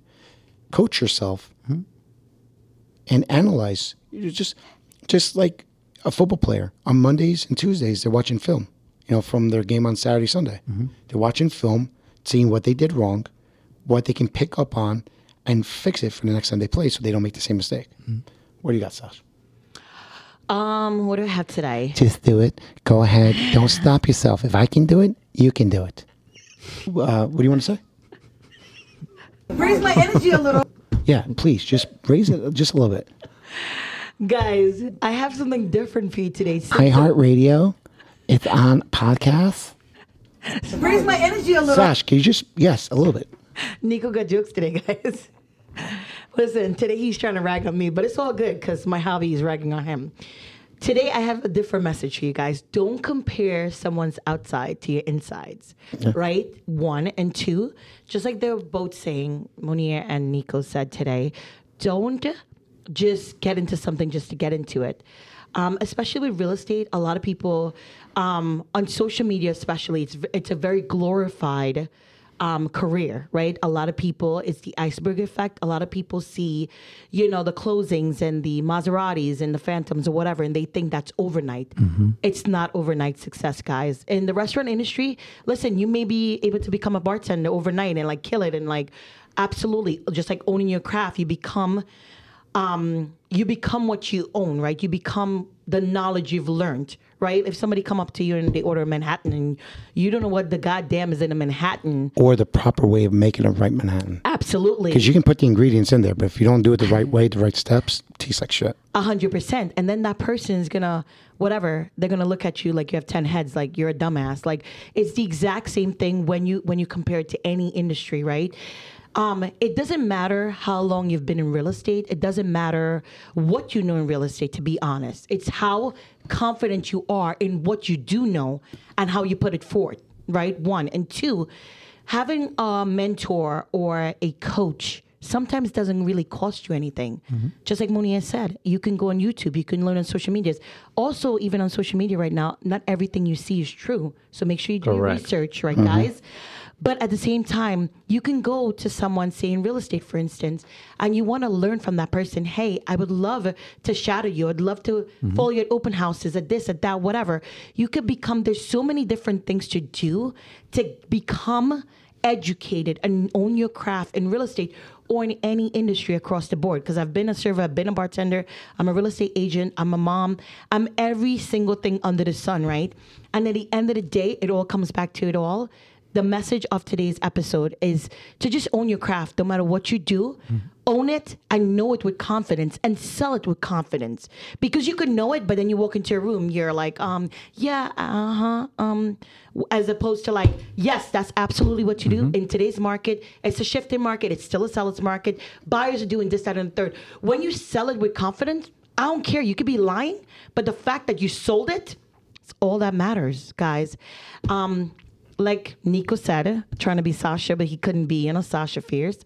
S1: Coach yourself and analyze. You just just like a football player on Mondays and Tuesdays, they're watching film. You know, from their game on Saturday, Sunday, they're watching film, seeing what they did wrong, what they can pick up on, and fix it for the next time they play, so they don't make the same mistake. What do you got, Sasha?
S3: Um, what do I have today?
S1: Just do it. Go ahead. Don't stop yourself. If I can do it, you can do it. Uh, what do you want to say?
S5: Raise my energy a little.
S1: Yeah, please just raise it just a little bit.
S3: Guys, I have something different for you today.
S1: iHeartRadio, it's on podcasts.
S5: Raise my energy a little.
S1: Sash, can you just yes, a little bit.
S3: Nico got jokes today, guys. Listen, today he's trying to rag on me, but it's all good because my hobby is ragging on him. Today I have a different message for you guys. Don't compare someone's outside to your insides, right? One and two, just like they're both saying, Monier and Nico said today, don't just get into something just to get into it. Um, especially with real estate, a lot of people um, on social media, especially, it's it's a very glorified um, career, right? A lot of people, it's the iceberg effect. A lot of people see, you know, the closings and the Maseratis and the Phantoms or whatever, and they think that's overnight. It's not overnight success, guys. In the restaurant industry, listen, you may be able to become a bartender overnight and like kill it and like absolutely just like owning your craft, you become um, you become what you own, right? You become the knowledge you've learned, right? If somebody come up to you and they order a Manhattan and you don't know what the goddamn is in a Manhattan,
S1: Or the proper way of making a right Manhattan.
S3: absolutely,
S1: Because you can put the ingredients in there, but if you don't do it the right way, the right steps, it tastes like shit.
S3: a hundred percent. And then that person is gonna whatever they're gonna look at you like you have ten heads, like you're a dumbass. Like it's the exact same thing when you when you compare it to any industry, right? Um, it doesn't matter how long you've been in real estate. It doesn't matter what you know in real estate. To be honest, it's how confident you are in what you do know and how you put it forth, right? One and two, having a mentor or a coach sometimes doesn't really cost you anything. Just like Monia said, you can go on YouTube, you can learn on social medias. Also, even on social media right now, not everything you see is true. So make sure you do your
S4: Correct.
S3: research, right, guys? But at the same time, you can go to someone, say in real estate, for instance, and you want to learn from that person. Hey, I would love to shadow you. I'd love to follow you at open houses, at this, at that, whatever. You could become, there's so many different things to do to become educated and own your craft in real estate or in any industry across the board. Because I've been a server, I've been a bartender, I'm a real estate agent, I'm a mom, I'm every single thing under the sun, right? And at the end of the day, it all comes back to it all. The message of today's episode is to just own your craft, no matter what you do. Own it and know it with confidence and sell it with confidence because you could know it, but then you walk into a room, you're like, um, yeah, uh huh, um, w- as opposed to like, yes, that's absolutely what you do in today's market. It's a shifting market. It's still a seller's market. Buyers are doing this, that, and the third. When you sell it with confidence, I don't care. You could be lying, but the fact that you sold it, it's all that matters, guys. Um, like Nico said, trying to be Sasha, but he couldn't be, you know, Sasha Fierce.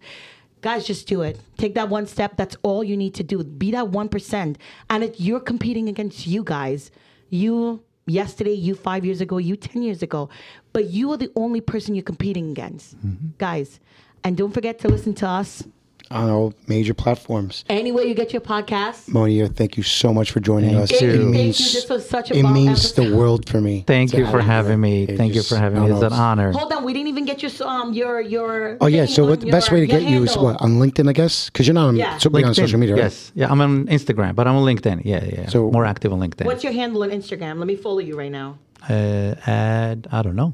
S3: Guys, just do it. Take that one step. That's all you need to do. Be that 1%. And it, you're competing against you guys. You yesterday, you five years ago, you 10 years ago. But you are the only person you're competing against,
S1: Mm-hmm.
S3: guys. And don't forget to listen to us
S1: On all major platforms.
S3: anywhere you get your podcast.
S1: Monia, thank you so much for joining
S6: Thank
S1: us.
S6: you. Thank you.
S3: This was such a
S1: it
S3: bomb
S1: means the
S3: episode.
S1: world for me.
S6: Thank
S1: to
S6: you for
S1: have
S6: having me.
S1: It
S6: Thank you
S1: just-
S6: for having
S1: no,
S6: me. It's
S1: no,
S6: an honor.
S3: Hold on, we didn't even get your um your your.
S1: Oh yeah,
S3: thingy
S1: so
S3: on
S1: what the best way
S3: your-
S1: to
S3: your
S1: get you is
S3: handle.
S1: what on LinkedIn, I guess, because you're not on,
S3: Yeah.
S1: so big on
S6: LinkedIn.
S1: social media, right?
S6: Yes. Yeah, I'm on Instagram, but I'm on LinkedIn. Yeah, yeah.
S1: So-
S6: So more active on LinkedIn.
S3: What's your handle on Instagram? Let me follow you right now.
S6: uh, at I don't know.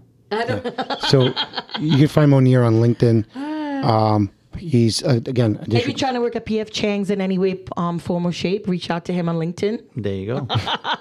S1: So you can find Monier on LinkedIn. Um, he's uh, again a
S3: If you're
S1: district-
S3: trying to work at PF Chang's in any way, um, form or shape, reach out to him on LinkedIn.
S4: There you go.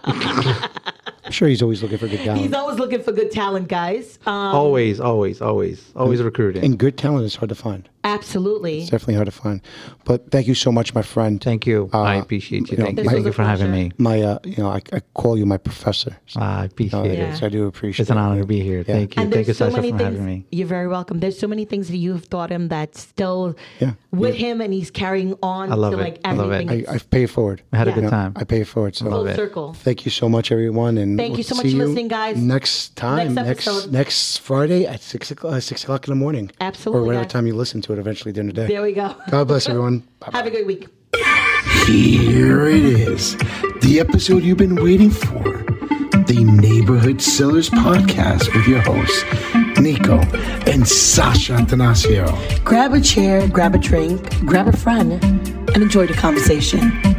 S3: Um,
S1: I'm sure he's always looking for good
S3: He's
S1: talent.
S3: always looking for good talent, guys. Um,
S4: always, always, always, always recruiting.
S1: And good talent is hard to find.
S3: absolutely.
S1: It's definitely hard to find. But thank you so much, my friend.
S6: Thank you. I
S1: Uh,
S6: appreciate you.
S1: you know,
S6: Thank you.
S1: my-
S6: Thank you for having me.
S1: my uh, you know I, I call you my professor. So,
S6: I appreciate
S1: uh, it
S6: it.
S3: Yeah.
S1: is. I do appreciate.
S6: It's an honor
S1: it.
S6: to be here.
S1: Yeah.
S6: Thank you.
S3: And
S6: Thank you,
S3: there's so
S6: Sasha,
S3: many
S6: for
S3: things.
S6: having me.
S3: You're very welcome. There's so many things that you've taught him that's still
S1: Yeah.
S3: with him, and he's carrying on
S6: I love
S3: to
S6: it.
S3: like
S6: I love it.
S3: everything.
S1: I, I pay it forward.
S6: I had a
S3: Yeah.
S6: good
S3: No,
S6: time.
S1: I pay it forward. So
S3: Full circle.
S1: Thank you so much, everyone, and
S3: Thank you so much
S1: see
S3: for listening, guys.
S1: Next time,
S3: Next
S1: next
S3: episode.
S1: next, Friday at six o'clock, uh, six o'clock in the morning,
S3: Absolutely,
S1: or whatever
S3: guys.
S1: time you listen to it. Eventually during the day.
S3: There we go.
S1: God bless everyone. Bye-bye.
S3: Have a good week.
S7: Here it is, the episode you've been waiting for the Neighborhood Sellers Podcast with your hosts, Nico and Sasha Antanasio.
S2: Grab a chair, grab a drink, grab a friend, and enjoy the conversation.